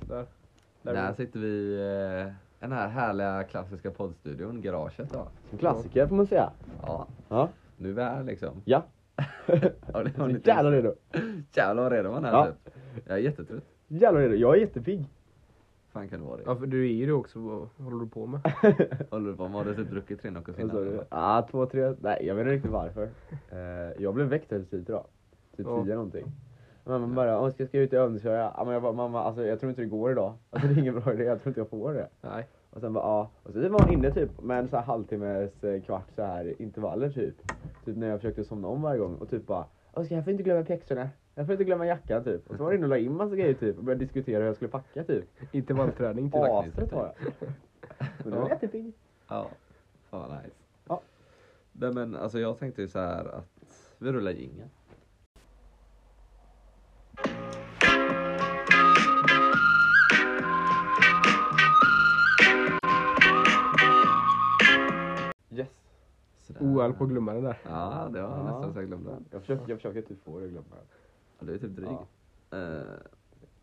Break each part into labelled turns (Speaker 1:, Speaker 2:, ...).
Speaker 1: Där.
Speaker 2: Där,
Speaker 1: vi-
Speaker 2: sitter vi eh, i den här härliga klassiska poddstudion, garaget då.
Speaker 3: En klassiker får man säga.
Speaker 2: Ja,
Speaker 3: Ja.
Speaker 2: nu är vi här liksom.
Speaker 3: Ja.
Speaker 2: Har ni- har ni-
Speaker 3: Jävlar redo.
Speaker 2: Jävlar vad redo man är
Speaker 3: Ja.
Speaker 2: typ. Jag är jättetrött.
Speaker 3: Jävlar redo. Jag är jättepigg.
Speaker 2: fan kan det vara det?
Speaker 1: Ja för du är ju det också, vad håller du på med?
Speaker 2: Håller du på med? Har du typ druckit tre Noccos
Speaker 3: Vad sa
Speaker 2: innan?
Speaker 3: du?
Speaker 2: eller?
Speaker 3: Ah, två, tre. Nej, jag vet inte riktigt varför. Eh, jag blev väckt väldigt tidigt idag. Typ
Speaker 1: Ja.
Speaker 3: tio någonting. Mamma bara, "Åh, ska jag ska ut och övningsköra? Ja, men jag bara, mamma alltså, jag tror inte det går idag. Alltså det är ingen bra idé, jag tror inte jag får det.
Speaker 1: Nej.
Speaker 3: Och sen bara, ja. Och så typ var hon inne typ med en så här halvtimmes, eh, kvart så här intervaller typ. Typ när jag försökte somna om varje gång och typ bara, "Åh, ska jag får inte glömma pjäxorna. Jag får inte glömma jackan typ. Och så var hon inne och la in massa grejer typ och började diskutera hur jag skulle packa typ.
Speaker 1: Intervallträning typ.
Speaker 2: Ja.
Speaker 3: Astrött var jag. Men det var
Speaker 1: Ja.
Speaker 3: jättepigg.
Speaker 2: Ja. Fan vad nice.
Speaker 3: Ja.
Speaker 2: Nej men alltså jag tänkte ju så här att vi rullar jingeln.
Speaker 3: Yes.
Speaker 2: Sådär.
Speaker 1: OL på att glömma den där.
Speaker 2: Ja, det var
Speaker 3: Ja.
Speaker 2: nästan så jag glömde den.
Speaker 3: Jag försöker, jag försöker typ få det att glömma.
Speaker 2: Ja, du är typ dryg.
Speaker 3: Ja.
Speaker 2: Eh,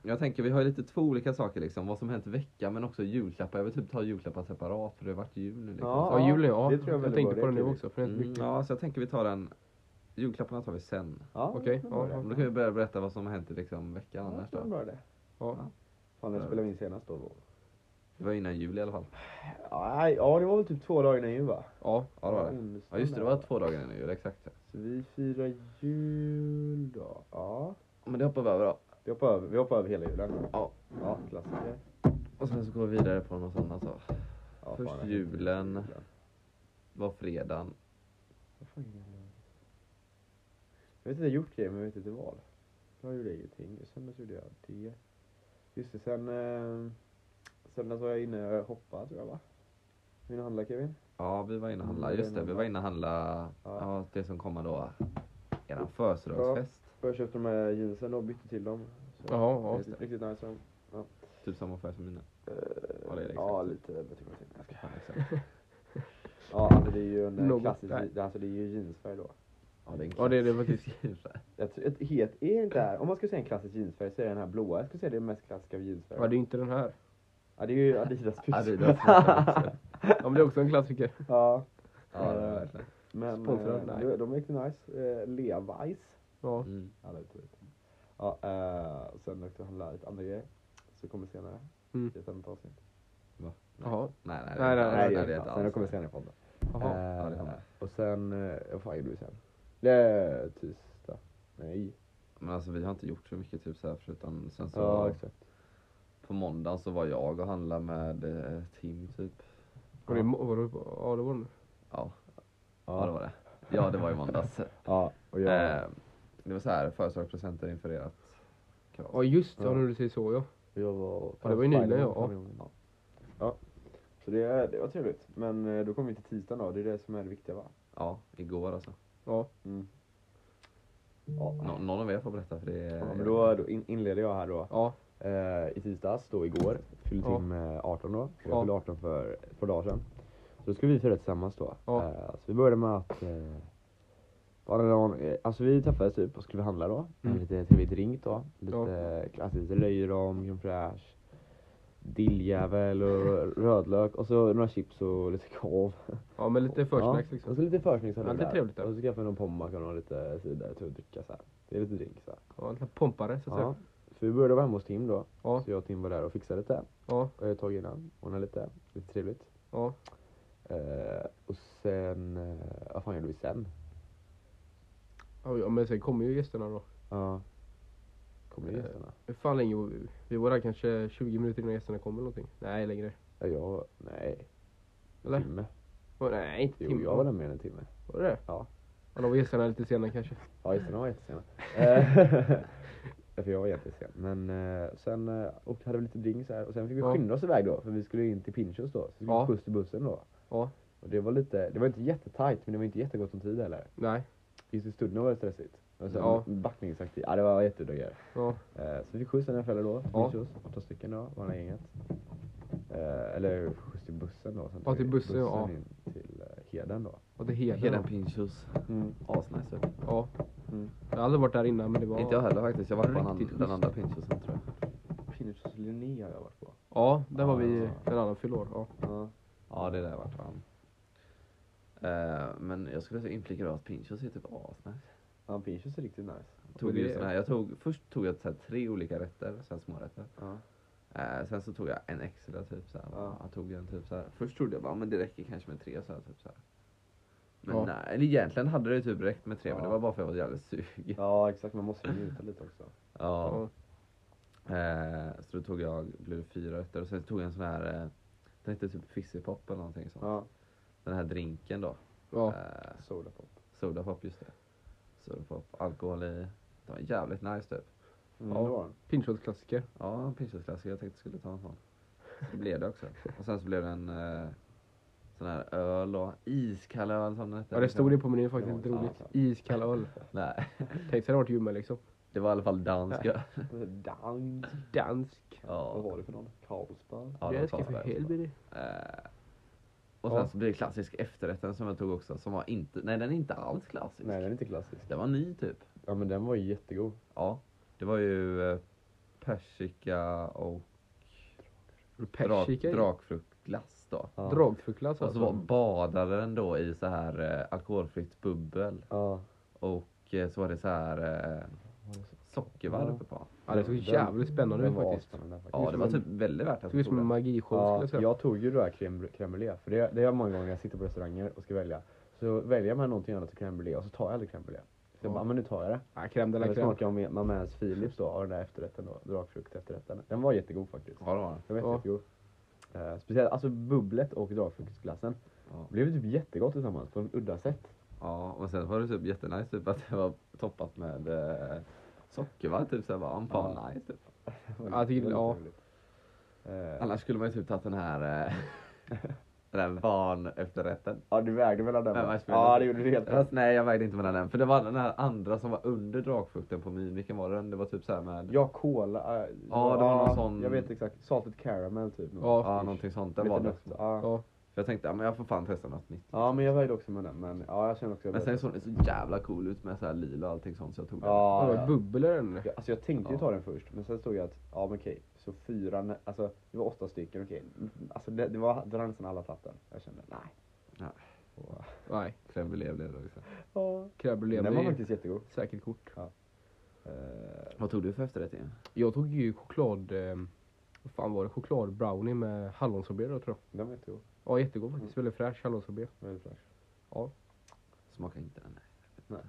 Speaker 2: jag tänker vi har ju lite två olika saker liksom. Vad som hänt i veckan men också julklappar. Jag vill typ ta julklappar separat för det har varit jul nu liksom.
Speaker 3: Ja,
Speaker 1: Ja, julen ja.
Speaker 3: det tror
Speaker 1: jag,
Speaker 3: jag är väldigt
Speaker 1: tänkte
Speaker 3: bra,
Speaker 1: på
Speaker 3: det
Speaker 1: det nu
Speaker 3: är kul.
Speaker 1: också för det är inte
Speaker 2: Mm,
Speaker 1: mycket.
Speaker 2: ja, så jag tänker vi tar den. Julklapparna tar vi sen.
Speaker 3: Ja,
Speaker 1: Okej,
Speaker 3: det var
Speaker 1: ja,
Speaker 3: bra
Speaker 2: Men
Speaker 3: det.
Speaker 2: Då kan vi börja berätta vad som har hänt i liksom veckan
Speaker 3: Ja,
Speaker 2: annars
Speaker 3: det var
Speaker 2: då.
Speaker 3: bra det.
Speaker 1: Ja.
Speaker 3: Fan, när spelade vi in senast då?
Speaker 2: Det var innan jul i alla fall.
Speaker 3: Nej, ja det var väl typ två dagar innan jul va?
Speaker 1: ja.
Speaker 2: Ja, det var det.
Speaker 3: Onsdag
Speaker 2: ja just det, det
Speaker 3: där,
Speaker 2: var
Speaker 3: va?
Speaker 2: två dagar innan jul, exakt.
Speaker 3: Så vi firar jul då. Ja.
Speaker 2: Men det hoppar vi över då.
Speaker 3: Vi hoppar över, vi hoppar över hela julen.
Speaker 2: Ja.
Speaker 3: Ja, klassiker.
Speaker 2: Och sen så går vi vidare på något annat då.
Speaker 3: Ja,
Speaker 2: Först
Speaker 3: fan,
Speaker 2: julen.
Speaker 3: jag tänkte-
Speaker 2: Det var fredagen.
Speaker 3: Vad fan gjorde jag? Jag vet inte, jag har gjort grejer men jag vet inte vad. Jag gjorde ingenting. Och Sen så gjorde jag det. Just det, sen... Eh, söndags var jag inne och hoppade tror jag va? Min handlare Kevin.
Speaker 2: Ja, vi var inne och handlade.
Speaker 3: Mm,
Speaker 2: Just det, vi var inne och handlade ja, det som kommer då. Eran födelsedagsfest.
Speaker 3: Och Jag köpte de här jeansen och bytte till dem. Så
Speaker 1: Jaha, ja.
Speaker 3: riktigt, riktigt nice dem.
Speaker 2: Typ samma färg som mina.
Speaker 3: Eh,
Speaker 2: Ja, det är det
Speaker 3: ja,
Speaker 2: exakt.
Speaker 3: lite bättre kvalitet. Jag ska-
Speaker 2: Ja, exakt.
Speaker 3: Ja, alltså det är ju en eh,
Speaker 1: Något
Speaker 3: klassisk,
Speaker 1: där.
Speaker 3: alltså det är ju jeansfärg då.
Speaker 2: Ja, det är en
Speaker 1: Ja, det är det
Speaker 2: klassisk färg.
Speaker 3: Jag tror, ett het är inte det här, om man ska säga en klassisk jeansfärg så är det den här blåa, jag skulle säga det är den mest klassiska av jeansfärger.
Speaker 1: ja, det är inte den här.
Speaker 3: Ja, det är ju Adidas
Speaker 2: Adidas färg också.
Speaker 1: Ja men det är också en klassiker.
Speaker 3: ja,
Speaker 2: Ja, det är det verkligen.
Speaker 3: men
Speaker 1: Sponsrad,
Speaker 3: eh,
Speaker 1: nej.
Speaker 3: de- de är riktigt nice. Eh, Levi's.
Speaker 1: Ja.
Speaker 2: Mm.
Speaker 3: Ja, det vet jag inte. Ja, eh, sen åkte jag och handlade lite andra grejer. Så kommer senare
Speaker 1: Mm.
Speaker 3: i ett annat avsnitt.
Speaker 1: Jaha.
Speaker 2: Nej, nej,
Speaker 1: Nej, nej,
Speaker 2: det-
Speaker 1: nej,
Speaker 3: det
Speaker 2: det-
Speaker 3: gör
Speaker 2: det- det-
Speaker 3: jag
Speaker 2: det-
Speaker 3: inte alls. Sen kommer senare i podden.
Speaker 1: Jaha.
Speaker 3: Eh,
Speaker 2: ja, det kommer.
Speaker 3: och sen, eh, vad fan gjorde vi sen? Eh, tisdag? Nej.
Speaker 2: Men alltså vi har inte gjort så mycket typ så här förutom sen så
Speaker 3: Ja, exakt.
Speaker 2: på måndagen så var jag och handlade med eh, Tim typ.
Speaker 1: Var det, var det, ja det var den.
Speaker 2: Ja, ja det
Speaker 3: Ja,
Speaker 2: var det. Ja det var i måndags.
Speaker 3: ja och jag...
Speaker 2: Eh, det var så här födelsedagspresenter inför ert kalas.
Speaker 1: Ja just det, ja.
Speaker 3: Ja.
Speaker 1: nu du säger så ja.
Speaker 3: Jag var
Speaker 1: Ja, det var ju nyligen, ja.
Speaker 3: ja. ja. Så det, det var trevligt. Men eh, då kommer vi till tisdagen då, det är det som är det viktiga va?
Speaker 2: Ja, igår alltså.
Speaker 1: Ja.
Speaker 3: Mm. Ja.
Speaker 2: Nå- någon av er får berätta för det är...
Speaker 3: Ja, men då, då in, inleder jag här då.
Speaker 1: Ja.
Speaker 3: Eh, I tisdags då igår, fyllde
Speaker 1: Ja.
Speaker 3: Tim eh, 18 då. Jag
Speaker 1: Ja.
Speaker 3: fyllde 18 för ett par dagar sedan. Så då skulle vi fira tillsammans då.
Speaker 1: Ja.
Speaker 3: Eh, så vi började med att eh, bara någon, eh, alltså vi träffades typ och skulle handla då.
Speaker 1: Mm.
Speaker 3: Lite trevlig drink då. Lite
Speaker 1: Ja.
Speaker 3: ja. klassiskt lite löjrom, crème fraîche, dilljävel och rödlök och så några chips och lite korv.
Speaker 1: Ja men lite försnacks
Speaker 3: ja.
Speaker 1: liksom.
Speaker 3: Och så lite försnacks hade
Speaker 1: Ja,
Speaker 3: vi
Speaker 1: det är
Speaker 3: där.
Speaker 1: trevligt där.
Speaker 3: Och så skaffade vi någon pommack och någon lite cider till att dricka så här. Det är lite drink så här.
Speaker 1: Ja, en liten pumpare så att
Speaker 3: Ja,
Speaker 1: säga.
Speaker 3: för vi började vara hemma hos Tim då.
Speaker 1: Ja.
Speaker 3: Så jag och Tim var där och fixade lite.
Speaker 1: Ja.
Speaker 3: Och jag tog innan, ordnade lite. Lite trevligt.
Speaker 1: Ja.
Speaker 3: Eh, och sen, eh, vad fan gjorde vi sen?
Speaker 1: Ja, ja men sen kommer ju gästerna då.
Speaker 3: Ja. Kommer ju
Speaker 1: Eh.
Speaker 3: gästerna?
Speaker 1: Hur fan länge var vi? Vi var där kanske 20 minuter innan gästerna kom eller någonting. Nej längre.
Speaker 3: Ja, jag, nej. En
Speaker 1: Eller?
Speaker 3: timme.
Speaker 1: Åh, nej inte
Speaker 3: Jo,
Speaker 1: timme.
Speaker 3: jag var där mer än en timme.
Speaker 1: Var det det?
Speaker 3: Ja.
Speaker 1: Ja, då var gästerna lite senare kanske.
Speaker 3: Ja, gästerna var jättesena. Eh, för jag var jättesen. Men eh, sen eh, och hade vi lite drink så här. Och sen fick vi
Speaker 1: Ja.
Speaker 3: skynda oss iväg då. För vi skulle in till Pinchos då. Så vi
Speaker 1: Ja.
Speaker 3: fick skjuts till bussen då.
Speaker 1: Ja.
Speaker 3: Och det var lite, det var inte jättetajt men det var inte jättegott om tid heller.
Speaker 1: Nej.
Speaker 3: Just i stunden var det stressigt. Alltså,
Speaker 1: Ja.
Speaker 3: ja. Backningsaktigt. Ja, det var jätteduggar.
Speaker 1: Ja.
Speaker 3: Eh, så vi fick skjuts av några föräldrar då.
Speaker 1: Ja.
Speaker 3: Ja. Oss, åtta stycken då, var det gänget. Eh, eller skjuts till bussen då. Sen
Speaker 1: Ja,
Speaker 3: tog
Speaker 1: till
Speaker 3: vi
Speaker 1: bussen, ja.
Speaker 3: in till eh, Heden då.
Speaker 1: Och det hela.
Speaker 2: Hela Pinchos. Asnice.
Speaker 1: Ja.
Speaker 3: Mm.
Speaker 1: Jag har aldrig varit där innan men det var...
Speaker 2: Inte jag heller faktiskt. Jag var på
Speaker 1: Riktigt
Speaker 2: den, den
Speaker 1: schysst.
Speaker 2: andra Pinchosen tror jag.
Speaker 3: Kinners hos Linné har jag varit på.
Speaker 1: Ja, där var vi
Speaker 3: Ah.
Speaker 1: en annan fyllår. Ja.
Speaker 3: Ja.
Speaker 2: Ja, det där vart han. Eh, men jag skulle säga inflika då att Pinchos är typ asnice.
Speaker 3: Ja, Pinchos är riktigt nice.
Speaker 2: Tog
Speaker 1: det-
Speaker 2: ju sån här, jag tog, först tog jag så här, tre olika rätter, sen smårätter.
Speaker 3: Ja.
Speaker 2: Eh, sen så tog jag en extra typ så här.
Speaker 3: Ja.
Speaker 2: Jag tog en typ så här. Först trodde jag bara, men det räcker kanske med tre så här, typ så här. Men
Speaker 1: Ja.
Speaker 2: nej, eller egentligen hade det typ räckt med tre, men det
Speaker 3: Ja.
Speaker 2: var bara för att jag var jävligt sugen.
Speaker 3: ja, exakt. Man måste ju njuta lite också.
Speaker 2: Ja.
Speaker 1: Ja.
Speaker 2: Eh, så då tog jag, blev det fyra rätter och sen tog jag en sån här, eh, den hette typ fizzypop eller någonting sånt.
Speaker 3: Ja.
Speaker 2: Den här drinken då.
Speaker 1: Ja.
Speaker 2: Eh,
Speaker 3: Sodapop.
Speaker 2: Sodapop, just det. Sodapop, alkohol i. Det var jävligt nice typ.
Speaker 3: Mm,
Speaker 1: Ja.
Speaker 3: det var den.
Speaker 1: Pinchot-klassiker.
Speaker 2: Ja, en pinchosklassiker. Jag tänkte jag skulle ta en sån. Det blev det också. Och sen så blev det en eh, sån här öl och iskall öl som den hette.
Speaker 1: Ja, det stod det på menyn faktiskt.
Speaker 3: Ja,
Speaker 1: Lite
Speaker 3: ja,
Speaker 1: roligt.
Speaker 3: ja.
Speaker 1: Iskall öl.
Speaker 2: Nej,
Speaker 1: Tänk sig det varit ljummen liksom.
Speaker 2: det var i alla fall dansk öl.
Speaker 3: Dansk.
Speaker 1: Dansk.
Speaker 3: Vad
Speaker 2: Ja.
Speaker 3: var det för någon? Carlsberg?
Speaker 2: Ja, det var
Speaker 1: Dansk är
Speaker 2: fan
Speaker 1: för
Speaker 2: dansk.
Speaker 1: helvete.
Speaker 2: Eh, och
Speaker 1: Ja.
Speaker 2: sen så blir det klassisk efterrätten som jag tog också. Som var inte, nej den är inte alls klassisk.
Speaker 3: Nej, den är inte klassisk.
Speaker 2: Den var ny typ.
Speaker 3: Ja, men den var ju jättegod.
Speaker 2: Ja, det var ju eh, persika och drak,
Speaker 1: Persika. Drag,
Speaker 2: drakfruktglass då.
Speaker 3: Ja.
Speaker 1: Dragfruktglass
Speaker 2: Och så var
Speaker 1: alltså.
Speaker 2: badade den då i så här eh, alkoholfritt bubbel.
Speaker 3: Ja.
Speaker 2: Och eh, så var det så här eh, sockervadd
Speaker 3: Ja.
Speaker 2: uppe på.
Speaker 1: Ja, det såg
Speaker 3: Den-
Speaker 1: jävligt spännande
Speaker 3: den
Speaker 1: ut
Speaker 3: var
Speaker 1: faktiskt.
Speaker 3: spännande faktiskt.
Speaker 2: Ja, det var typ väldigt värt att
Speaker 1: Såg ut som en
Speaker 2: prova.
Speaker 1: magishow skulle
Speaker 3: Ja,
Speaker 1: jag säga.
Speaker 3: jag tog ju det här crème br- crème brûlée, för det, det är många gånger jag sitter på restauranger och ska välja. Så väljer man någonting annat till crème brûlée och så tar jag aldrig crème brûlée. Så jag
Speaker 1: Ja.
Speaker 3: bara, men nu tar jag det.
Speaker 1: Ja, crème de la
Speaker 3: Eller
Speaker 1: crème.
Speaker 3: smakade jag med Mamans Philips då, av den där efterrätten då, drakfrukt efterrätten. Den var jättegod faktiskt.
Speaker 2: Ja, det var det.
Speaker 3: Den var
Speaker 1: Ja.
Speaker 3: jättegod. Eh, speciellt alltså bubblet och drakfruktsglassen
Speaker 2: Ja.
Speaker 3: blev typ jättegott tillsammans på ett udda sätt.
Speaker 2: ja, och sen var det typ jättenice typ att det var toppat med eh, sockervadd. Typ så här bara, fan
Speaker 3: Ja.
Speaker 2: nice typ.
Speaker 3: Det var
Speaker 1: Ja, jag tycker-
Speaker 3: väldigt
Speaker 1: ja.
Speaker 3: trevligt. Eh,
Speaker 2: Annars skulle man ju typ tagit den här eh, den här van efterrätten.
Speaker 3: Ja, du vägde mellan dem?
Speaker 2: Men
Speaker 3: va?
Speaker 2: vad spelar
Speaker 3: Ja,
Speaker 2: det?
Speaker 3: det gjorde du helt rätt.
Speaker 2: Fast nej, jag vägde inte mellan den. För det var den här andra som var under dragfrukten på min. Vilken var den? Det var typ så här med...
Speaker 3: Ja, cola. eh,
Speaker 2: Ja, det var någon sån-
Speaker 3: Jag vet exakt. Salted caramel typ. något.
Speaker 1: Ja,
Speaker 2: Ja, någonting sånt. Den
Speaker 3: Lite
Speaker 2: var det.
Speaker 3: nött, ja.
Speaker 1: Ja.
Speaker 2: För jag tänkte, ja, men jag får fan testa något nytt.
Speaker 3: ja, men jag vägde också med den. Men ja, jag känner också att jag
Speaker 2: Men sen
Speaker 3: vägde-
Speaker 2: såg den så jävla cool ut med så här lila och allting sånt så jag tog den.
Speaker 1: Ja,
Speaker 3: Ja,
Speaker 1: det
Speaker 3: ja.
Speaker 1: var bubbel i den.
Speaker 3: Ja, Alltså jag tänkte ju
Speaker 2: Ja.
Speaker 3: ta den först, men sen såg jag att, ja men okej, så fyra, nä- alltså det var åtta stycken, okej. Mm, Alltså det, det var, då hade nästan alla tagit den. Jag kände, nej.
Speaker 2: Nej.
Speaker 3: Och-
Speaker 1: Nej,
Speaker 2: Crème brûlée blev det liksom. också.
Speaker 3: Ja.
Speaker 1: crème brûlée.
Speaker 3: Den
Speaker 1: det
Speaker 3: var
Speaker 1: är
Speaker 3: faktiskt jättegod.
Speaker 1: Säkert kort.
Speaker 3: Eh,
Speaker 2: Vad tog du för efterrätt igen?
Speaker 1: Jag tog ju choklad... Eh, vad fan var det? Chokladbrownie med hallonsorbet då, tror jag.
Speaker 3: den var jättegod.
Speaker 1: Ja, jättegod faktiskt. Väldigt fräsch hallonsorbet.
Speaker 3: Väldigt fräsch.
Speaker 2: Smaka inte den.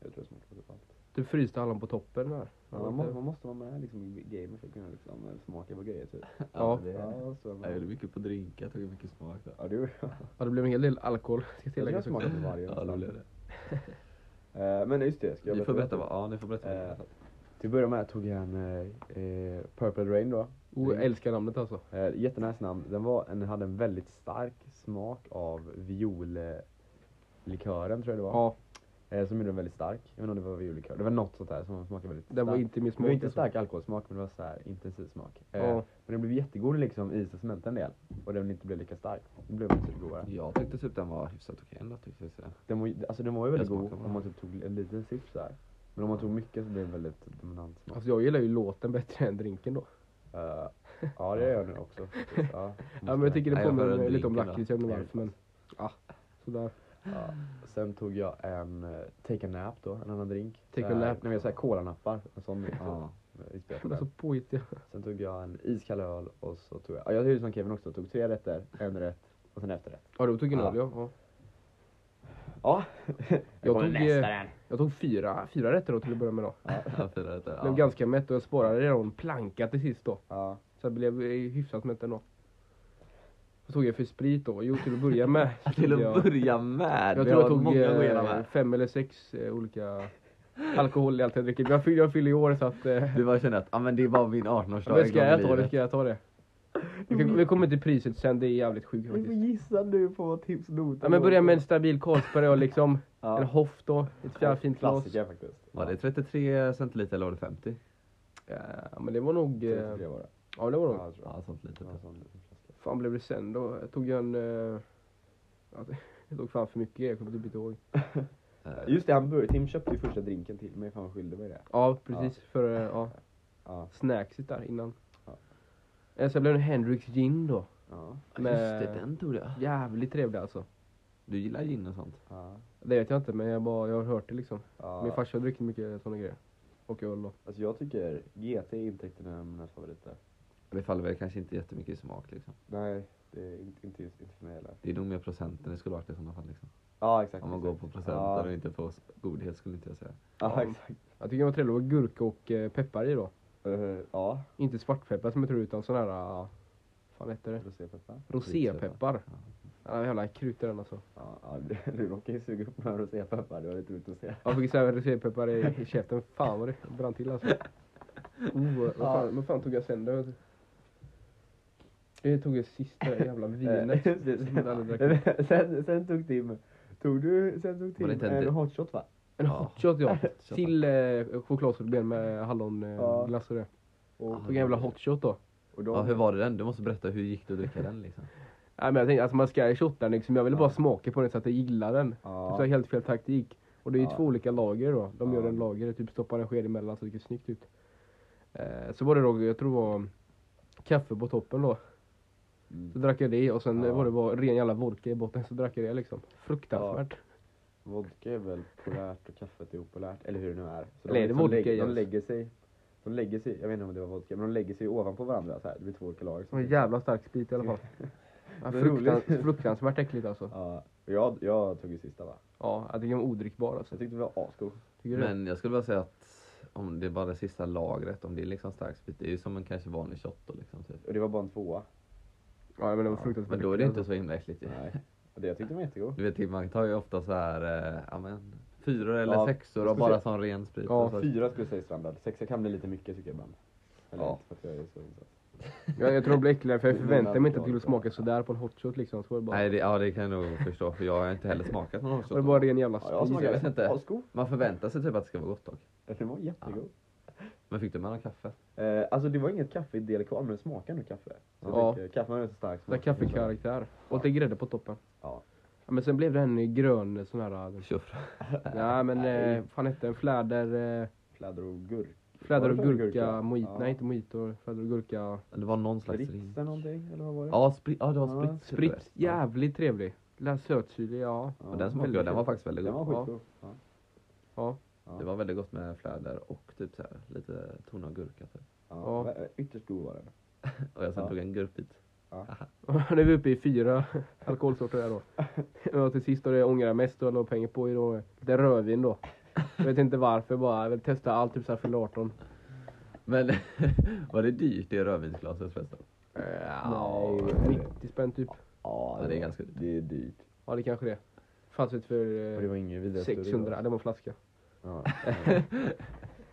Speaker 3: Jag tror det smakade typ allt.
Speaker 1: Du frysta hallon på toppen där.
Speaker 3: Ja, man, må, man måste vara med liksom, i gamet för att kunna liksom, eh, smaka på grejer typ.
Speaker 1: Ja.
Speaker 2: det
Speaker 3: Ja,
Speaker 2: är...
Speaker 3: jag måste vara
Speaker 2: Jag gjorde
Speaker 3: med.
Speaker 2: mycket på drinkar, tog mycket smak där.
Speaker 3: Ja, du.
Speaker 1: Ja, det blev en hel del alkohol. Ska
Speaker 3: Jag tror
Speaker 1: tilläggas
Speaker 3: jag
Speaker 1: också.
Speaker 3: smakade på varje.
Speaker 2: Ja, det blev det.
Speaker 3: Eh, men just det, ska jag
Speaker 2: Ni får berätta
Speaker 3: vad-
Speaker 2: vad, ja ni får berätta vad ni
Speaker 3: Eh,
Speaker 2: har tagit.
Speaker 3: Till att börja med tog jag en eh, eh, Purple Rain då.
Speaker 1: Oh, jag älskar namnet alltså.
Speaker 3: Eh, jättenice namn. Den, var, den hade en väldigt stark smak av viollikören tror jag det var.
Speaker 1: Ja,
Speaker 3: Eh, som gjorde den väldigt stark. Jag vet inte om det var viollikör. Det var något sånt där som smakade väldigt
Speaker 1: den var inte min
Speaker 3: det
Speaker 1: smak.
Speaker 3: var inte
Speaker 1: alltså.
Speaker 3: stark alkoholsmak men det var så här intensiv smak. Eh,
Speaker 1: Ja.
Speaker 3: Men den blev jättegod liksom isen smälte en del. Och den inte blev lika stark. Den blev betydligt godare.
Speaker 2: Jag tyckte typ den var hyfsat okej ändå tyckte jag. sådär.
Speaker 3: Den var, ju- alltså den var ju väldigt
Speaker 2: Jag
Speaker 3: god
Speaker 2: smakar på
Speaker 3: om man typ tog en liten sipp så här. Men om man tog mycket så blev det väldigt dominant smak.
Speaker 1: Alltså jag gillar ju låten bättre än drinken då.
Speaker 3: Eh, ja det gör jag nu också. faktiskt. Ja,
Speaker 1: Ja, men jag tycker det
Speaker 2: Nej, jag
Speaker 1: påminner
Speaker 2: föredrar
Speaker 1: lite om
Speaker 2: drinken då.
Speaker 1: lakrits, jag vet inte
Speaker 3: Ja,
Speaker 1: varför men... Ja, sådär.
Speaker 3: Ja. Sen tog jag en eh, take a nap då, en annan drink.
Speaker 1: Take a
Speaker 3: Så här-
Speaker 1: nap. Alltså-
Speaker 3: Nej men såhär colanappar, en sån drink.
Speaker 2: Ja.
Speaker 3: typ, inspirerat av
Speaker 1: De är så
Speaker 3: den.
Speaker 1: påhittiga.
Speaker 3: Sen tog jag en iskall öl och så tog jag, ja, jag gjorde som Kevin också, tog tre rätter, en rätt och sen efterrätt.
Speaker 1: Ja, du tog en
Speaker 3: Ja.
Speaker 1: öl ja. ja.
Speaker 3: Ja! jag
Speaker 1: Jag
Speaker 3: kommer
Speaker 1: tog, eh,
Speaker 3: nästa
Speaker 1: Jag tog fyra, fyra rätter då till att börja med då.
Speaker 2: Ja, fyra rätter.
Speaker 1: Blev
Speaker 2: Ja.
Speaker 1: ganska mätt och jag sparade redan planka till sist då.
Speaker 3: Ja.
Speaker 1: Så jag blev eh, hyfsat mätt ändå. Vad tog jag för sprit då? Jo, till att börja med. så
Speaker 2: Till
Speaker 1: tog
Speaker 2: att
Speaker 1: jag-
Speaker 2: börja med.
Speaker 1: Jag
Speaker 2: vi
Speaker 1: tror jag
Speaker 2: har
Speaker 1: tog
Speaker 2: många att gå igenom
Speaker 1: eh,
Speaker 2: här.
Speaker 1: fem eller sex eh, olika alkohol i allt jag dricker. Jag fyller, jag fyller i år så att... Eh,
Speaker 2: Du bara kände att, ja men det var min 18-årsdag
Speaker 1: men ska
Speaker 2: en gång
Speaker 1: jag ta
Speaker 2: i
Speaker 1: det?
Speaker 2: livet.
Speaker 1: Ska jag ta det? Vi, kan, vi kommer till priset sen, det är jävligt sjukt faktiskt.
Speaker 3: gissa nu på vad tipsnotan
Speaker 1: Ja, men börja med en stabil Carlsberg och liksom
Speaker 3: Ja.
Speaker 1: en hoft då. Ett fjär fint glas.
Speaker 3: Klassiker faktiskt.
Speaker 2: Var det 33 centiliter eller var det 50?
Speaker 1: Ja, men det var nog...
Speaker 3: Ja,
Speaker 1: Eh,
Speaker 3: 33 var det.
Speaker 1: ja, det var nog.
Speaker 3: Ja, jag tror det.
Speaker 2: Ja, sånt litet.
Speaker 3: Det var en sån liten flaska.
Speaker 1: fan blev det sen då? Jag tog ju en... Eh, ja, jag tog fan för mycket grejer, jag kommer typ inte ihåg.
Speaker 2: Eh,
Speaker 3: Just det, han bör- Tim köpte ju första drinken till mig, fan vad skyldig mig det.
Speaker 1: Ja, precis. För eh, ja,
Speaker 3: Ja.
Speaker 1: snackset där innan.
Speaker 3: Ja.
Speaker 1: Eh, Sen blev det Hendrix gin då.
Speaker 3: Ja.
Speaker 1: Med-
Speaker 2: Just det, den tog du.
Speaker 1: Jävligt trevlig alltså.
Speaker 2: Du gillar gin och sånt?
Speaker 3: ja.
Speaker 1: Det vet jag inte men jag, bara, jag har hört det liksom.
Speaker 3: ja.
Speaker 1: Min farsa har druckit mycket sådana grejer. Och öl då.
Speaker 3: Alltså jag tycker GT intäkterna är en av mina favoriter.
Speaker 2: Det faller väl kanske inte jättemycket i smak liksom.
Speaker 3: Nej, det är inte, inte, inte för mig heller.
Speaker 2: Det är nog mer procenten det skulle varit i sådana fall liksom.
Speaker 3: Ja, exakt.
Speaker 2: Om man går på
Speaker 3: exakt.
Speaker 2: procenten
Speaker 3: Ja,
Speaker 2: och inte på s- godhet skulle inte jag säga.
Speaker 3: ja exakt.
Speaker 1: Jag tycker det var trevligt. Det var gurka och eh, peppar i då.
Speaker 3: Eh, ja,
Speaker 1: Inte svartpeppar som jag tror utan sån här... ah, fan heter det?
Speaker 3: rosépeppar.
Speaker 1: Rosépeppar. Ja, jävla krut i den alltså.
Speaker 3: Ja, ja, du- du råkar ju suga upp några rosépeppar, det var lite roligt att se.
Speaker 1: Jag fick såhär rosépeppar i, i käften. Fan vad det brann till alltså. Oh, vad,
Speaker 3: Ja.
Speaker 1: fan, vad fan tog jag sen då? Det tog jag sista jävla vinet.
Speaker 3: Eh, det-
Speaker 1: som jag aldrig drack.
Speaker 3: sen, sen, sen tog Tim, tog du, sen tog Tim
Speaker 2: det inte en
Speaker 3: en
Speaker 2: del?
Speaker 3: hot shot va?
Speaker 1: En
Speaker 2: Ja.
Speaker 1: hotshot ja.
Speaker 2: Hotshot.
Speaker 1: Till eh, chokladsorbet med
Speaker 3: Ja.
Speaker 1: hallonglass och det.
Speaker 3: Och,
Speaker 1: Tog en jävla hotshot då.
Speaker 3: och
Speaker 2: Ja, hur
Speaker 3: de,
Speaker 2: var det den? Du måste berätta, hur gick det att dricka den liksom?
Speaker 1: Nej men jag tänkte alltså man ska shotta den liksom. Jag ville
Speaker 3: Ja.
Speaker 1: bara smaka på den så att jag gillar den. Typ
Speaker 3: ja,
Speaker 1: Så jag har helt fel taktik. Och det är ju
Speaker 3: Ja.
Speaker 1: två olika lager då. De gör
Speaker 3: Ja.
Speaker 1: en lager, typ stoppar en sked emellan så det ser snyggt ut. Eh, så var det då, jag tror det var kaffe på toppen då.
Speaker 3: Mm.
Speaker 1: Så drack jag det och sen
Speaker 3: Ja.
Speaker 1: var det bara ren jävla vodka i botten så drack jag det liksom. Fruktansvärt.
Speaker 3: vodka är väl polärt och kaffet är opolärt, eller hur det nu är. Så
Speaker 1: Eller är det
Speaker 3: liksom
Speaker 1: vodka
Speaker 3: lägger,
Speaker 1: i
Speaker 3: de
Speaker 1: ens?
Speaker 3: lägger sig, de lägger sig, jag vet inte om det var vodka, men de lägger sig ovanpå varandra så här. det blir två olika lager.
Speaker 1: Det var en jävla stark sprit i alla fall. Ja,
Speaker 3: Vad
Speaker 1: fruktans,
Speaker 3: roligt.
Speaker 1: fruktansvärt äckligt alltså.
Speaker 3: Ja, och jag, jag tog ju sista va?
Speaker 1: Ja, jag tycker den var odrickbar alltså.
Speaker 3: Jag tyckte det var asgod.
Speaker 1: Tycker du det?
Speaker 2: Men jag skulle bara säga att om det var det sista lagret, om det är liksom stark sprit, det är ju som en kanske vanlig shot då liksom. Typ.
Speaker 3: Och det var bara en tvåa.
Speaker 1: Ja, men det var
Speaker 3: Ja,
Speaker 1: fruktansvärt alltså.
Speaker 2: Men då är det
Speaker 1: äckligt,
Speaker 2: inte så himla äckligt ju.
Speaker 3: Nej. Och det, jag tyckte den var jättegod.
Speaker 2: Du vet Tim, man tar ju ofta så här, eh, ja men, fyror eller
Speaker 3: Ja,
Speaker 2: sexor
Speaker 3: jag
Speaker 2: och
Speaker 3: skulle säga-
Speaker 2: bara sån ren sprit.
Speaker 1: Ja,
Speaker 2: och så.
Speaker 3: Fyra skulle jag säga standard, sexa kan bli lite mycket tycker jag ibland. Eller
Speaker 2: Ja.
Speaker 3: inte för att jag är så insatt.
Speaker 1: alltså. jag, jag tror det blir äckligare för jag
Speaker 3: Det är
Speaker 1: förväntade mig
Speaker 3: någon
Speaker 1: inte att det skulle
Speaker 3: annan
Speaker 1: smaka sådär på en hotshot liksom. Så var det bara,
Speaker 2: Nej, det, ja, det kan jag nog förstå, för jag har inte heller smakat någon
Speaker 1: var det
Speaker 2: hotshot.
Speaker 1: bara ren jävla
Speaker 3: Ja,
Speaker 1: sprit.
Speaker 3: jag
Speaker 2: jag
Speaker 3: smakade
Speaker 2: vet inte.
Speaker 3: asgod.
Speaker 2: Man förväntar sig typ att det ska vara gott dock.
Speaker 3: Den var jättegod.
Speaker 2: Men fick du med någon kaffe?
Speaker 3: Eh, alltså det var inget kaffedel kvar men den smakade nog kaffe. Så jag
Speaker 1: Ja.
Speaker 3: tänker, Kaffe har ju så stark
Speaker 1: Sådär kaffekaraktär. Och lite grädde på toppen.
Speaker 3: Ja.
Speaker 1: Ja, men sen blev det en grön sån här... eh,
Speaker 2: Tjoff.
Speaker 1: Ja men
Speaker 3: Nej.
Speaker 1: eh, fan hette den? Fläder... Eh,
Speaker 3: Fläder och gurk.
Speaker 1: fläder och
Speaker 3: Var det
Speaker 1: gurka,
Speaker 3: fläder och gurka?
Speaker 1: mojito.
Speaker 3: Ja.
Speaker 1: Nej inte mojito. Fläder och gurka.
Speaker 2: Det var någon slags ring.
Speaker 3: Ritsa någonting eller vad var det?
Speaker 2: Ja, sprit, ja, det var
Speaker 3: Ja.
Speaker 2: sprit.
Speaker 1: Spritt. Jävligt trevlig. Lilla sötsyrlig, ja.
Speaker 3: Ja,
Speaker 2: Och den smakade jag, den var faktiskt väldigt
Speaker 3: Den var
Speaker 2: god.
Speaker 3: skitgod. Ja.
Speaker 1: Ja.
Speaker 3: Ja.
Speaker 2: Det var väldigt gott med fläder och typ så här, lite tonad gurka typ.
Speaker 1: Ja.
Speaker 3: Ja. Ja. Ytterst god var den.
Speaker 2: Och jag sen
Speaker 3: Ja.
Speaker 2: tog en gurkbit.
Speaker 1: nu är vi uppe i fyra alkoholsorter här då. Och till sist då det jag ångrar mest och la pengar på är då lite rödvin då. Jag vet inte varför bara. Jag vill testa allt typ såhär fyller 18.
Speaker 2: Men var det dyrt det rödvinsglaset förresten?
Speaker 1: Ja,
Speaker 3: Nej.
Speaker 1: 90 spänn typ.
Speaker 2: Ja, det är ganska dyrt.
Speaker 3: Det är dyrt.
Speaker 1: Ja det kanske det. Fanns ut för
Speaker 3: Och
Speaker 1: eh,
Speaker 3: det var ingen vidare story,
Speaker 1: 600.
Speaker 3: va?
Speaker 1: Det var en flaska.
Speaker 3: Ja.
Speaker 2: Var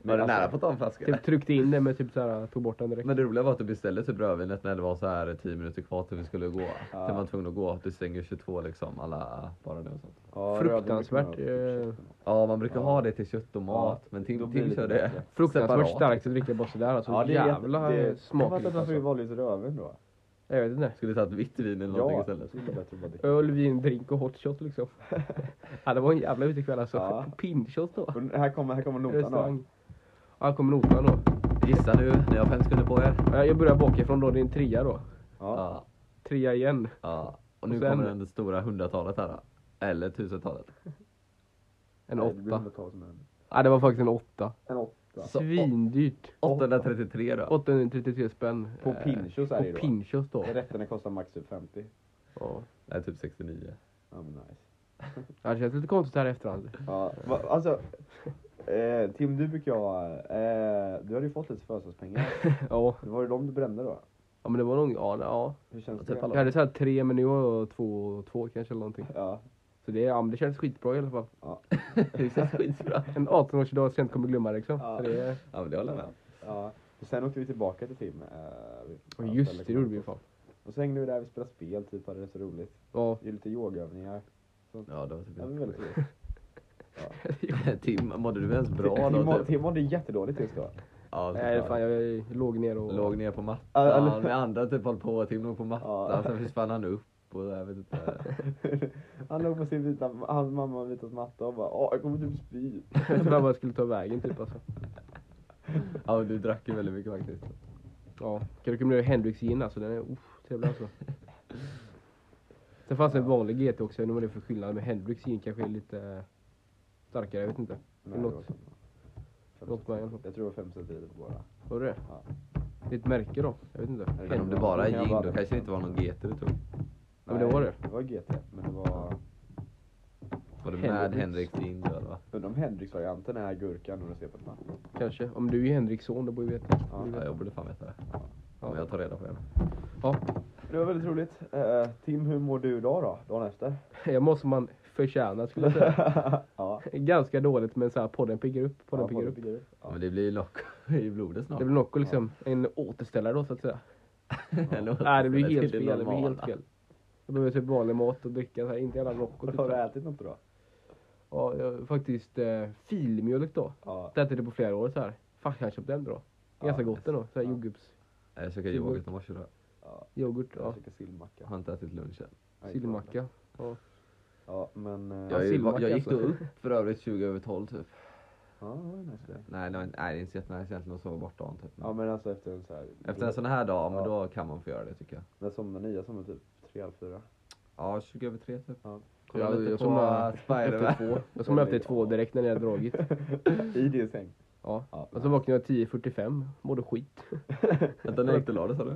Speaker 2: det
Speaker 3: alltså-
Speaker 2: nära på att ta en flaska?
Speaker 1: Typ tryckte in den men typ såhär tog bort den direkt.
Speaker 2: Men det roliga var att du beställde typ rödvinet när det var så här 10 minuter kvar till vi skulle gå. Till man var tvungen att gå. Du stänger 22 liksom alla barer nu och sånt.
Speaker 3: Ja,
Speaker 1: Fruktansvärt,
Speaker 3: rödvin brukar man ha
Speaker 1: eh,
Speaker 3: på typ köttet.
Speaker 2: Ja, man brukar
Speaker 3: Ja.
Speaker 2: ha det till kött och mat.
Speaker 3: Ja,
Speaker 2: men
Speaker 3: då
Speaker 2: Tim,
Speaker 3: blir
Speaker 2: Tim
Speaker 3: det
Speaker 2: kör
Speaker 3: lite
Speaker 2: det
Speaker 3: bättre.
Speaker 1: Fruktansvärt
Speaker 2: separat.
Speaker 1: starkt att dricka bara sådär alltså.
Speaker 3: Ja, det är jätte-
Speaker 1: jävla
Speaker 3: det- Jag fattar
Speaker 1: smakligt
Speaker 3: inte varför vi
Speaker 1: alltså.
Speaker 3: valde just rödvin då.
Speaker 1: Jag vet inte.
Speaker 2: Skulle tagit vitt vin eller någonting istället.
Speaker 3: det är bättre att bara dricka.
Speaker 1: Öl, vin, drink och hot shot liksom. ja, det var en jävla utekväll alltså.
Speaker 3: Ja.
Speaker 1: Pinchot då.
Speaker 3: Och här kommer, här kommer notan då.
Speaker 1: Restaurang. Ja, här kommer notan då.
Speaker 2: Gissa nu, ni har fem sekunder på er.
Speaker 1: Ja, Jag börjar bakifrån då, det är en trea då.
Speaker 3: Ja.
Speaker 2: Ja.
Speaker 1: Trea igen.
Speaker 2: ja. Och
Speaker 1: Och
Speaker 2: nu
Speaker 1: sen-
Speaker 2: kommer den stora hundratalet här då. Eller tusentalet.
Speaker 1: En
Speaker 3: Nej, det blir
Speaker 1: åtta.
Speaker 3: inte tal som en-
Speaker 1: Ja, det var faktiskt en åtta.
Speaker 3: En åtta.
Speaker 2: Så-
Speaker 1: Svindyrt.
Speaker 2: 833 då.
Speaker 1: 833 spänn.
Speaker 3: På
Speaker 1: Eh,
Speaker 3: Pinchos är det ju
Speaker 1: På
Speaker 3: då.
Speaker 1: Pinchos då.
Speaker 3: Rätterna kostar max typ 50.
Speaker 1: Ja.
Speaker 2: Nej, typ 69.
Speaker 3: Ja men nice.
Speaker 1: Ja, Det känns lite konstigt här i efterhand.
Speaker 3: Ja, va, alltså. Eh, Tim, du brukar ju ha, eh, Du hade ju fått lite födelsedagspengar.
Speaker 1: Ja,
Speaker 3: Det var ju de du brände då.
Speaker 1: ja men det var nog... Ja, ja.
Speaker 3: Hur känns
Speaker 2: Ja,
Speaker 3: det?
Speaker 2: typ
Speaker 1: Jag hade såhär tre, men nu har jag två och två kanske eller någonting.
Speaker 3: Ja.
Speaker 1: Så det, ja, men det känns skitbra i alla fall.
Speaker 2: Det känns skitbra.
Speaker 1: En 18-årsdag som jag inte kommer glömma liksom.
Speaker 3: Ja.
Speaker 1: Så det är...
Speaker 2: Ja, men det håller jag med.
Speaker 3: ja. Och sen åkte vi tillbaka till Tim. Eh, vi-
Speaker 1: Och
Speaker 3: ja,
Speaker 1: just det,
Speaker 3: ställde
Speaker 1: det gjorde vi ju fan.
Speaker 3: Och så hängde vi där, vi spelade spel typ, hade det så roligt.
Speaker 1: Ja.
Speaker 3: Gjorde lite yogaövningar.
Speaker 2: Ja, det var typ
Speaker 3: Ja, Det var väldigt roligt.
Speaker 2: Tim, mådde du ens bra
Speaker 3: Tim,
Speaker 2: då?
Speaker 3: må,
Speaker 2: Typ?
Speaker 3: Tim mådde jättedåligt just då.
Speaker 2: Ja,
Speaker 1: Nej,
Speaker 2: såklart.
Speaker 1: fan jag låg ner och...
Speaker 2: Låg ner på mattan,
Speaker 3: Ja, eller-
Speaker 2: med andra typ höll på, Tim låg på
Speaker 3: Ja.
Speaker 2: mattan, sen försvann han upp och jag vet inte.
Speaker 3: Han låg på sin vita, hans mamma och vitas matta och bara åh jag kommer typ spy.
Speaker 1: Jag vet inte vart jag skulle ta vägen typ alltså.
Speaker 2: Ja, men du drack ju väldigt mycket faktiskt.
Speaker 1: Ja, kan rekommendera Hendrix gin alltså. Den är uff, trevlig alltså. Sen fanns det en vanlig GT också, jag vet inte vad det är för skillnad. Men Hendrix gin kanske är lite eh, starkare, jag vet inte.
Speaker 3: Nej,
Speaker 1: Något-
Speaker 3: det var samma. Fem
Speaker 1: något med i alla fall.
Speaker 3: centiliter. Jag tror det var fem centiliter på båda.
Speaker 1: Var det det?
Speaker 3: Ja.
Speaker 1: Det är ett märke då? Jag vet inte.
Speaker 3: det
Speaker 2: Men om
Speaker 1: Hendrix.
Speaker 2: det bara är
Speaker 3: kan jag
Speaker 2: gin,
Speaker 3: bara-
Speaker 2: då kanske det inte var någon GT du tog.
Speaker 1: Ja, men det var det.
Speaker 3: Det var GT, men det var...
Speaker 2: Var det
Speaker 1: Henrik.
Speaker 2: Mad Henrik gin då eller va?
Speaker 3: Undrar om Hendrix-varianten är gurkan och rosépepparn.
Speaker 1: Kanske. Om du är Henriks son, då borde vi veta.
Speaker 3: Ja,
Speaker 2: Ja, jag borde fan veta det.
Speaker 1: Ja.
Speaker 2: Men jag tar reda på det.
Speaker 1: Ja.
Speaker 3: Det var väldigt roligt. Eh, Tim, hur mår du idag då? Dagen efter?
Speaker 1: Jag mår som man förtjänar skulle jag säga.
Speaker 3: ja.
Speaker 1: Ganska dåligt men så här, podden piggar upp. Podden
Speaker 3: ja,
Speaker 1: piggar upp.
Speaker 3: piggar upp.
Speaker 2: Ja, men det blir lock i blodet snart.
Speaker 1: Det blir nog liksom en återställare då så att säga.
Speaker 2: Eller vad? typ
Speaker 1: Nej det blir
Speaker 2: Till
Speaker 1: helt fel. Det blir
Speaker 2: normala.
Speaker 1: helt fel. Jag behöver typ vanlig mat och dricka så här, inte jävla Nocco. Typ. så
Speaker 3: Har du
Speaker 1: här.
Speaker 3: ätit något idag?
Speaker 1: Ja, jag, faktiskt eh, filmjölk då.
Speaker 3: Ja.
Speaker 1: Det äter det på flera år så här. Farsan jag köpte den bra.
Speaker 3: Ja,
Speaker 1: Ganska gott ändå. Så här
Speaker 3: Ja.
Speaker 1: jordgubbs,
Speaker 2: Nej, Jag käkade yoghurt i morse då.
Speaker 3: ja.
Speaker 1: yoghurt,
Speaker 3: Jag
Speaker 1: ja.
Speaker 3: käkade sillmacka.
Speaker 2: Jag har inte ätit lunch än.
Speaker 3: Nej,
Speaker 1: sillmacka.
Speaker 3: Ja, men... eh,
Speaker 2: Jag, är ju,
Speaker 1: sillmacka
Speaker 2: jag gick då
Speaker 1: alltså.
Speaker 2: upp för övrigt 20 över 12 typ.
Speaker 3: Ja, det var en nice grej.
Speaker 2: Nej, det var inte- nej, det är inte så jättenice egentligen att sova borta om typ.
Speaker 3: Ja, men alltså efter en så här...
Speaker 2: Efter en sån här dag, men
Speaker 3: Ja.
Speaker 2: då kan man få göra det tycker jag.
Speaker 3: När somnar ni? Jag somnar typ tre, halv fyra.
Speaker 2: Ja, 20 över 3 typ.
Speaker 3: Ja.
Speaker 2: Kolla
Speaker 1: Jag-
Speaker 2: lite
Speaker 1: jag
Speaker 2: på
Speaker 1: somnar
Speaker 2: Spider-Man.
Speaker 1: Jag som efter två direkt när det hade dragit.
Speaker 3: I din säng?
Speaker 1: Ja.
Speaker 3: Ja.
Speaker 1: Och så vaknade jag 10.45. Mådde skit.
Speaker 2: Vänta, när gick du och la dig sa du?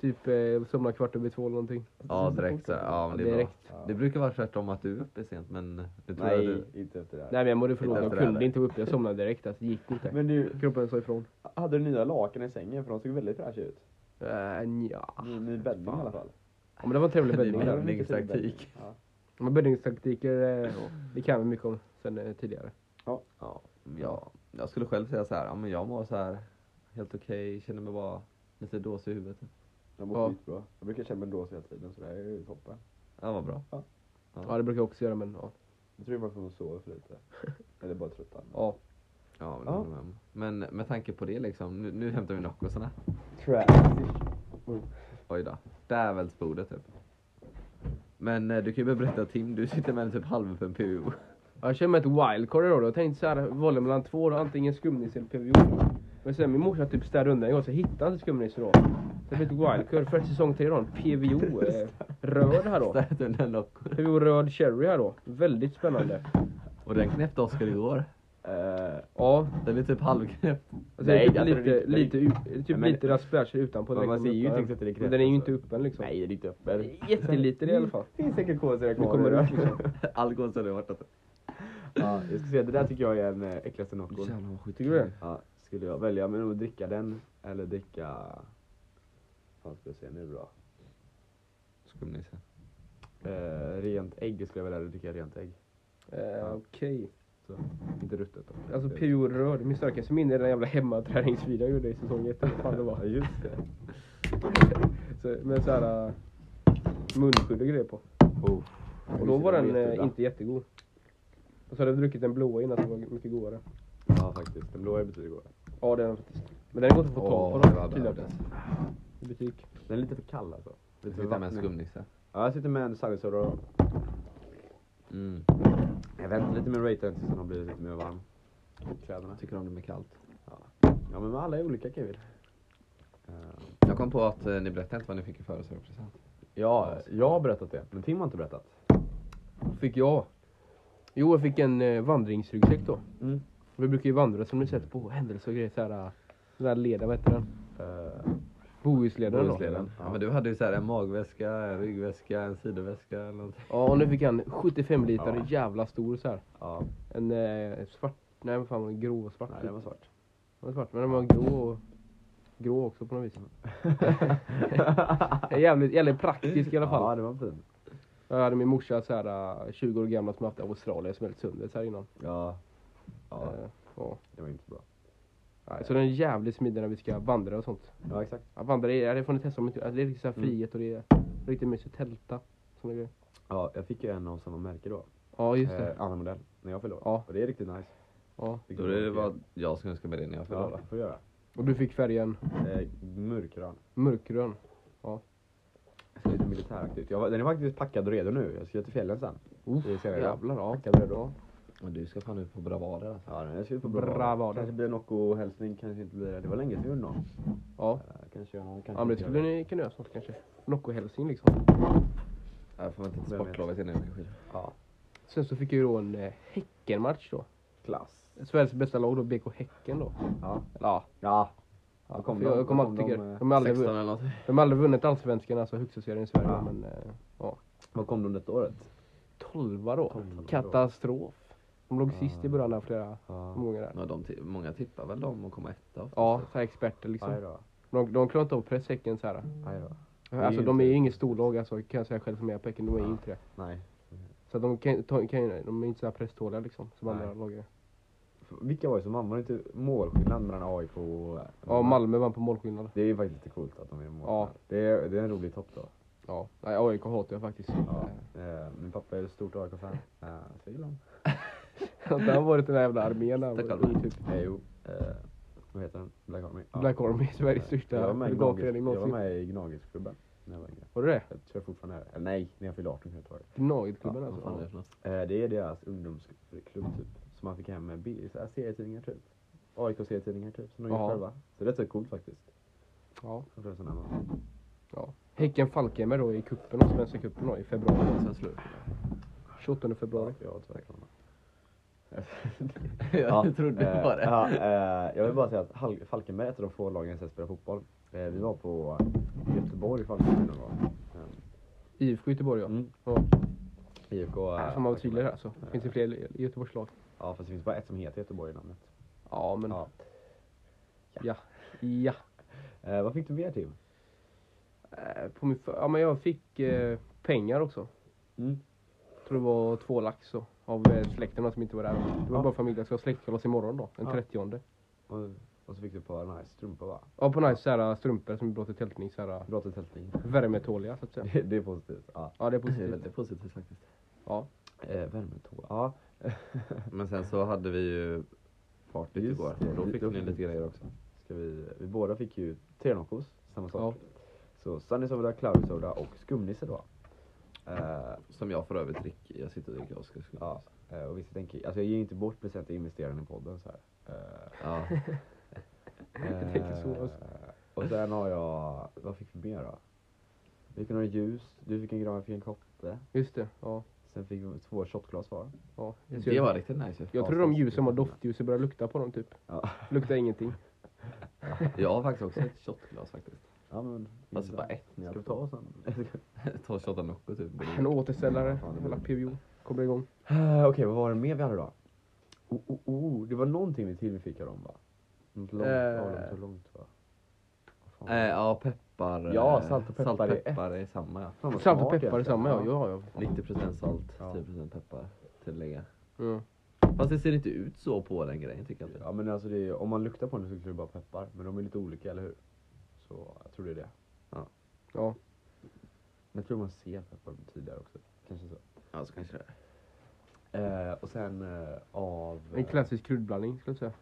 Speaker 1: Typ eh, somnade kvart över två eller någonting.
Speaker 2: Ja, direkt så. här. Ja, men det är bra.
Speaker 1: Direkt.
Speaker 3: Ja.
Speaker 2: Det brukar vara tvärtom att du är uppe sent, men det tror jag
Speaker 3: Nej,
Speaker 2: du...
Speaker 3: inte efter det här.
Speaker 1: Nej men jag mådde för
Speaker 2: Inte
Speaker 1: dåligt, jag
Speaker 2: efter
Speaker 1: kunde
Speaker 2: det
Speaker 1: inte gå upp. Jag somnade direkt alltså, det gick inte.
Speaker 3: Men du,
Speaker 1: Kroppen sa ifrån.
Speaker 3: hade du nya lakan i sängen? För de såg väldigt fräscha ut.
Speaker 1: Uh, ja.
Speaker 2: Ah,
Speaker 3: Ny, ny bäddning i alla fall.
Speaker 1: ja men det var en trevlig
Speaker 2: Det
Speaker 1: bäddning.
Speaker 2: är
Speaker 1: där.
Speaker 2: bra. bäddningstaktik.
Speaker 3: Fin bäddning.
Speaker 1: Men bäddningstaktiker, eh, det kan vi mycket om sen eh, tidigare.
Speaker 2: Ja, jag, jag skulle själv säga så här, ja, men jag mår så här helt okej, känner mig bara lite dåsig i huvudet. typ.
Speaker 3: Ja, jag mår
Speaker 1: Ja.
Speaker 3: skitbra. Jag brukar känna mig dåsig hela tiden så det här är ju toppen.
Speaker 2: Ja, vad bra.
Speaker 1: Ja det brukar jag också göra men ja.
Speaker 3: Jag tror bara att man sover för lite. Eller bara tröttar.
Speaker 1: ja.
Speaker 2: Ja, men,
Speaker 3: Ja.
Speaker 2: men- men med tanke på det liksom, nu, nu hämtar vi Noccosarna.
Speaker 3: Transition.
Speaker 2: Oj då. Dävelsbordet typ. Men eh, du kan ju bara berätta Tim, du sitter med en typ halv en PO.
Speaker 1: Ja, Jag känner mig ett wildcard idag då. Jag tänkte såhär, valde mellan två då, antingen skumnis eller PVO. Men sen min morsa typ städade undan en gång så jag hittade inte skumnis då. Så det blev ett wildcard. För säsong tre då, en PVO eh, röd här då.
Speaker 2: Där tog den Nocco.
Speaker 1: PVO röd cherry här då. Väldigt spännande.
Speaker 2: Och den knäppte Oskar igår.
Speaker 3: Eh,
Speaker 1: Ja,
Speaker 2: Den är typ halvknäppt.
Speaker 1: Alltså
Speaker 3: Nej,
Speaker 1: det är
Speaker 3: jag
Speaker 1: typ
Speaker 3: tror
Speaker 1: lite, lite,
Speaker 3: det-
Speaker 1: u- typ
Speaker 3: Ja, men-
Speaker 1: lite raspberger utanpå.
Speaker 3: Men man
Speaker 1: direkt när
Speaker 3: ser
Speaker 1: öppnar
Speaker 3: ju inte
Speaker 1: den.
Speaker 3: exakt att det är
Speaker 1: Men den är ju inte öppen liksom.
Speaker 3: nej, det är lite öppet.
Speaker 1: Den är Jätteliten i alla fall.
Speaker 3: Det finns säkert kåsor
Speaker 1: Nu kommer det ut
Speaker 3: kvar.
Speaker 1: liksom.
Speaker 2: Alkohol så det alltså. vart att...
Speaker 3: Ja, jag ska säga, det där tycker jag är en eh, äckligaste Nocco.
Speaker 2: Jävlar vad skit.
Speaker 1: Tycker du det?
Speaker 3: Ja, skulle jag välja men att dricka den eller dricka... Vad ska jag säga nu då?
Speaker 2: Skumnisse.
Speaker 3: Eh, rent ägg skulle jag välja, eller dricka rent ägg.
Speaker 1: Eh, Okej.
Speaker 3: Så, inte ruttet. då.
Speaker 1: Alltså PO röd. Min starkaste minne är den jävla hemmaträningsvideon jag gjorde i säsong 1. Vad fan det
Speaker 3: Ja,
Speaker 1: var.
Speaker 3: just det.
Speaker 1: Så, med såhär uh, munskydd och grejer på.
Speaker 3: Oh.
Speaker 1: Och då var den eh,
Speaker 3: Jättebra.
Speaker 1: inte jättegod. Och så hade jag druckit den blåa innan som var mycket godare.
Speaker 3: Ja faktiskt, den blåa är betydligt godare.
Speaker 1: Ja den faktiskt. Men den går inte att få
Speaker 2: Åh,
Speaker 1: tag
Speaker 2: det
Speaker 1: på
Speaker 2: var
Speaker 1: då, tydligen.
Speaker 2: bra.
Speaker 1: I butik.
Speaker 3: Den är lite för kall alltså.
Speaker 2: Du
Speaker 3: Lite för
Speaker 2: sitter med en
Speaker 3: vattnig.
Speaker 2: skumnisse.
Speaker 3: Ja, jag sitter med en Sunnysoda och
Speaker 2: Mm.
Speaker 3: jag väntar lite med raten tills den har blivit lite mer varm. Och Kläderna.
Speaker 2: Tycker om det med kallt.
Speaker 3: Ja men alla är olika Kevin. Eh,
Speaker 2: Jag kom på att eh, ni berättade inte vad ni fick i födelsedagspresent.
Speaker 3: Ja, jag har berättat det, men Tim har inte berättat.
Speaker 1: Fick jag? Jo, jag fick en eh, vandringsryggsäck då.
Speaker 3: Mm.
Speaker 1: Vi brukar ju vandra som ni sett på händelser och grejer. Så här, eh, den där leden, vad heter den?
Speaker 3: Eh,
Speaker 1: Bohusleden. då.
Speaker 2: Bohusleden. Ja, men du hade ju så här en magväska, en ryggväska, en sidoväska eller någonting.
Speaker 1: Ja, och nu fick han 75 liter,
Speaker 3: Ja.
Speaker 1: jävla stor så här.
Speaker 3: ja,
Speaker 1: En eh, svart, nej vad fan var den grå och svart?
Speaker 3: nej
Speaker 1: typ.
Speaker 3: den var svart.
Speaker 1: Den var svart, men den var grå och grå också på något vis. jävligt, jävligt praktisk i alla fall.
Speaker 3: Ja, det var fin.
Speaker 1: Jag hade min morsa så här, eh, 20 år gamla som haft i Australien som helt sönder så här innan.
Speaker 3: Ja. Ja,
Speaker 1: Eh, ja.
Speaker 3: det var inte så bra.
Speaker 1: Nej, Så den är jävligt smidig när vi ska vandra och sånt.
Speaker 3: Ja, exakt.
Speaker 1: Ja, vandra är, det får ni testa om inte, alltså, det är riktigt så här
Speaker 3: Mm.
Speaker 1: frihet och det är riktigt mysigt tälta. Såna grejer.
Speaker 3: Ja, jag fick ju en av samma märke då.
Speaker 1: Ja, just det.
Speaker 3: Eh, annan modell, när jag fyllde år.
Speaker 1: Ja.
Speaker 3: Och det är riktigt nice.
Speaker 1: Ja.
Speaker 2: Då är det bara jag som önskar mig det när jag fyller
Speaker 3: Ja,
Speaker 2: år.
Speaker 3: det får jag göra.
Speaker 1: Och du fick färgen
Speaker 3: Eh, mörkgrön.
Speaker 1: mörkgrön.
Speaker 3: Så Lite militäraktigt. Jag, var- den är faktiskt packad och redo nu. Jag ska till fjällen sen.
Speaker 1: Uff,
Speaker 3: Det ser jag.
Speaker 1: jävlar ja.
Speaker 3: Packad och redo.
Speaker 1: ja.
Speaker 2: Men du ska fan ut på bravader alltså.
Speaker 3: Ja, den här ser ut på
Speaker 1: Bra
Speaker 3: bra
Speaker 1: vardag.
Speaker 3: Kanske blir en Nocco-hälsning, kanske inte blir det. Det var länge sedan vi gjorde någon.
Speaker 1: Ja.
Speaker 3: Eh, Kanske gör någon, kanske
Speaker 1: Ja men det
Speaker 3: inte gör
Speaker 1: skulle ni kunna göra snart kanske. Nocco-hälsning liksom.
Speaker 2: Jag får vänta till
Speaker 3: Vem vet?
Speaker 2: sportlovet innan jag åker skidor.
Speaker 3: Ja,
Speaker 1: Sen så fick jag ju då en eh, Häckenmatch då.
Speaker 3: klass.
Speaker 1: Sveriges bästa lag då, BK Häcken då.
Speaker 3: Ja.
Speaker 1: Ja.
Speaker 3: Ja.
Speaker 1: Ja,
Speaker 3: Vad kom
Speaker 1: för jag
Speaker 3: de?
Speaker 1: jag kommer
Speaker 3: Vad
Speaker 1: alltid
Speaker 3: kom
Speaker 1: tycka
Speaker 3: de,
Speaker 1: det.
Speaker 3: eh,
Speaker 1: De har aldrig,
Speaker 2: 16
Speaker 1: vun-
Speaker 2: eller något.
Speaker 1: de har aldrig vunnit allsvenskan, alltså högsta serien i Sverige.
Speaker 3: Ja.
Speaker 1: Men eh, ja.
Speaker 3: Vad kom de detta året?
Speaker 1: Tolva då.
Speaker 3: Tolva då.
Speaker 1: Katastrof. De låg sist i
Speaker 3: Ja.
Speaker 1: början där flera
Speaker 3: Ja.
Speaker 1: gånger där.
Speaker 2: Ja, de ti- många tippar väl dem att komma etta oftast.
Speaker 1: Ja, så här experter
Speaker 3: Aj
Speaker 1: liksom.
Speaker 3: då.
Speaker 1: De, de klarar inte av press Häcken så här.
Speaker 3: Aj då. är
Speaker 1: Alltså
Speaker 3: ju
Speaker 1: de är
Speaker 3: inte-
Speaker 1: ju inget storlag alltså, kan jag säga själv som är på Häcken. De är ju
Speaker 3: Ja.
Speaker 1: inte det.
Speaker 3: Nej.
Speaker 1: Så att de, kan, ta- kan, ju- de är inte så här presståliga liksom, som
Speaker 3: Nej.
Speaker 1: andra lag är.
Speaker 3: F- Vilka var det som vann? Var det inte målskillnad mellan AIK och...
Speaker 1: Ja, Malmö vann på målskillnad.
Speaker 3: Det är ju faktiskt lite coolt att de är
Speaker 1: Ja.
Speaker 3: målskillnad. Det, är, det är en rolig topp då.
Speaker 1: Ja, nej, AIK hatar jag faktiskt.
Speaker 3: Ja. Eh, Min pappa är ett stort AIK-fan. Eh, Så gillar han.
Speaker 1: Det har varit den där jävla armén där.
Speaker 2: Stackars man.
Speaker 1: Typ.
Speaker 3: Eh, Jo. eh, Vad heter den? Black Army. Ja. Eh,
Speaker 1: Black Army, Sveriges
Speaker 3: Jag
Speaker 1: största
Speaker 3: var med i
Speaker 1: huliganförening
Speaker 3: Gnaget- jag var
Speaker 1: någonsin.
Speaker 3: med i Gnagisklubben när jag var yngre.
Speaker 1: Var du det?
Speaker 3: Jag tror jag fortfarande är det. Eller nej, när jag fyllde 18 kanske det var det.
Speaker 1: Gnagetklubben
Speaker 2: Vad fan är
Speaker 1: alltså?
Speaker 2: det för något?
Speaker 3: Eh, Det är deras ungdomsklubb typ. Som man fick hem med bi- så här serietidningar typ. AIK-serietidningar typ. Som de
Speaker 1: Ja.
Speaker 3: gör själva. Så det är rätt coolt faktiskt.
Speaker 1: Ja.
Speaker 3: Jag tror det är sån här man-
Speaker 1: ja. Häcken-Falkenberg då i cupen, då, svenska cupen då i februari.
Speaker 2: Sen slut.
Speaker 1: 28 februari.
Speaker 3: Ja, tyvärr kan man.
Speaker 2: Jag trodde
Speaker 3: eh,
Speaker 2: på det.
Speaker 3: Ja, eh, jag vill bara säga att Hal- Falkenberg är ett av de få lagen som spelar fotboll. Eh, vi var på Göteborg Falkenberg någon gång.
Speaker 1: IFK Göteborg ja.
Speaker 3: Mm.
Speaker 1: ja.
Speaker 3: IFK... eh,
Speaker 1: Fan vad tydlig där, alltså.
Speaker 3: Falkenberg.
Speaker 1: Finns det fler i- i Göteborgslag?
Speaker 3: Ja, fast det finns bara ett som heter Göteborg i namnet.
Speaker 1: Ja men.
Speaker 3: Ja.
Speaker 1: Ja.
Speaker 3: Eh, vad fick du mer Tim?
Speaker 1: Eh, På min för... Ja men jag fick eh, pengar också.
Speaker 3: Mm.
Speaker 1: tror det var två lax så. Av eh, släkten då, som inte var där. Det var
Speaker 3: Ja.
Speaker 1: bara familjen. Jag ska ha släktkalas imorgon då. Den
Speaker 3: Ja.
Speaker 1: 30.
Speaker 3: Och, och så fick du ett par nice strumpor va?
Speaker 1: Ja på nice såhär strumpor som är bra till tältning. Såhär
Speaker 3: Bra till tältning.
Speaker 1: värmetåliga så att säga.
Speaker 3: Det, det är positivt. Ja.
Speaker 1: Ja det är
Speaker 2: Det är
Speaker 1: positivt.
Speaker 2: väldigt positivt faktiskt.
Speaker 1: Ja.
Speaker 3: Eh, Värmetål. Ja.
Speaker 2: Men sen så hade vi ju partyt
Speaker 3: Just
Speaker 2: igår.
Speaker 3: det,
Speaker 2: Då
Speaker 3: det-
Speaker 2: fick
Speaker 3: då
Speaker 2: ni
Speaker 3: fick
Speaker 2: lite
Speaker 3: vi-
Speaker 2: grejer också.
Speaker 3: Ska vi, vi båda fick ju tre Noccos, samma
Speaker 1: Ja.
Speaker 3: sak. Så Sunny Soda, Cloudy Soda och Skumnisse då. Eh,
Speaker 2: Som jag för övrigt dricker. Jag sitter och dricker Oscars.
Speaker 3: ja. eh, och visst, jag tänker, alltså jag ger inte bort presenter investeraren i podden så här. Eh,
Speaker 2: Ja.
Speaker 1: Jag tänker så, alltså.
Speaker 3: eh, Och sen har jag, vad fick vi mer då? Vi fick några ljus, du fick en gran, jag fick en kotte.
Speaker 1: Just det. Ja.
Speaker 3: Sen fick vi två shotglas var.
Speaker 1: ja. Jag ser-
Speaker 2: Det var riktigt nice ju.
Speaker 1: Jag tror de ljusen var doftljus, jag började lukta på dem typ.
Speaker 3: Ja.
Speaker 1: Luktar ingenting.
Speaker 2: Jag har faktiskt också ett shotglas faktiskt.
Speaker 3: Ja men.
Speaker 2: Fast bara ett.
Speaker 3: Ska du ta oss en?
Speaker 2: Ta shotta Nocco typ.
Speaker 3: Ah,
Speaker 1: En återställare,
Speaker 3: Fan, det
Speaker 1: hela
Speaker 3: var-
Speaker 1: PVO kommer igång.
Speaker 3: Eh, Okej, vad var det mer vi hade då? Oh, oh, oh, det var någonting vi till vi fick av dem va? Något långt,
Speaker 1: Eh.
Speaker 3: ja, det var långt va? Vad fan var
Speaker 2: Eh,
Speaker 3: det?
Speaker 2: ja, peppar.
Speaker 3: Ja,
Speaker 2: eh,
Speaker 3: salt och peppar
Speaker 2: Salt
Speaker 3: är
Speaker 2: peppar är samma ja.
Speaker 3: Fan, vad
Speaker 1: Salt
Speaker 3: smart
Speaker 1: och peppar är
Speaker 3: egentligen.
Speaker 1: samma ja. ja, ja.
Speaker 2: 90% salt,
Speaker 3: Ja.
Speaker 2: 10% peppar. Tillägga.
Speaker 1: Mm.
Speaker 2: Fast det ser inte ut så på den grejen tycker jag inte.
Speaker 3: Ja men alltså det är, om man luktar på den så skulle det bara peppar. Men de är lite olika, eller hur? Så jag tror det är det.
Speaker 1: ja.
Speaker 3: Men jag tror man ser peppar tidigare också. Kanske så.
Speaker 2: Ja, så kanske det är.
Speaker 3: Eh, och sen eh, av...
Speaker 1: En klassisk kryddblandning skulle jag säga.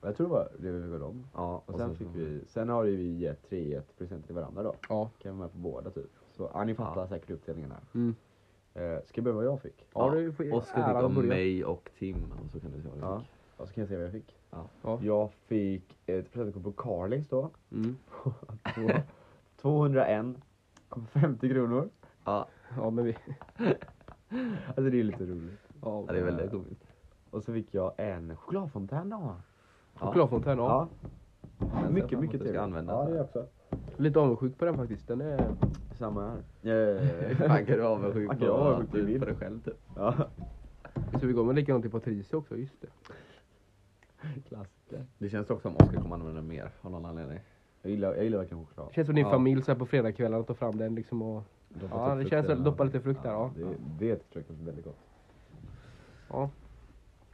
Speaker 3: jag tror det var det vi gav dem.
Speaker 2: Ja,
Speaker 3: Och sen fick vi, sen har ju vi gett tre ett presenter till varandra då.
Speaker 1: Ja.
Speaker 3: Kan vara med på båda typ. Så ja, ni fattar säkert uppdelningen här.
Speaker 1: Mm.
Speaker 3: Eh, ska jag börja vad jag fick?
Speaker 1: Ja, du får
Speaker 2: Oskar
Speaker 1: äran
Speaker 2: fick
Speaker 1: att
Speaker 2: av
Speaker 1: börja.
Speaker 2: mig och Tim. Och så kan du se vad du
Speaker 3: Ja.
Speaker 2: fick.
Speaker 3: Och så kan jag säga vad jag fick.
Speaker 1: Ja.
Speaker 3: Jag fick ett presentkort på Carlings då.
Speaker 1: Mm.
Speaker 3: Två- 201 50 kronor.
Speaker 2: Ja,
Speaker 1: Ja men vi...
Speaker 3: Alltså det är lite roligt.
Speaker 1: Ja.
Speaker 2: det är väldigt roligt.
Speaker 3: Och så fick jag en chokladfontän då.
Speaker 1: Chokladfontän, ja.
Speaker 2: Den ser jag
Speaker 3: Mycket,
Speaker 2: fram
Speaker 3: mycket
Speaker 2: emot att
Speaker 3: trevligt.
Speaker 2: ska använda.
Speaker 3: Ja, det är jag också.
Speaker 1: Lite avundsjuk på den faktiskt. Den är...
Speaker 3: Samma här. Eh,
Speaker 2: Fan kan du vara avundsjuk
Speaker 3: Man
Speaker 2: på
Speaker 3: kan vara
Speaker 2: att
Speaker 3: avundsjuk
Speaker 2: du
Speaker 3: i
Speaker 2: är
Speaker 3: bild.
Speaker 2: på dig själv typ.
Speaker 3: ja,
Speaker 1: Så vi går med likadant till Patricia också, just det.
Speaker 3: klassiker.
Speaker 2: Det känns också som Oskar kommer använda den mer av någon anledning.
Speaker 3: Jag gillar, jag gillar verkligen choklad.
Speaker 1: Känns som din
Speaker 2: Ja.
Speaker 1: familj så här på fredagskvällarna tar fram den liksom och...
Speaker 3: Doppa
Speaker 1: Ja
Speaker 3: typ
Speaker 1: det
Speaker 3: frukt
Speaker 1: känns
Speaker 3: i
Speaker 1: som
Speaker 3: den.
Speaker 1: doppa lite frukt där ja.
Speaker 3: Ja, det, det tror jag är väldigt gott.
Speaker 1: ja,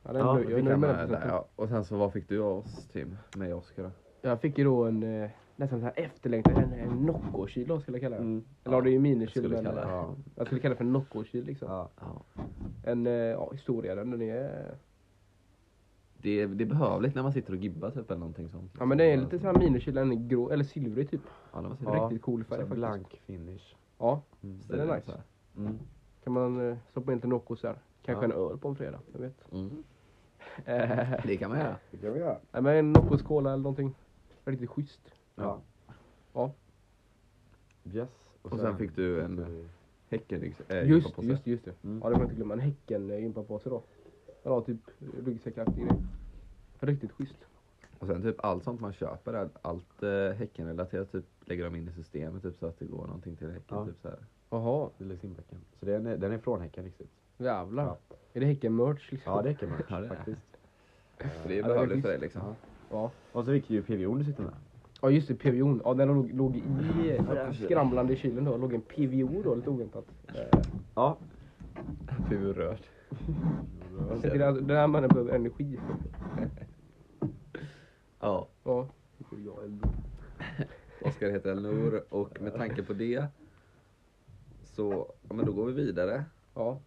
Speaker 1: den,
Speaker 3: Ja,
Speaker 1: jag är nöjd med
Speaker 2: Fick han
Speaker 1: den
Speaker 2: med
Speaker 1: presenten.
Speaker 2: där, ja. Och sen så vad fick du av oss Tim? Mig och Oskar då?
Speaker 1: Jag fick ju då en eh, nästan så här efterlängtad, en, en Nocco-kilo skulle jag kalla den.
Speaker 3: Mm.
Speaker 1: Eller ja, det är ju
Speaker 2: Jag
Speaker 1: minikyl
Speaker 2: skulle
Speaker 1: men
Speaker 2: kalla det.
Speaker 3: Ja.
Speaker 1: jag skulle kalla det för en Nocco-kyl liksom.
Speaker 3: Ja.
Speaker 2: Ja.
Speaker 1: En eh, ja, historia den, den är...
Speaker 2: Det, är- det är behövligt när man sitter och gibbar typ eller någonting sånt.
Speaker 1: Ja men den är lite såhär minikyl, den är grå, eller silvrig typ.
Speaker 2: Ja, den var så
Speaker 3: Ja.
Speaker 2: riktigt.
Speaker 1: Riktigt cool
Speaker 3: Så
Speaker 1: färg
Speaker 3: här
Speaker 1: faktiskt.
Speaker 3: blank finish.
Speaker 1: Ja,
Speaker 3: Mm.
Speaker 1: den är nice.
Speaker 2: så här.
Speaker 3: Mm.
Speaker 1: Kan man eh, stoppa in lite Nocco så här. Kanske
Speaker 2: Ja.
Speaker 1: en öl på en fredag, jag vet.
Speaker 2: Mm.
Speaker 1: Eh,
Speaker 2: Det kan man göra.
Speaker 3: Det kan vi göra.
Speaker 1: nej, men en Noccos Cola eller någonting. Riktigt schysst.
Speaker 2: Ja.
Speaker 1: Ja.
Speaker 3: Yes.
Speaker 2: Och sen fick du en häckenrygg. Äh,
Speaker 1: just, just, just det.
Speaker 3: Mm.
Speaker 1: Ja, det får man inte glömma. En Häcken-gympapåse då. Eller ja, typ ryggsäckaktig grej. Riktigt schysst.
Speaker 2: Och sen typ allt sånt man köper, all- allt eh, häckenrelaterat typ lägger de in i systemet typ så att det går någonting till häcken.
Speaker 3: Ja.
Speaker 2: Typ så här.
Speaker 1: Jaha,
Speaker 3: Det läggs in bäcken. Så den är, den är från Häcken riktigt.
Speaker 1: jävlar.
Speaker 3: Ja.
Speaker 1: Är det Häcken-merch liksom?
Speaker 3: Ja, det kan man
Speaker 2: Ja, det är.
Speaker 3: faktiskt.
Speaker 2: Så det är
Speaker 1: Ja, det är
Speaker 2: behövligt för
Speaker 1: schysst.
Speaker 2: dig liksom.
Speaker 1: Ja.
Speaker 3: Och så fick ju PVO dessutom med.
Speaker 1: Ja just det, PVO. Ja den låg, låg i
Speaker 2: där.
Speaker 1: skramlande i kylen då. Låg en PVO då lite oväntat. Eh,
Speaker 3: Ja.
Speaker 2: Ful röd.
Speaker 1: jag tycker att Den här mannen behöver energi.
Speaker 2: Ja.
Speaker 1: Ja.
Speaker 2: Oskar heter Elnor och med tanke på det så, ja, men då går vi vidare
Speaker 1: Ja.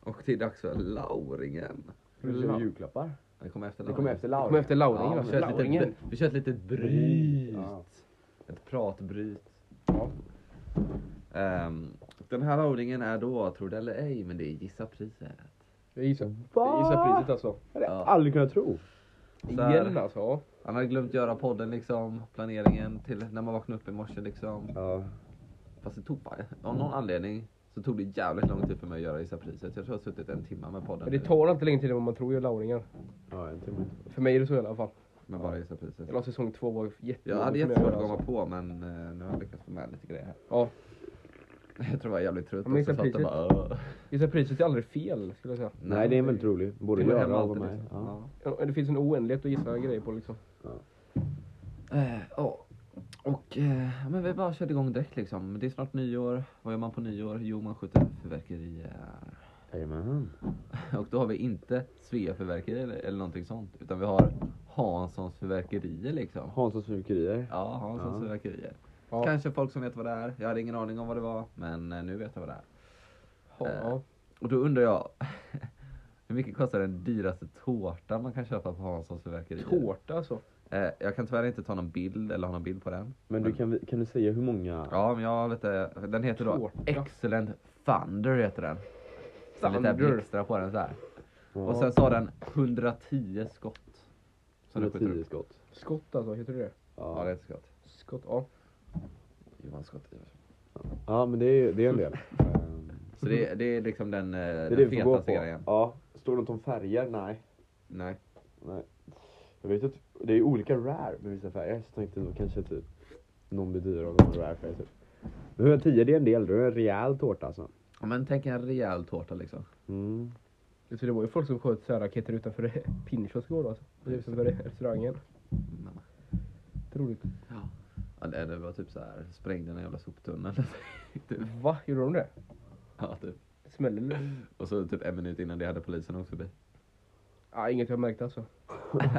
Speaker 2: och till dags för Lauringen.
Speaker 3: Ska du köpa julklappar?
Speaker 2: Det kommer efter
Speaker 3: Det kommer efter Laura.
Speaker 1: Kom efter Lauringen
Speaker 2: Ja, vi,
Speaker 1: alltså.
Speaker 2: kör ett
Speaker 1: Lauringen.
Speaker 2: litet, vi kör ett litet bryt.
Speaker 3: Ja.
Speaker 2: Ett pratbryt.
Speaker 1: Ja.
Speaker 2: Ehm, den här Lauringen är då, tror det eller ej, men det är gissa priset.
Speaker 1: Jag gissar.
Speaker 3: Va?
Speaker 1: Jag gissar priset alltså.
Speaker 3: Det hade
Speaker 2: Ja.
Speaker 3: jag aldrig kunnat tro.
Speaker 2: Så här.
Speaker 1: Igen alltså. Ja.
Speaker 2: Han hade glömt göra podden liksom, planeringen till när man vaknade upp i morse liksom.
Speaker 3: Ja.
Speaker 2: Fast det tog bara, av någon
Speaker 1: Mm.
Speaker 2: anledning så tog det jävligt lång tid för mig att göra gissa priset. Jag tror jag har suttit en timme med podden
Speaker 1: Men det
Speaker 2: nu,
Speaker 1: tar alltid längre tid än vad man tror i Lauringen.
Speaker 3: Ja, en timme.
Speaker 1: För mig är det så i alla fall.
Speaker 2: med bara gissa priset.
Speaker 1: Hela säsong två var jättejobbig
Speaker 2: Jag hade
Speaker 1: för mig
Speaker 2: jättesvårt att
Speaker 1: göra,
Speaker 2: komma
Speaker 1: alltså.
Speaker 2: på men eh, nu har jag lyckats få med lite grejer här.
Speaker 1: Ja.
Speaker 2: Jag tror jag var jävligt trött
Speaker 1: Ja, men
Speaker 2: också,
Speaker 1: gissa
Speaker 2: så att det
Speaker 1: priset.
Speaker 2: bara... "Åh."
Speaker 1: Gissa priset är aldrig fel skulle jag säga.
Speaker 3: Nej, det är väl troligt. Borde
Speaker 2: går
Speaker 3: göra
Speaker 2: hem
Speaker 3: av
Speaker 2: alltid,
Speaker 3: mig.
Speaker 2: liksom.
Speaker 3: Ja.
Speaker 2: Ja.
Speaker 1: Ja, Det finns en oändlighet att gissa grejer på liksom.
Speaker 2: Eh, ja. Och eh, ja, men vi bara körde igång direkt liksom. Det är snart nyår. Vad gör man på nyår? Jo, man skjuter fyrverkerier.
Speaker 3: Jajamän.
Speaker 2: Och då har vi inte Svea fyrverkerier eller, eller någonting sånt. Utan vi har Hanssons fyrverkerier liksom.
Speaker 3: Hanssons fyrverkerier.
Speaker 2: Ja, Hanssons
Speaker 3: Ja.
Speaker 2: fyrverkerier.
Speaker 1: Ja.
Speaker 2: Kanske folk som vet vad det är. Jag hade ingen aning om vad det var. Men eh, nu vet jag vad det är.
Speaker 1: Ja. ja.
Speaker 2: Och då undrar jag. hur mycket kostar den dyraste tårtan man kan köpa på Hanssons fyrverkerier?
Speaker 1: Tårta alltså.
Speaker 2: Eh, jag kan tyvärr inte ta någon bild eller ha någon bild på den.
Speaker 3: Men du kan, vi- kan du säga hur många?
Speaker 2: Ja, men jag har lite, den heter då
Speaker 1: Tårta.
Speaker 2: Excellent Thunder heter den. Så Lite
Speaker 1: Thunder.
Speaker 2: blixtrar på den så här.
Speaker 3: Ja.
Speaker 2: Och sen så har den 110 skott. Som du skjuter
Speaker 3: 110
Speaker 2: upp.
Speaker 3: skott.
Speaker 1: Skott alltså, heter det det?
Speaker 2: Ja, det är ett skott.
Speaker 1: Skott, ja.
Speaker 2: Johan skott.
Speaker 3: Ja, men det är, det är en del. Ehm,
Speaker 2: Så det, det är liksom den, eh,
Speaker 3: det är det
Speaker 2: den
Speaker 3: vi får gå
Speaker 2: fetaste
Speaker 3: på.
Speaker 2: grejen.
Speaker 3: Ja. Står det något om färger? Nej.
Speaker 2: Nej.
Speaker 3: Nej. Jag vet att det är olika rare med vissa färger. Så tänkte då kanske typ någon blir dyrare och någon rare färg typ. Men 110 det är en del. Det är en rejäl tårta alltså.
Speaker 2: Ja, Men tänk en rejäl tårta liksom.
Speaker 3: Mm.
Speaker 1: Så det var ju folk som sköt så här raketer utanför Pinchos igår alltså. Utanför restaurangen.
Speaker 2: Mm.
Speaker 1: Otroligt.
Speaker 2: Ja, det, det var typ så här, sprängde den jävla soptunnan. typ.
Speaker 1: Va? Gjorde de det?
Speaker 2: Ja, typ.
Speaker 1: Smällde det?
Speaker 2: Och så typ en minut innan det hade polisen typ. åkt förbi.
Speaker 1: Ja, inget jag märkte alltså.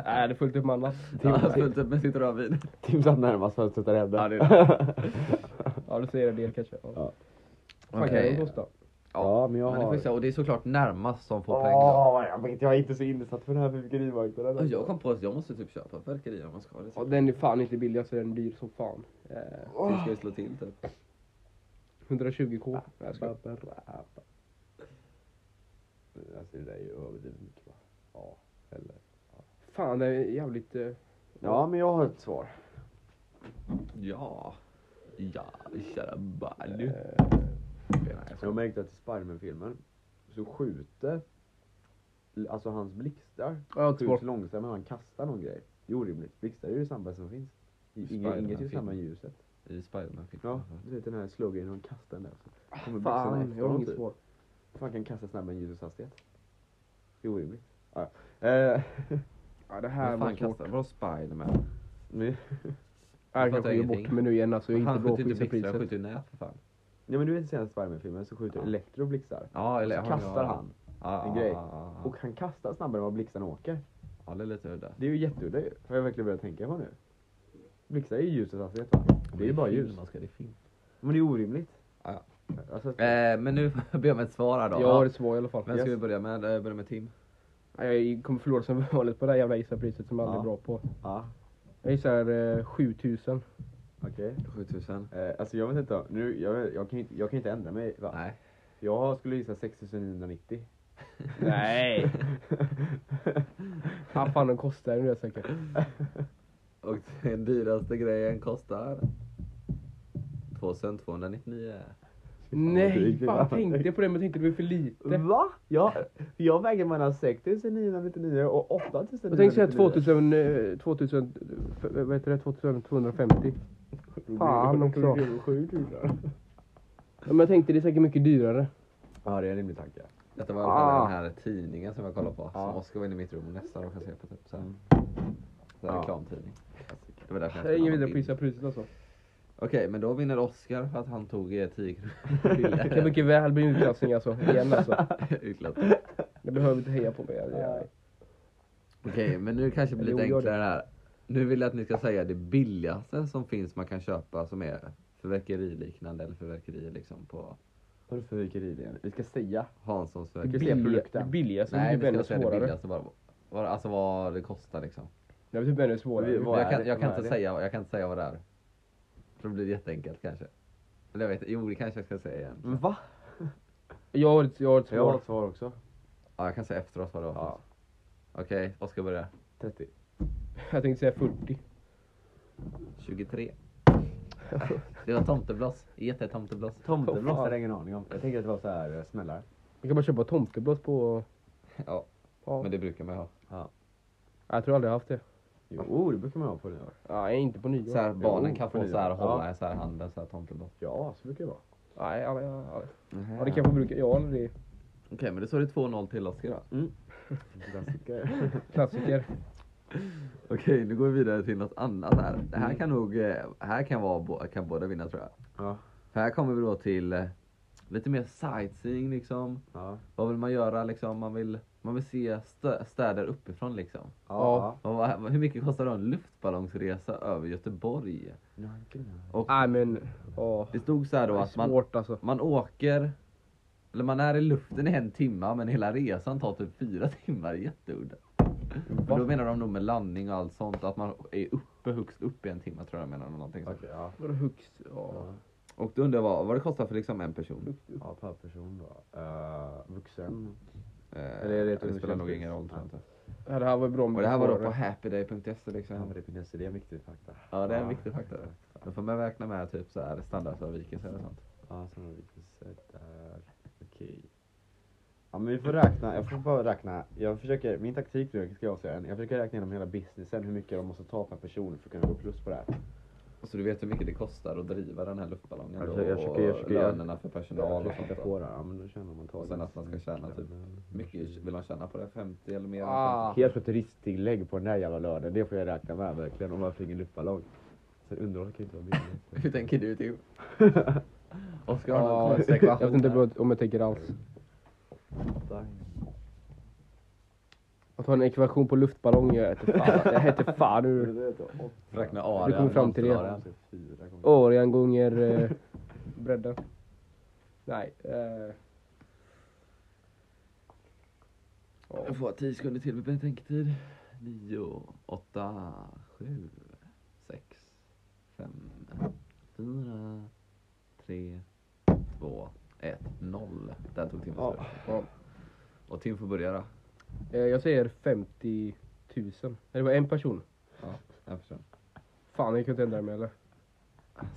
Speaker 1: Nej, det är fullt upp med annat.
Speaker 2: Ja, typ, fullt upp med sitt rödvin.
Speaker 3: Tim satt närmast för att sätta hem
Speaker 2: Ja,
Speaker 3: den.
Speaker 2: det är det.
Speaker 1: Ja, det säger en del kanske. Ja.
Speaker 3: Ja.
Speaker 1: Fan, kan
Speaker 2: Okej.
Speaker 1: de kosta?
Speaker 3: Ja, men jag
Speaker 2: Men det får
Speaker 3: har...
Speaker 2: vi se. Och det är såklart närmast som får poäng. då.
Speaker 3: Åh, jag, vet, jag är inte så insatt för den här fyrverkerimarknaden.
Speaker 2: Ja, Jag kom på att jag måste typ köpa fyrverkerier om man ska ha det.
Speaker 1: Ja, den är fan inte billig alltså. Den är dyr som fan. Eh,
Speaker 2: Hur ska vi slå till typ?
Speaker 1: 120k. Nej, jag skojar.
Speaker 3: Alltså det där är ju överdrivet mycket va? Ja, eller?
Speaker 1: Fan, det är jävligt... Eh,
Speaker 3: Ja, men jag har ett svar.
Speaker 2: Ja. Ja, kära Bally.
Speaker 3: Jag märkte att i Spiderman-filmen så skjuter, alltså hans blixtar,
Speaker 1: jag har ett
Speaker 3: skjuts
Speaker 1: svar.
Speaker 3: långsamt men han kastar någon grej. Det är orimligt. Blixtar är ju det samma som finns. I- Inget, inget är ju
Speaker 2: Spiderman-film.
Speaker 3: samma i ljuset.
Speaker 2: I Spiderman fick
Speaker 3: Ja, du vet den här slogan, han kastar den där. Så kommer blixtarna
Speaker 1: Fan,
Speaker 2: alltså.
Speaker 3: efter
Speaker 1: jag har
Speaker 3: honom,
Speaker 1: inget
Speaker 3: typ.
Speaker 1: svar.
Speaker 3: fan kan kasta snabbare än ljusets hastighet? Det är orimligt. Ja. Eh,
Speaker 1: Ja, det här
Speaker 2: Vad
Speaker 1: var
Speaker 2: fan
Speaker 1: svårt.
Speaker 2: kastar Vadå Spiderman?
Speaker 1: Ja,
Speaker 3: men-
Speaker 2: Jag
Speaker 1: det
Speaker 2: fattar
Speaker 1: kanske vi ger bort
Speaker 2: ingenting.
Speaker 1: mig nu igen alltså. Jag är inte
Speaker 2: Han
Speaker 1: bra
Speaker 2: skjuter
Speaker 1: på
Speaker 2: inte
Speaker 1: att gissa
Speaker 2: blixtar, han
Speaker 1: priset.
Speaker 2: skjuter ju nät för fan.
Speaker 3: ja men du vet senaste Spiderman-filmen så skjuter
Speaker 2: Ja.
Speaker 3: Electro blixtar.
Speaker 2: Ja, eller
Speaker 3: så kastar han.
Speaker 2: Ja,
Speaker 3: en
Speaker 2: ja,
Speaker 3: grej.
Speaker 2: Ja, ja.
Speaker 3: Och han kastar snabbare än vad blixtarna åker.
Speaker 2: ja, det är lite udda.
Speaker 3: Det är ju jätteudda ju. Har jag verkligen börjat tänka på nu. Blixtar är ju ljusets hastighet va? Det är ju bara
Speaker 2: film,
Speaker 3: ljus.
Speaker 2: man ska- det är film.
Speaker 3: Men det är orimligt.
Speaker 2: Ja,
Speaker 3: Alltså,
Speaker 2: Eh, men nu får jag be om ett svar här då.
Speaker 1: Jag har ett svar i alla fall.
Speaker 2: Vem ska
Speaker 3: Yes.
Speaker 2: vi börja med? Eh, Börja med Tim.
Speaker 1: Nej, Jag kommer förlora som vanligt på det här jävla gissarpriset som jag aldrig är
Speaker 3: Ja.
Speaker 1: bra på.
Speaker 3: ja,
Speaker 1: Jag gissar eh, 7000.
Speaker 3: okej.
Speaker 2: 7000.
Speaker 3: Eh, alltså jag vet inte, nu, jag, jag, kan, ju inte- jag kan ju inte ändra mig va?
Speaker 2: Nej.
Speaker 3: Jag skulle gissa 6990.
Speaker 1: Nej. Ja, fan de kostar ju det säkert.
Speaker 2: Och den dyraste grejen kostar 2299.
Speaker 1: Nej,
Speaker 3: drygt,
Speaker 1: fan
Speaker 3: va?
Speaker 1: tänkte jag på det men tänkte det blir för lite.
Speaker 3: Va? Jag, jag väger mellan 6999 och 8999.
Speaker 1: Jag tänkte säga 2000, eh, 2000, eh, vad heter det, 2250. Fan också.
Speaker 3: 7000.
Speaker 1: Ja, Men jag tänkte det är säkert mycket dyrare.
Speaker 3: Ja, det är en rimlig tanke.
Speaker 2: Detta var alltså
Speaker 1: Ah.
Speaker 2: den här tidningen som jag kollade på.
Speaker 3: Ja.
Speaker 2: Som Oskar var inne i mitt rum och nästan råkade se på. Typ, så här. Så här
Speaker 3: Ja.
Speaker 2: Reklamtidning. Det var därför
Speaker 1: Jag
Speaker 2: jag
Speaker 1: är
Speaker 2: inte
Speaker 1: ingen
Speaker 2: ville ha
Speaker 1: vidare
Speaker 2: en
Speaker 1: på att
Speaker 2: bild.
Speaker 1: gissa priset alltså.
Speaker 2: Okej, men då vinner Oskar för att han tog eh, 10
Speaker 1: Det kan
Speaker 2: kronor.
Speaker 1: mycket väl bli en utklassning alltså. Igen alltså.
Speaker 2: Utklapp.
Speaker 1: Det behöver vi inte heja på mig. Jag-
Speaker 2: Okej, men nu kanske det blir lite
Speaker 1: Jo, gör det.
Speaker 2: enklare här. Nu vill jag att ni ska säga det billigaste som finns man kan köpa som är fyrverkeriliknande eller fyrverkerier liksom på
Speaker 3: Vad är det för virkeri det är? Vi ska säga.
Speaker 2: Hanssons
Speaker 1: Det
Speaker 3: Vilket
Speaker 2: fyrverkeri.
Speaker 3: se
Speaker 1: billiga-
Speaker 3: produkten.
Speaker 1: det billigaste blir
Speaker 2: Nej, vi
Speaker 1: typ ännu
Speaker 2: ska säga det
Speaker 1: svårare.
Speaker 2: billigaste bara. Vad- Alltså vad det kostar liksom.
Speaker 1: Det blir typ ännu
Speaker 3: Vi-
Speaker 1: svårare.
Speaker 3: vad-
Speaker 2: jag,
Speaker 3: är
Speaker 2: kan,
Speaker 3: det?
Speaker 2: jag, kan
Speaker 3: Vad
Speaker 2: inte
Speaker 3: är det?
Speaker 2: säga, jag kan inte säga vad det är. För då blir det jätteenkelt kanske. Eller jag vet jo det kanske jag ska säga igen.
Speaker 1: Mm.
Speaker 3: Va?
Speaker 1: Jag har ett, jag har ett
Speaker 3: Jag har
Speaker 1: svar.
Speaker 3: ett svar också.
Speaker 2: Ja, jag kan säga efteråt vad det var.
Speaker 3: Ja.
Speaker 2: Okej, Oskar börjar.
Speaker 3: 30.
Speaker 1: Jag tänkte säga 40.
Speaker 2: 23. Det var tomtebloss. Jättetomtebloss.
Speaker 3: Tomtebloss
Speaker 1: Fan.
Speaker 3: hade jag ingen aning om. Jag tänker att det var så här eh, smällare.
Speaker 1: Vi kan bara köpa tomteblås på...
Speaker 2: Ja,
Speaker 1: Ja.
Speaker 2: men det brukar man ju ha.
Speaker 1: Jag tror aldrig jag haft det.
Speaker 3: Jo, oh, det brukar man ha på nyår.
Speaker 1: Nej, inte på nyår.
Speaker 2: Så här, barnen
Speaker 3: Jo,
Speaker 2: kan
Speaker 3: för
Speaker 2: få
Speaker 3: det.
Speaker 2: så här,
Speaker 3: Ja.
Speaker 2: hålla i så här handen, så här tomtebloss.
Speaker 3: Ja, så brukar det vara.
Speaker 1: Nej, aldrig, aldrig. Ja, det
Speaker 2: Okej,
Speaker 1: kanske brukar jag aldrig.
Speaker 2: men det står det 2-0 till Oskar då.
Speaker 3: Klassiker.
Speaker 1: Klassiker.
Speaker 2: Okej, nu går vi vidare till något annat här. Det här kan nog, eh, här kan, vara, bo- kan båda vinna tror jag.
Speaker 3: ja.
Speaker 2: För här kommer vi då till eh, lite mer sightseeing liksom.
Speaker 3: Ja.
Speaker 2: Vad vill man göra liksom? Man vill, man vill se stö- städer uppifrån liksom.
Speaker 1: Ja.
Speaker 2: Och vad, hur mycket kostar då en luftballongsresa över Göteborg?
Speaker 3: Ja.
Speaker 2: Och
Speaker 1: Nej, men... Ja.
Speaker 2: det stod så här då
Speaker 1: Det är
Speaker 2: att man,
Speaker 1: svårt alltså.
Speaker 2: man åker, eller man är i luften i en timme men hela resan tar typ fyra timmar. Jätteudda. Men då
Speaker 1: Va?
Speaker 2: menar de nog med landning och allt sånt att man är uppe högst upp i en timme tror jag de menar. eller Någonting sånt.
Speaker 3: Okej, ja.
Speaker 1: Vadå högst? Ja.
Speaker 3: Ja.
Speaker 2: Och då undrar jag vad, vad det kostar för liksom en person.
Speaker 1: Högst upp.
Speaker 3: ja, per person då. Eh, vuxen.
Speaker 2: Eh,
Speaker 3: Eller är det ett
Speaker 2: det spelar nog
Speaker 3: underkänt pris?
Speaker 2: ingen roll tror jag inte.
Speaker 1: Ja, Det här var bra. om
Speaker 2: Och det här var då på
Speaker 1: svårare.
Speaker 2: happyday.se liksom.
Speaker 3: Ja, men det finns det är en viktig fakta.
Speaker 2: Ja, det är en viktig faktor. Då får man räkna med typ så här standardavvikelser eller sånt.
Speaker 3: Ja, sen har vi sett där. Okej. Ja, men vi får räkna. Jag får bara räkna. Jag försöker, min taktik nu ska jag säga en. Jag försöker räkna igenom hela businessen hur mycket de måste ta per person för att kunna gå plus på det här.
Speaker 2: Så du vet hur mycket det kostar att driva den här luftballongen
Speaker 3: Jag
Speaker 2: då,
Speaker 3: försöker- jag försöker- jag
Speaker 2: och
Speaker 3: försöker-
Speaker 2: lönerna för
Speaker 3: Ja,
Speaker 2: personal
Speaker 3: då
Speaker 2: och
Speaker 3: ska
Speaker 2: sånt.
Speaker 3: jag
Speaker 2: Då.
Speaker 3: få det. Ja, men då känner man tar
Speaker 2: Och sen att man ska tjäna typ, mycket vill man tjäna på det? 50 eller mer?
Speaker 1: Ah.
Speaker 3: Helt på turisttillägg på den där jävla lönen. Det får jag räkna med verkligen om man flyger luftballong. Sen underhåll kan ju inte vara billigt.
Speaker 2: Hur tänker du Theo? Oskar har någon
Speaker 1: Ja,
Speaker 2: konstig
Speaker 1: Ah, jag
Speaker 2: ekvation
Speaker 1: vet inte
Speaker 2: här.
Speaker 1: vad- om jag tänker alls. Att ha en ekvation på luftballong, jag hette fan. Jag hette fan ur.
Speaker 2: Räkna
Speaker 1: Vi
Speaker 2: arean.
Speaker 1: kommer fram till det.
Speaker 2: monsterarean.
Speaker 1: Arian gånger eh, bredden. Nej. Eh, ja.
Speaker 2: Jag får 10 sekunder till med betänketid. 9, 8, 7, 6, 5, 4, 3, 2, 1, 0. Där tog Tim
Speaker 3: Ja.
Speaker 2: slut.
Speaker 1: Ja.
Speaker 2: Och Tim får börja då.
Speaker 1: Eh, jag säger 50 000. Det var en person.
Speaker 2: En person.
Speaker 1: Fan, jag kunde inte ändra mig eller?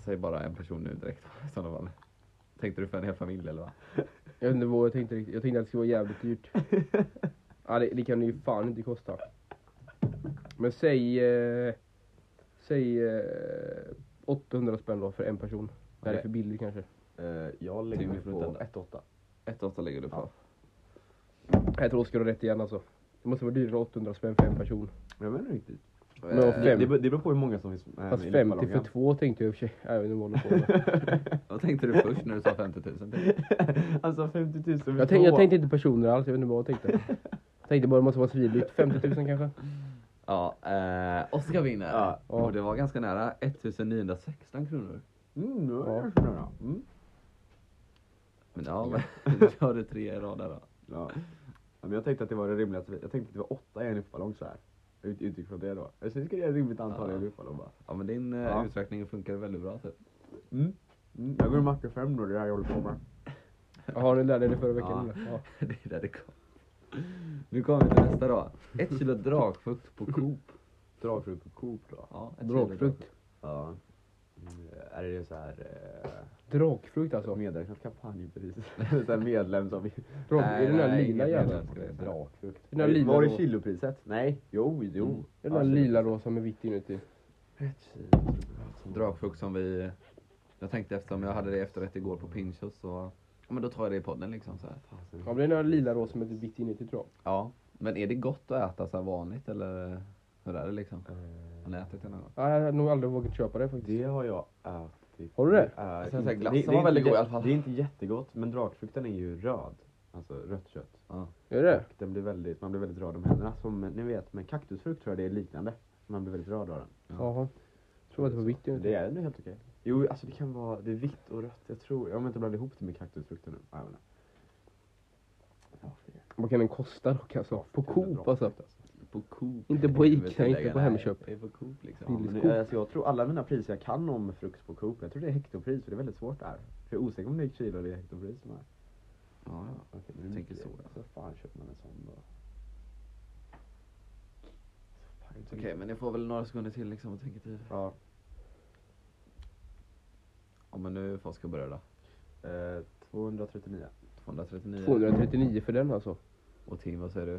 Speaker 2: Säg bara en person nu direkt i sådana fall. Tänkte du för en hel familj eller vad?
Speaker 1: Jag vet inte vad jag tänkte riktigt. Jag tänkte att det skulle vara jävligt dyrt. ja, det, det kan det ju fan inte kosta. Men säg... Eh, säg eh, 800 spänn då för en person. Det här är
Speaker 2: Okej.
Speaker 1: för billigt kanske.
Speaker 3: Eh, Jag
Speaker 2: Tim,
Speaker 3: lägger mig
Speaker 2: vi får inte
Speaker 3: på
Speaker 2: ändra.
Speaker 3: 1,8.
Speaker 2: 1 8 lägger du på.
Speaker 1: Jag tror Oskar har rätt igen alltså. Det måste vara dyrare än 800 spänn för en person.
Speaker 3: Men jag menar inte riktigt.
Speaker 1: Men vad
Speaker 2: Eh,
Speaker 1: Fem.
Speaker 3: Eh, Det, det beror på hur många som finns med
Speaker 1: Fast
Speaker 3: i
Speaker 1: 50 för
Speaker 3: luftballongen.
Speaker 1: två tänkte jag i och för sig. Nej, Jag vet inte vad jag håller på med.
Speaker 2: Vad tänkte du först när du sa 50 000? Tim?
Speaker 3: Alltså 50 000 för
Speaker 1: Jag, tänk, jag
Speaker 3: två.
Speaker 1: tänkte inte personer alls, jag vet inte vad jag tänkte. Jag tänkte bara det måste vara svindyrt. 50 000 kanske?
Speaker 2: Ja, eh, Oskar vinner.
Speaker 3: Ja.
Speaker 2: Och det var ganska nära 1916 kronor.
Speaker 3: Mm, nu
Speaker 1: Ja.
Speaker 3: är det sådär, ja. Mm.
Speaker 2: Men ja, men, du körde tre i rad där då.
Speaker 3: Ja. Ja, Men jag tänkte att det var det rimligaste. Jag tänkte att det var åtta i en luftballong så här. Ut, utifrån det då. Jag tycker det är ett rimligt antal i
Speaker 2: Ja.
Speaker 3: en luftballong bara.
Speaker 2: Ja men din eh,
Speaker 3: Ja.
Speaker 2: uträkning funkar väldigt bra typ.
Speaker 3: Mm. Mm. Jag går i macka fem då, det är det här jag håller på med.
Speaker 1: Jaha, ni lärde er det förra veckan
Speaker 2: Ja.
Speaker 1: eller? ja.
Speaker 2: Det är där det kom. Nu kommer vi till nästa då. Ett kilo dragfrukt på Coop.
Speaker 3: Dragfrukt på Coop då?
Speaker 2: Ja, ett kilo
Speaker 1: Drakfrukt.
Speaker 3: Ja. Mm, Är det så här... Eh,
Speaker 1: Drakfrukt alltså.
Speaker 3: Medräknat kampanjpris. Eller så här medlem som...
Speaker 1: Drak, är det den här
Speaker 2: nej,
Speaker 1: lila
Speaker 2: inget
Speaker 1: jäveln?
Speaker 2: medlem. ska jag säga.
Speaker 3: Dragfrukt.
Speaker 1: Den här
Speaker 3: Var-
Speaker 1: lila
Speaker 3: Var
Speaker 1: då?
Speaker 3: det kilopriset? Nej. Jo, jo.
Speaker 2: Mm.
Speaker 1: Är det den här
Speaker 3: Ja,
Speaker 1: lila då som är vitt inuti?
Speaker 3: Ett kilo.
Speaker 2: Dragfrukt som vi... Jag tänkte eftersom jag hade det i efterrätt igår på Pinchos så... Ja men då tar jag det i podden liksom så här.
Speaker 1: Ja men det är den här lila då som är vitt inuti tror jag.
Speaker 2: Ja. Men är det gott att äta så här vanligt eller hur är det liksom? Har ni ätit det någon gång?
Speaker 1: Ja, jag har nog aldrig vågat köpa det faktiskt.
Speaker 3: Eh, Det har jag ätit.
Speaker 1: Har du det?
Speaker 3: är
Speaker 2: sen så här,
Speaker 3: inte-
Speaker 2: glassen var
Speaker 3: är
Speaker 2: väldigt
Speaker 3: inte
Speaker 2: god i
Speaker 3: jä-
Speaker 2: alla fall.
Speaker 3: Det är inte jättegott, men dragfrukten är ju röd. Alltså rött kött.
Speaker 1: Är det?
Speaker 3: Den blir väldigt, man blir väldigt röd om händerna. Som ni vet med kaktusfrukt tror jag det är liknande. Man blir väldigt röd av den.
Speaker 1: Jaha. Jag tror att det var vitt inuti.
Speaker 3: Det är nog helt okej. Jo, alltså det kan vara, det är vitt och rött. Jag tror, jag har inte blandat ihop det med kaktusfrukten nu. Ja, jag menar. Ja, det är-
Speaker 1: Vad kan den kosta dock alltså? På
Speaker 3: det är
Speaker 1: Coop
Speaker 3: bra
Speaker 1: alltså.
Speaker 3: frukt, alltså.
Speaker 2: På Coop.
Speaker 1: Inte på
Speaker 2: Jag vill
Speaker 1: Ica, inte
Speaker 2: tillägga,
Speaker 1: på
Speaker 2: nej,
Speaker 1: Hemköp.
Speaker 2: Det är på Coop liksom.
Speaker 3: Ja, men
Speaker 1: Billigt
Speaker 3: det- alltså, jag tror alla mina priser jag kan om frukt på Coop, jag tror det är hektopris, för det är väldigt svårt där. För jag är osäker om det är kilo eller hektopris som är.
Speaker 2: Ja, ja.
Speaker 3: Okej, men
Speaker 2: Jag
Speaker 3: det är
Speaker 2: tänker
Speaker 3: mycket.
Speaker 2: så, ja.
Speaker 3: Så fan köper man en sån då? Fan, inte
Speaker 2: Okej,
Speaker 3: mycket.
Speaker 2: men ni får väl några sekunder till liksom att tänka till.
Speaker 3: Ja,
Speaker 2: Ja, men nu får ska börja då.
Speaker 3: eh, 239.
Speaker 2: 239.
Speaker 1: 239 för den alltså.
Speaker 2: Och Tim, vad säger du?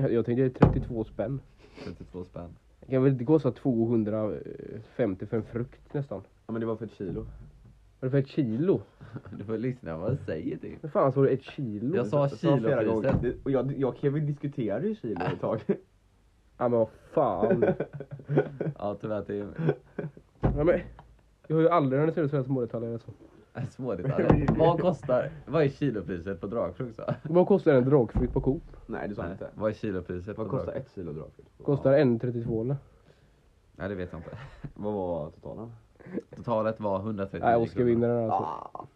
Speaker 1: Jag jag tänkte 32 spänn.
Speaker 2: 32 spänn.
Speaker 1: Det kan väl inte kosta 250 för en frukt nästan?
Speaker 3: Ja men det var för ett kilo.
Speaker 1: Var det för ett kilo?
Speaker 2: Du får lyssna vad jag säger Tim.
Speaker 1: Vad fan sa du? Ett kilo?
Speaker 2: Jag sa
Speaker 3: Jag sa flera gånger.
Speaker 2: kilopriset.
Speaker 3: Det- Och jag, jag kan väl diskutera i kilo ett tag.
Speaker 1: Ja men vad fan.
Speaker 2: Ja, tyvärr Tim.
Speaker 1: Ja, men, jag har ju aldrig hört seriösa smådetaljer alltså.
Speaker 2: Smådetaljer. Vad kostar, vad är kilopriset på dragfrukt så?
Speaker 1: Vad kostar en dragfrukt på Coop?
Speaker 3: Nej det sa jag
Speaker 2: Nej,
Speaker 3: inte.
Speaker 2: Vad är kilopriset på
Speaker 3: Vad kostar
Speaker 2: dragfrukt?
Speaker 3: ett kilo dragfrukt?
Speaker 1: Kostar en 32 eller?
Speaker 2: Nej, det vet jag inte.
Speaker 3: Vad var totalen?
Speaker 2: Totalet var 139
Speaker 1: Nej Oskar vinner den alltså.
Speaker 3: liksom- Ah.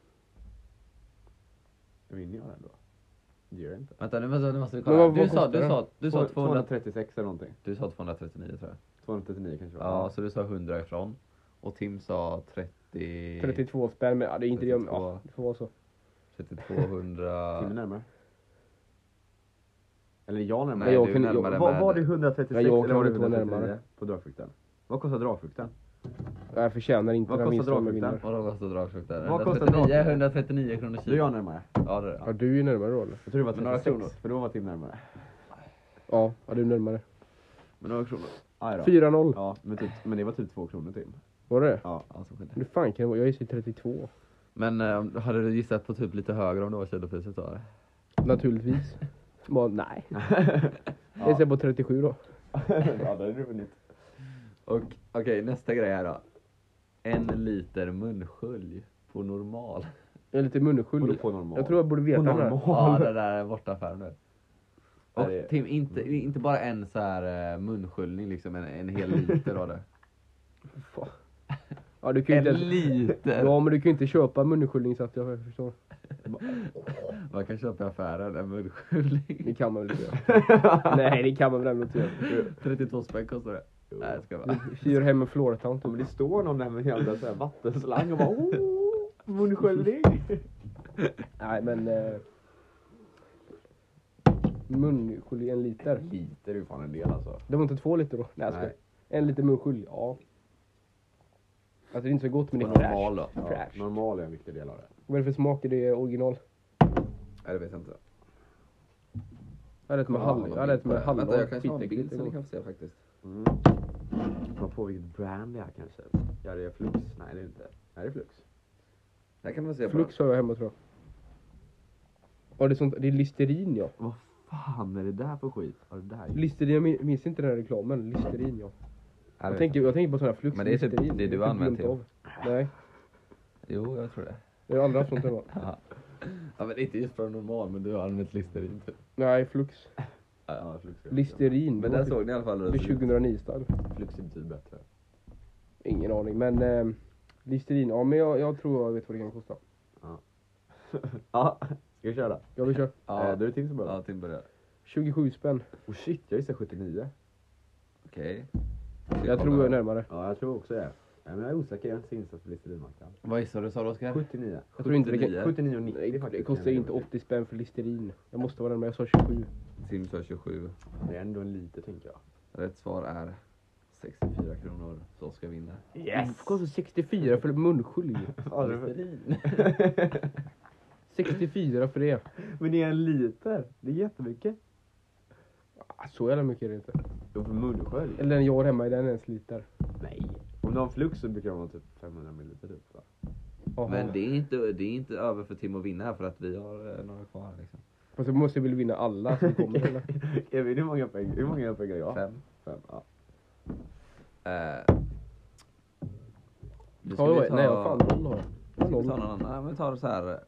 Speaker 3: Vinner jag den då? Det gör jag inte.
Speaker 2: Vänta nu måste, nu måste vi
Speaker 1: Men
Speaker 2: kolla.
Speaker 1: vad- vad
Speaker 2: Du sa,
Speaker 1: kostar
Speaker 2: du
Speaker 1: den?
Speaker 2: sa, du sa,
Speaker 3: Två-
Speaker 2: 200,
Speaker 3: 236 eller någonting.
Speaker 2: du sa 239 tror jag.
Speaker 3: 239 kanske det var.
Speaker 2: Ja, så du sa 100 ifrån. Och Tim sa 30...
Speaker 1: 32 spänn men ja, det är inte det. men,
Speaker 2: 32.
Speaker 1: Ja, det får vara så.
Speaker 2: 3200...
Speaker 3: Timmy närmare. Eller jag närmare.
Speaker 2: Nej,
Speaker 1: jag
Speaker 2: du är
Speaker 1: kan- jag-
Speaker 2: närmare med...
Speaker 3: var, var det 136
Speaker 1: Nej, jag
Speaker 3: eller
Speaker 1: kan
Speaker 3: var det
Speaker 1: inte vara
Speaker 3: 139
Speaker 1: närmare.
Speaker 3: på dragfrukten? Vad kostar dragfrukten?
Speaker 1: Jag förtjänar inte
Speaker 3: Vad
Speaker 1: den
Speaker 3: kostar
Speaker 1: vinsten om jag
Speaker 3: dragfrukten?
Speaker 1: vinner.
Speaker 2: Vadå kostar dragfrukt där?
Speaker 3: Vad kostar
Speaker 2: 139,
Speaker 3: dragfrukt?
Speaker 2: 139 kronor
Speaker 3: Du är
Speaker 2: kilo.
Speaker 3: jag närmare.
Speaker 2: Ja, det är
Speaker 1: Ja
Speaker 2: det.
Speaker 1: du är ju närmare då eller?
Speaker 3: Jag tror det var
Speaker 2: Men några
Speaker 3: 36,
Speaker 2: kronor.
Speaker 3: för då var Tim närmare.
Speaker 1: Ja, ja du är närmare.
Speaker 2: Men några kronor.
Speaker 3: Aj då.
Speaker 1: 4-0.
Speaker 3: Ja, men, typ, men det var typ 2 kronor Tim.
Speaker 1: Var det det?
Speaker 3: Ja.
Speaker 2: Ja, så skit i det.
Speaker 1: Hur fan kan det vara? Jag gissar 32.
Speaker 2: Men eh, hade du gissat på typ lite högre om det var kilopriset då? eller?
Speaker 1: Naturligtvis. Bara nej. Jag
Speaker 3: Ja.
Speaker 1: gissar på 37 då.
Speaker 3: ja, då är det vunnit.
Speaker 2: Och okej, nästa grej här då. En liter munskölj på normal.
Speaker 1: Jag är lite
Speaker 3: Borde
Speaker 1: munskyldig.
Speaker 3: på normal.
Speaker 1: Jag tror jag borde veta
Speaker 3: På
Speaker 1: den här.
Speaker 3: normal.
Speaker 2: Ja, det där är borta affären nu.
Speaker 3: Ja,
Speaker 2: Och
Speaker 3: det är-
Speaker 2: Tim, inte, inte bara en så här eh, munsköljning liksom, en, en hel liter av det.
Speaker 1: Fan. Ja, du kan ju
Speaker 2: En
Speaker 1: inte ens...
Speaker 2: liter!
Speaker 1: Ja men du kan ju inte köpa munskyddning så att jag förstår.
Speaker 2: Man kan köpa i affären en munsköljning.
Speaker 1: Det kan man väl inte göra? Nej det kan man väl ändå inte göra.
Speaker 2: 32 spänn kostar det. Nej, jag ska bara.
Speaker 1: Hyr hem en Floretown
Speaker 3: Ja,
Speaker 1: typ.
Speaker 3: men det står någon där med en jävla så här vattenslang och bara oh, munsköljning.
Speaker 1: Nej men... Eh, munskölj en liter.
Speaker 3: Liter är ju fan en del alltså.
Speaker 1: Det var inte två liter då? Nej, jag skojar.
Speaker 3: Nej.
Speaker 1: En liter munskölj, ja. Alltså det är inte så gott men det är
Speaker 2: Och normal
Speaker 1: fräscht.
Speaker 2: då?
Speaker 3: Ja,
Speaker 1: Fräscht.
Speaker 3: normal är en viktig del av det.
Speaker 1: Vad är det för smak i det original?
Speaker 2: Nej, det vet jag inte.
Speaker 1: Jag hade ett med
Speaker 2: Kolla
Speaker 1: hallon.
Speaker 2: vad
Speaker 1: Jag hade
Speaker 2: bild
Speaker 1: ett med
Speaker 2: på det.
Speaker 1: hallon.
Speaker 2: Vänta, jag kanske har en
Speaker 1: Skitäckligt
Speaker 2: bild så
Speaker 1: det
Speaker 2: ni
Speaker 1: var.
Speaker 2: kan få se faktiskt.
Speaker 3: Mm. Kom på vilket brand det är kanske. Ja det är Flux. Nej det är inte. Nej det är Flux.
Speaker 2: Här kan man se på.
Speaker 1: Flux har jag hemma tror jag. Ja det är sånt, det är Listerin ja.
Speaker 3: Vad fan är det där för skit? Ja, det där.
Speaker 1: Listerin, jag min- minns inte den här reklamen. Listerin ja.
Speaker 2: Jag
Speaker 1: Jag
Speaker 2: vet
Speaker 1: tänker,
Speaker 2: inte.
Speaker 1: jag tänker på sådana här flux
Speaker 2: Men det är typ
Speaker 1: Listerin.
Speaker 2: det
Speaker 1: är
Speaker 2: du
Speaker 1: typ
Speaker 2: använder
Speaker 1: dumt av. Nej,
Speaker 2: Jo, jag tror det.
Speaker 1: jag har aldrig haft sånt hemma.
Speaker 2: Ja. ja, men inte just från normal, men du har använt listerin typ.
Speaker 1: Nej, flux.
Speaker 3: Ja, flux är
Speaker 1: Listerin.
Speaker 2: Men
Speaker 1: det
Speaker 2: där
Speaker 1: var typ-
Speaker 2: såg ni i alla fall hur
Speaker 1: Det
Speaker 2: det
Speaker 1: är
Speaker 2: såg ut.
Speaker 1: 2009 style.
Speaker 3: Flux är
Speaker 2: typ
Speaker 3: betydligt bättre.
Speaker 1: Ingen aning men eh, Listerin, ja men jag, jag tror jag vet vad det kan kosta.
Speaker 3: Ja, ska vi köra?
Speaker 1: Jag vill köra
Speaker 3: Ja.
Speaker 2: Ja,
Speaker 3: Eh, då är det Tim som börjar.
Speaker 2: ja Tim börjar.
Speaker 1: 27 spänn.
Speaker 3: Oh shit, jag gissar 79.
Speaker 2: Okej.
Speaker 1: Jag tror jag är närmare.
Speaker 3: Ja, jag tror också det. Nej, men jag är osäker, jag är inte så insatt på listelinmarknaden.
Speaker 2: Vad gissade du sa du Oskar?
Speaker 3: 79.
Speaker 1: Jag tror inte det kan-
Speaker 2: 79.
Speaker 3: 79 och 90
Speaker 1: Nej,
Speaker 3: faktiskt.
Speaker 1: det kostar ju inte 80 spänn för Listerin. Jag måste vara den med, jag sa 27.
Speaker 2: Tim sa 27.
Speaker 3: Det är ändå en liter tänker jag.
Speaker 2: Rätt svar är 64 kronor. Så ska vinna.
Speaker 1: Det kostar 64 för munskölj.
Speaker 2: Listerin.
Speaker 1: 64 för det.
Speaker 3: Men det är en liter. Det är jättemycket.
Speaker 1: Ah, Så jävla mycket är det inte.
Speaker 3: Jo, för munskölj.
Speaker 1: Eller den jag har hemma i den är en sliter.
Speaker 3: Nej. Om du har en flux så brukar de ha typ 500 milliliter typ. Va?
Speaker 1: Jaha.
Speaker 2: Men det är, inte, det är inte över för Tim att vinna här för att vi har eh, några kvar. Liksom.
Speaker 1: Fast jag måste väl vinna alla som kommer eller?
Speaker 3: Kevin, hur många pengar, hur många pengar jag har?
Speaker 2: Fem.
Speaker 3: Fem, ja.
Speaker 2: Eh, nu ska
Speaker 1: Ja,
Speaker 2: vi ta,
Speaker 1: Nej, jag fan noll har jag.
Speaker 2: nu ska
Speaker 1: noll.
Speaker 2: vi ta någon annan. Nej, men vi tar så här.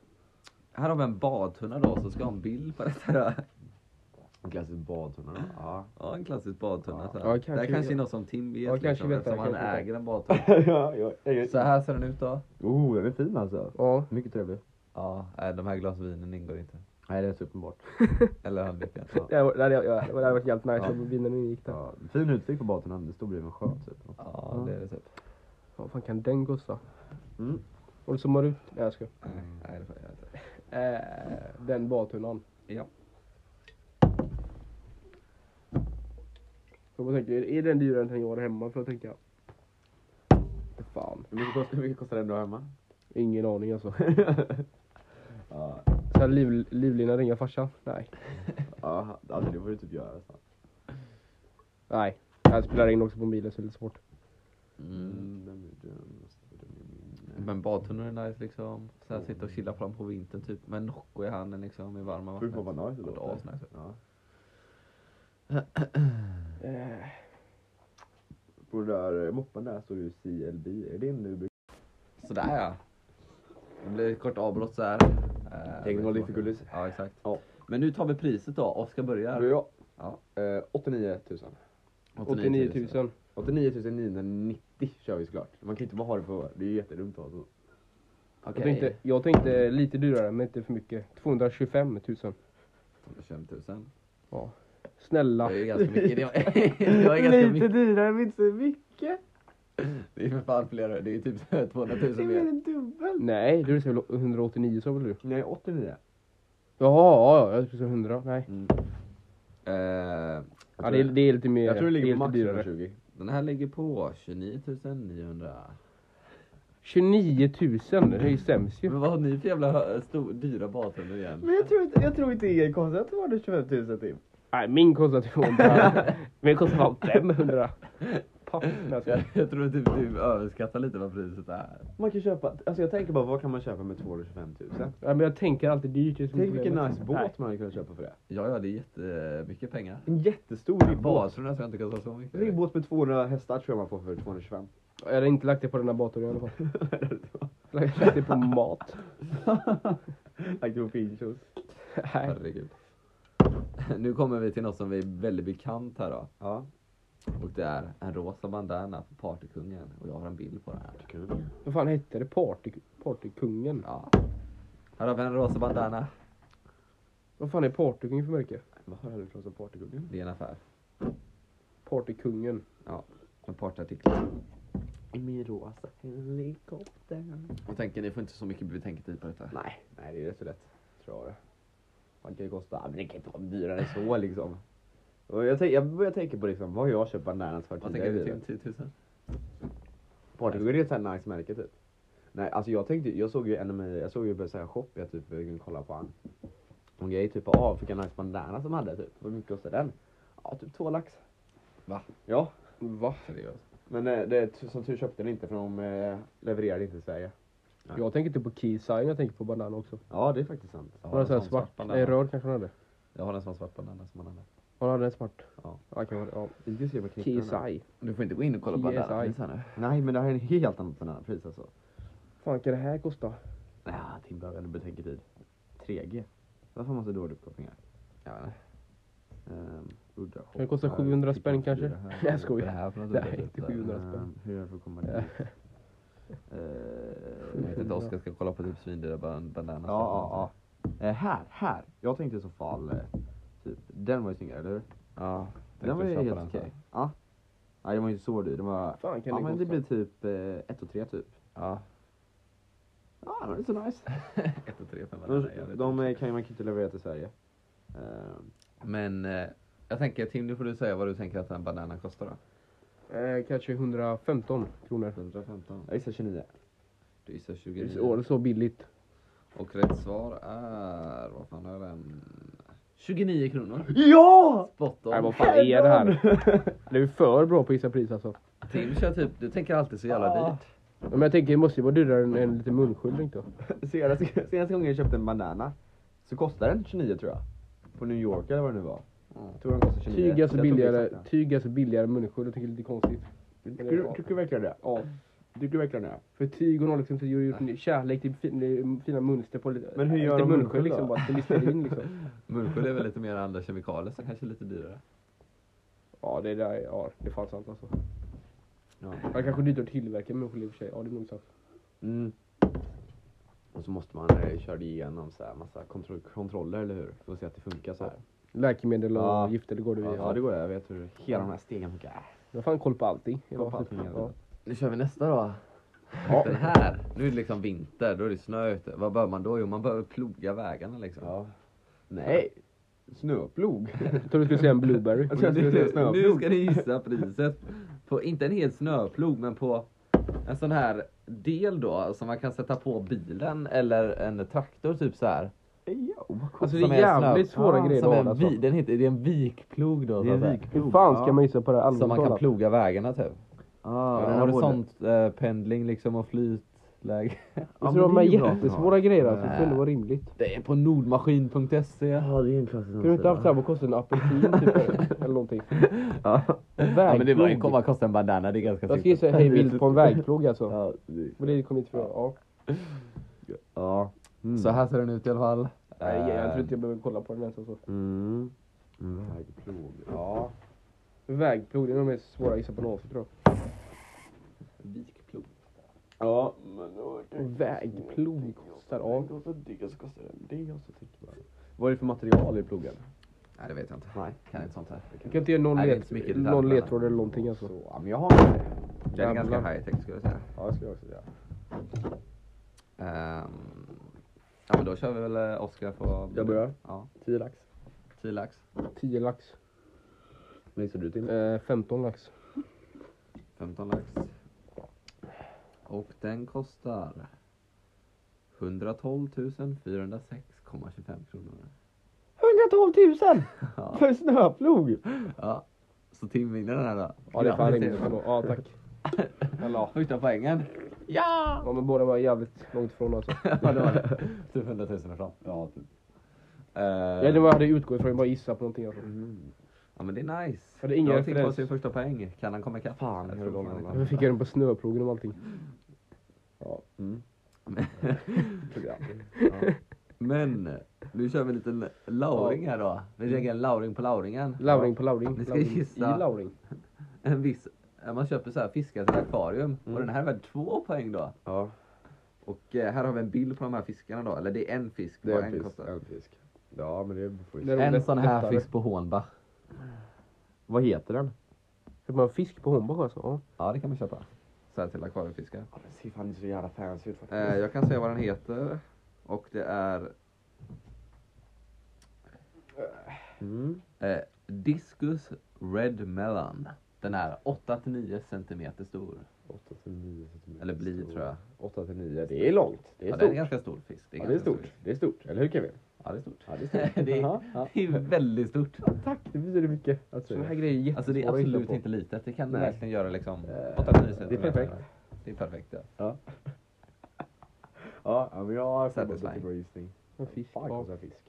Speaker 2: Här har vi en badtunna då, så ska jag ha en bild på detta.
Speaker 3: En klassisk badtunna då? Ja.
Speaker 2: Ja, en klassisk badtunna. Så här.
Speaker 1: Ja,
Speaker 2: det
Speaker 1: kanske-
Speaker 2: här kanske är något som Tim vet,
Speaker 1: Ja, kanske
Speaker 2: liksom,
Speaker 1: vet jag,
Speaker 2: eftersom han
Speaker 1: kanske vet jag.
Speaker 2: äger en badtunna.
Speaker 3: ja, ja, ja.
Speaker 2: Så här ser den ut då.
Speaker 3: Oh, den är fin alltså.
Speaker 1: Ja.
Speaker 3: Mycket trevlig.
Speaker 2: Ja, nej, de här glasvinen ingår inte.
Speaker 3: Nej, det är så uppenbart.
Speaker 2: Eller handduken. Ja.
Speaker 1: Det hade, jag- jag- det hade varit jävligt nice om vinnaren gick där.
Speaker 3: Ja, fin utsikt på badtunnan. Det står bredvid en sjö typ.
Speaker 2: ja, det är det typ.
Speaker 1: Vad fan kan den kosta?
Speaker 3: Mm.
Speaker 1: Och du zoomar ut. Nej jag ska.
Speaker 2: Nej, det får jag inte.
Speaker 1: Eh, den badtunnan.
Speaker 2: Ja.
Speaker 1: Jag bara tänker, är- är den dyrare än den jag har hemma? För jag tänker, fan.
Speaker 3: Hur mycket kostar, hur mycket kostar den du har hemma?
Speaker 1: Ingen aning alltså.
Speaker 3: Ja,
Speaker 1: Så här liv, livlina ringa farsan? Nej.
Speaker 3: ja alltså, det får du typ göra. Så.
Speaker 1: Nej. Jag spelar in också på mobilen så det är lite svårt.
Speaker 2: Mm.
Speaker 3: Den blir dum, och så blir den min.
Speaker 2: Men badtunnor är nice liksom. Så här sitta och chilla på dem på vintern typ. Med Nocco i handen liksom i varma
Speaker 3: Sjukt vad
Speaker 2: vattnet.
Speaker 3: vad nice
Speaker 2: Ja, det är asnice.
Speaker 3: Ja.
Speaker 1: Eh,
Speaker 3: På den där eh, moppen där står det ju CLB. Är det en nu? brukar-
Speaker 2: Sådär ja. Det blir ett kort avbrott såhär. Eh,
Speaker 3: Tänk noll
Speaker 2: vi-
Speaker 3: difficulties.
Speaker 2: Ja exakt.
Speaker 3: Ja.
Speaker 2: Men nu tar vi priset då. Oskar
Speaker 3: Då är
Speaker 2: börjar.
Speaker 3: jag.
Speaker 2: Ja.
Speaker 3: Eh, 89 000.
Speaker 1: 89 000.
Speaker 3: 89 990 kör vi såklart. Man kan inte bara ha det på... Det är ju jättedumt att ha så.
Speaker 1: Jag
Speaker 2: Okej.
Speaker 1: tänkte, jag tänkte lite dyrare men inte för mycket. 225 000.
Speaker 2: 25 000.
Speaker 1: Ja. Snälla.
Speaker 2: Det är ju ganska mycket. Det är, det är ganska
Speaker 3: Lite
Speaker 2: mycket.
Speaker 3: dyrare men inte så mycket.
Speaker 2: Det är för fan fler. Det är typ 200 000
Speaker 3: Det är mer
Speaker 2: mer.
Speaker 3: än dubbelt.
Speaker 1: Nej, du säger väl 189 sa väl du?
Speaker 3: Nej, 89.
Speaker 1: Jaha, ja, ja, jag skulle säga 100. Nej.
Speaker 2: Mm. Eh,
Speaker 1: Ja, det, är, det är lite mer.
Speaker 3: Jag tror det ligger på
Speaker 1: är
Speaker 3: max
Speaker 1: lite dyrare.
Speaker 3: 120.
Speaker 2: den här ligger på 29 900.
Speaker 1: 29 000, det är ju sämst ju.
Speaker 2: Men vad har ni för jävla hö- stor, dyra badtunnor igen?
Speaker 3: Men jag tror inte, jag tror inte er konstigt att det var typ. det 25 000 till.
Speaker 1: Nej, min kostar 200. min kostar fan 500. Papp, när jag ska-
Speaker 2: Jag, jag tror typ du överskattar lite vad priset är.
Speaker 3: Man kan köpa, alltså jag tänker bara vad kan man köpa med 225 000?
Speaker 1: Ja, men jag tänker alltid dyrt. det är som
Speaker 3: Tänk vilken
Speaker 1: problemet.
Speaker 3: nice
Speaker 1: Nej.
Speaker 3: båt man hade kunnat köpa för det.
Speaker 2: Ja, ja, det är jättemycket pengar.
Speaker 3: En jättestor båt.
Speaker 2: Badtunnorna tror jag inte kostar så
Speaker 3: En riktig
Speaker 2: mycket.
Speaker 3: båt med 200 hästar tror jag man får för 225.
Speaker 1: Jag hade inte lagt det på den här datorn i alla fall. Jag hade lagt det på mat.
Speaker 3: Agrofilchos.
Speaker 1: Nej.
Speaker 2: Herregud. Nu kommer vi till något som vi är väldigt bekant här då.
Speaker 3: Ja.
Speaker 2: Och det är en rosa bandana på Partykungen. Och jag har en bild på den här.
Speaker 1: Vad fan hette det? Party, partykungen?
Speaker 2: Ja. Här har vi en rosa bandana.
Speaker 1: Vad fan är partykungen för märke?
Speaker 3: Vad har du från partygubben?
Speaker 2: Det är en affär.
Speaker 1: Partykungen.
Speaker 2: Ja. Med partartiklar.
Speaker 3: I min rosa helikopter.
Speaker 2: Jag tänker, ni får inte så mycket betänketid på detta.
Speaker 3: Nej, nej det är rätt så lätt. Tror jag. Man kan ju kosta, men det kan inte vara dyrare än så liksom. Och jag, tänk, jag börjar tänka på liksom, vad har jag köpt bananas för
Speaker 2: Vad tänker du
Speaker 3: tidigare?
Speaker 2: Tim? 10 000? Alltså-
Speaker 3: Partygubben är ett sånt här nice märke typ. Nej, alltså jag tänkte, jag såg ju NMI, jag såg ju på sån här shop, jag typ kunde kolla på han. Någon grej typ, ah fick en nice bandana som hade typ, vad mycket kostade den? Ja, typ två lax.
Speaker 2: Va?
Speaker 3: Ja,
Speaker 1: Va?
Speaker 2: Seriöst?
Speaker 3: men eh, det, som tur köpte den inte för de eh, levererade inte i Sverige. Nej.
Speaker 1: Jag tänker inte på Keysign, jag tänker på banan också.
Speaker 3: Ja, det är faktiskt sant.
Speaker 2: Jag har
Speaker 1: Var
Speaker 2: en
Speaker 1: det sån
Speaker 2: sån
Speaker 1: här svart?
Speaker 2: bandana.
Speaker 1: Nej, röd kanske han hade.
Speaker 2: Jag har en sån svart bandana som han hade.
Speaker 1: Han hade en svart.
Speaker 2: Ja.
Speaker 1: Ja, kanske var det. Ja.
Speaker 3: Vi ska se vad knippen är.
Speaker 1: Keysign.
Speaker 2: Du får inte gå in och kolla
Speaker 1: på alla pris
Speaker 2: här nu.
Speaker 3: Nej, men det här är en helt annan bananapris alltså.
Speaker 1: fan kan det här kosta?
Speaker 3: Ja, Tim behöver ändå betänketid. 3G. Varför har man så dålig uppkoppling här?
Speaker 2: Ja, nej.
Speaker 3: Ehm, udda
Speaker 1: Kan det kosta 700 spänn kanske? Nej, jag
Speaker 2: Vad är det
Speaker 1: skojar.
Speaker 2: här för något?
Speaker 1: Nej, inte 700.
Speaker 3: Ehm, hur gör jag för att komma dit?
Speaker 2: Jag
Speaker 3: Ehm,
Speaker 2: vet inte, Oskar ska kolla på typ svindyra ban- bananas.
Speaker 3: ja, ja, ja. Eh, här, här. Jag tänkte i så fall, eh, typ, den var ju snyggare, eller hur?
Speaker 2: ja.
Speaker 3: Den var ju helt okej. Ja. Nej, den var inte så dyr. Den var...
Speaker 1: fan kan
Speaker 3: Ja,
Speaker 1: det
Speaker 3: men
Speaker 1: kosta?
Speaker 3: det blir typ eh, 1 och 3 typ.
Speaker 2: Ja.
Speaker 3: Ja, men det är så nice.
Speaker 2: 1 och 3, 5
Speaker 3: De, de eh, kan ju man kan inte leverera till Sverige. Eh,
Speaker 2: Men eh, jag tänker Tim, nu får du säga vad du tänker att den bananen kostar då.
Speaker 1: Eh, kanske 115 kronor.
Speaker 3: 115. Jag gissar 29.
Speaker 2: Du gissar
Speaker 1: Det är
Speaker 2: 29.
Speaker 1: så- så billigt.
Speaker 2: Och rätt svar är, vad fan är den? 29 kronor.
Speaker 3: Ja!
Speaker 2: Spot on.
Speaker 1: Nej vad fan är det här? Det är ju för bra på att gissa pris alltså.
Speaker 2: Tim kör typ, du tänker alltid så jävla
Speaker 3: Ja.
Speaker 2: dyrt.
Speaker 1: Ja, Men jag tänker det måste ju vara dyrare än en liten munskyddning då.
Speaker 3: Senaste, senaste gången jag köpte en banana så kostade den 29 tror jag. På New York eller vad det nu var. Jag tror den kostade 29.
Speaker 1: Tyg är alltså
Speaker 3: Jag tror inte
Speaker 1: billigare,
Speaker 3: exakt den.
Speaker 1: tyg är alltså billigare munskydd. Jag tycker det är lite konstigt.
Speaker 3: Tycker du- Tycker du verkligen det?
Speaker 1: Ja.
Speaker 3: Tycker du verkligen det?
Speaker 1: För tyg och någon liksom så gör ju en kärlek till fin, fina mönster på lite,
Speaker 3: Men hur gör
Speaker 1: lite
Speaker 3: de munskydd
Speaker 1: liksom
Speaker 3: då?
Speaker 1: bara. Till listerin liksom.
Speaker 2: Munskydd är väl lite mer andra kemikalier så kanske lite dyrare.
Speaker 1: Ja det där, ja det är fan sant alltså.
Speaker 3: Ja.
Speaker 1: Ja, Det kanske är dyrt att tillverka munskydd i och för sig. Ja det är nog sant.
Speaker 3: Mm. Och så måste man eh, köra igenom så här massa kontro- kontroller, eller hur? För att se att det funkar så här.
Speaker 1: Läkemedel och
Speaker 3: Ja.
Speaker 1: gifter, det går du
Speaker 3: Ja,
Speaker 1: via. Ja,
Speaker 3: det går jag. Jag vet hur hela de här stegen funkar.
Speaker 1: Jag har fan koll på allting.
Speaker 3: Koll på allting, ja.
Speaker 1: Ja.
Speaker 2: Nu kör vi nästa då. Den här, nu är det liksom vinter, då är det snö ute. Vad bör man då? Jo, man behöver ploga vägarna liksom.
Speaker 3: Ja. Nej! Snöplog!
Speaker 1: Jag tror du skulle säga en blueberry.
Speaker 3: Jag tror att du skulle säga
Speaker 2: nu
Speaker 3: snöplog.
Speaker 2: ska ni gissa priset. På, inte en hel snöplog, men på en sån här del då som man kan sätta på bilen eller en traktor typ så här.
Speaker 1: Alltså det
Speaker 2: Som
Speaker 1: är
Speaker 2: är
Speaker 1: jävligt
Speaker 2: snö.
Speaker 1: svåra grejer
Speaker 2: Som
Speaker 1: att
Speaker 2: en
Speaker 1: ha alltså.
Speaker 2: vi, den heter, det är en vikplog då.
Speaker 3: Det är
Speaker 2: så att
Speaker 3: en
Speaker 2: säga.
Speaker 3: vikplog.
Speaker 1: Hur fan ska man gissa på det här
Speaker 2: Som man kan
Speaker 1: allvarligt
Speaker 2: ploga vägarna typ.
Speaker 3: Ah,
Speaker 2: Ja,
Speaker 3: den har både-
Speaker 2: Horisontpendling liksom och flytläge.
Speaker 3: Ja,
Speaker 1: Jag
Speaker 3: men
Speaker 1: tror Alltså, de
Speaker 3: det
Speaker 1: här
Speaker 3: är ju bra.
Speaker 1: jättesvåra grejer alltså. Det
Speaker 2: Nej.
Speaker 1: kunde vara rimligt.
Speaker 2: Det är på nordmaskin.se.
Speaker 3: Ja, det är en klassisk
Speaker 1: Kunde du inte haft såhär, vad kostar en apelsin typ? Eller någonting.
Speaker 3: Ja.
Speaker 2: Ja, men det var ju
Speaker 1: Vägplog.
Speaker 2: komma att kosta en bandana, det är ganska
Speaker 1: Jag ska gissa hej vilt på en vägplog alltså.
Speaker 3: Ja, det-
Speaker 1: Men det kom inte för ja.
Speaker 3: ja. Mm.
Speaker 2: Så här ser den ut i alla fall.
Speaker 1: Nej, jag
Speaker 2: Eh,
Speaker 1: tror inte jag behöver kolla på den ens alltså.
Speaker 3: Mm. Vägplog. Ja.
Speaker 1: Vägplog, det är nog mest svåra att gissa på någonsin tror
Speaker 2: Vikplog.
Speaker 3: Ja, men då...
Speaker 1: jag. Vägplog kostar, ja.
Speaker 3: Den kostar det och så kostar den det och så tänker man. Vad är det för material i plogen?
Speaker 2: Nej, det vet jag inte.
Speaker 3: Nej.
Speaker 2: Kan inte sånt här.
Speaker 1: Jag kan inte ge någon,
Speaker 2: Nej, det är
Speaker 1: led,
Speaker 2: inte så mycket detaljer
Speaker 1: någon
Speaker 2: på den.
Speaker 1: ledtråd eller någonting alltså.
Speaker 3: Så, ja, men jag har med det.
Speaker 2: Det är ganska
Speaker 1: Jävlar.
Speaker 2: high tech skulle jag säga.
Speaker 3: Ja, det skulle jag också säga.
Speaker 2: Ehm, ja, men då kör vi väl eh, Oscar på...
Speaker 3: Jag börjar.
Speaker 2: Ja,
Speaker 3: 10 lax.
Speaker 2: 10 lax.
Speaker 1: 10 lax.
Speaker 3: Vad gissar du till?
Speaker 1: Eh, 15 lax.
Speaker 2: 15 lax. Och den kostar 112 406,25 kronor.
Speaker 3: 112 000!
Speaker 2: Ja.
Speaker 3: För snöplog!
Speaker 2: Ja. Så Tim vinner den här då.
Speaker 1: Ja det är fan
Speaker 2: Grattis,
Speaker 1: rimligt
Speaker 2: Tim.
Speaker 1: ändå. Ja tack. Eller ja.
Speaker 2: Första poängen. Ja!
Speaker 1: Ja men båda var jävligt långt ifrån alltså.
Speaker 2: ja, det var det. Typ 100 000 ifrån. Ja, typ.
Speaker 1: Jag hade- jag hade utgått ifrån att bara gissa på någonting alltså.
Speaker 2: ja, men det är nice.
Speaker 1: Hade ingen
Speaker 2: Bra Tim på
Speaker 1: referens.
Speaker 2: sin första poäng. Kan han komma ikapp?
Speaker 3: Fan,
Speaker 2: Jag
Speaker 3: hur
Speaker 2: tror
Speaker 3: lång
Speaker 2: fan
Speaker 3: han
Speaker 2: inte.
Speaker 3: var.
Speaker 1: Varför fick jag den på snöplogen och allting?
Speaker 3: Ja. Mm. Program.
Speaker 2: Men nu kör vi en liten lauring här då. Vi lägger en lauring på lauringen.
Speaker 1: Lauring på lauring.
Speaker 2: Ni ska
Speaker 1: lauring.
Speaker 2: gissa.
Speaker 1: I lauring.
Speaker 2: En viss, eh, man köper så här fiskar till akvarium. Och den här är värd två poäng då.
Speaker 3: Ja,
Speaker 2: Mm. Och eh, här har vi en bild på de här fiskarna då. Eller det är en fisk.
Speaker 3: det är
Speaker 2: bara
Speaker 3: en fisk.
Speaker 2: kostar.
Speaker 3: En fisk. Ja, men det får vi
Speaker 1: Det
Speaker 3: se.
Speaker 1: är
Speaker 2: En
Speaker 1: lätt-
Speaker 2: sån här
Speaker 1: lättare.
Speaker 2: fisk på Hånba.
Speaker 3: Vad heter den?
Speaker 1: Fick man fisk på Hornbach alltså? Ja.
Speaker 2: Ja det kan man köpa. Så här till akvariefiskar.
Speaker 3: Ja, den ser fan inte så jävla fancy ut faktiskt.
Speaker 2: Eh, jag kan säga vad den heter. Och det är
Speaker 3: Mm.
Speaker 2: eh, Discus Red Melon. Den är 8-9 centimeter stor.
Speaker 3: 8 till 9 centimeter.
Speaker 2: Eller blir tror jag.
Speaker 3: 8 till 9, det är långt. Det är
Speaker 2: Ja, det är en
Speaker 3: stort.
Speaker 2: ganska stor fisk.
Speaker 3: Ja, det är
Speaker 2: ganska stor
Speaker 3: stort. Det är stort. Eller hur Kevin?
Speaker 2: Ja, det är stort.
Speaker 3: Ja, det är
Speaker 2: det, är,
Speaker 3: Jaha, ja.
Speaker 2: det är väldigt stort.
Speaker 3: Tack, det betyder mycket. Att
Speaker 1: Såna här grejer är jättesvåra
Speaker 2: Alltså det är
Speaker 1: att hitta
Speaker 2: absolut
Speaker 1: på.
Speaker 2: inte litet. Det kan
Speaker 3: Nej.
Speaker 2: verkligen göra liksom
Speaker 3: Eh,
Speaker 2: 8-9 cm.
Speaker 3: det är perfekt.
Speaker 2: Det är perfekt ja.
Speaker 3: Ja, ja, men jag har förberett
Speaker 2: Satisfying.
Speaker 3: en bra gissning.
Speaker 1: En fisk.
Speaker 3: Fan,
Speaker 1: Ja.
Speaker 3: kostar en fisk.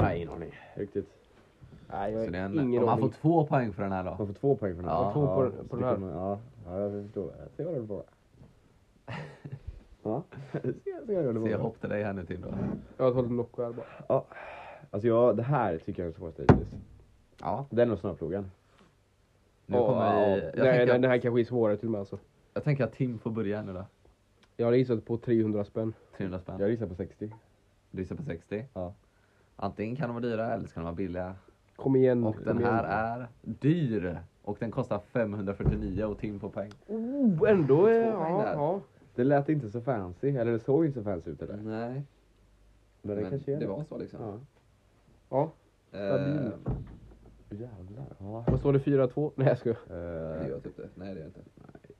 Speaker 3: Nej, ingen aning. Riktigt.
Speaker 1: Nej
Speaker 2: Så
Speaker 1: jag
Speaker 2: det
Speaker 1: har
Speaker 2: är
Speaker 1: ingen
Speaker 2: en, om
Speaker 1: aning.
Speaker 2: man får två poäng för den här
Speaker 3: Man
Speaker 2: då.
Speaker 3: får två poäng för den här.
Speaker 2: Ja,
Speaker 1: två på-
Speaker 3: så
Speaker 1: på den
Speaker 3: det
Speaker 1: här.
Speaker 3: kan man- Ja, ja, jag förstår. Jag ser vad du på. Ja, se- se vad du
Speaker 2: Så jag
Speaker 3: håller på
Speaker 2: hopp till dig här nu Tim då.
Speaker 1: Jag har tagit Nocco här bara.
Speaker 3: Alltså jag, det här tycker jag är svårast hittills.
Speaker 2: Ja,
Speaker 3: Den och snöplogen.
Speaker 2: nu
Speaker 1: Ja,
Speaker 2: kommer
Speaker 1: ja.
Speaker 2: vi.
Speaker 1: Nej,
Speaker 2: Jag, tänker,
Speaker 1: nej,
Speaker 2: att-
Speaker 1: den här kanske är svårare till och med alltså.
Speaker 2: jag tänker att Tim får börja nu då.
Speaker 1: Jag hade gissat på 300 spänn.
Speaker 2: 300 spänn.
Speaker 3: Jag gissar på 60.
Speaker 2: Du gissar på 60.
Speaker 3: Ja.
Speaker 2: Antingen kan de vara dyra eller så kan de vara billiga.
Speaker 1: Mm. Kom igen.
Speaker 2: Och
Speaker 1: kom
Speaker 2: den
Speaker 1: igen.
Speaker 2: här är dyr. Och den kostar 549 och Tim får poäng.
Speaker 1: Oh, ändå. eh,
Speaker 2: Två poäng
Speaker 1: Ja,
Speaker 2: där.
Speaker 1: ja.
Speaker 3: Det lät inte så fancy, eller det såg inte så fancy ut det där.
Speaker 2: Nej,
Speaker 3: Men det kanske är
Speaker 2: det var så liksom.
Speaker 3: Ja.
Speaker 2: Eh,
Speaker 3: Jävlar. Ja.
Speaker 1: Vad står det? 4-2? Nej jag skojar.
Speaker 2: det
Speaker 3: Eh,
Speaker 2: gör typ det. Nej det gör inte.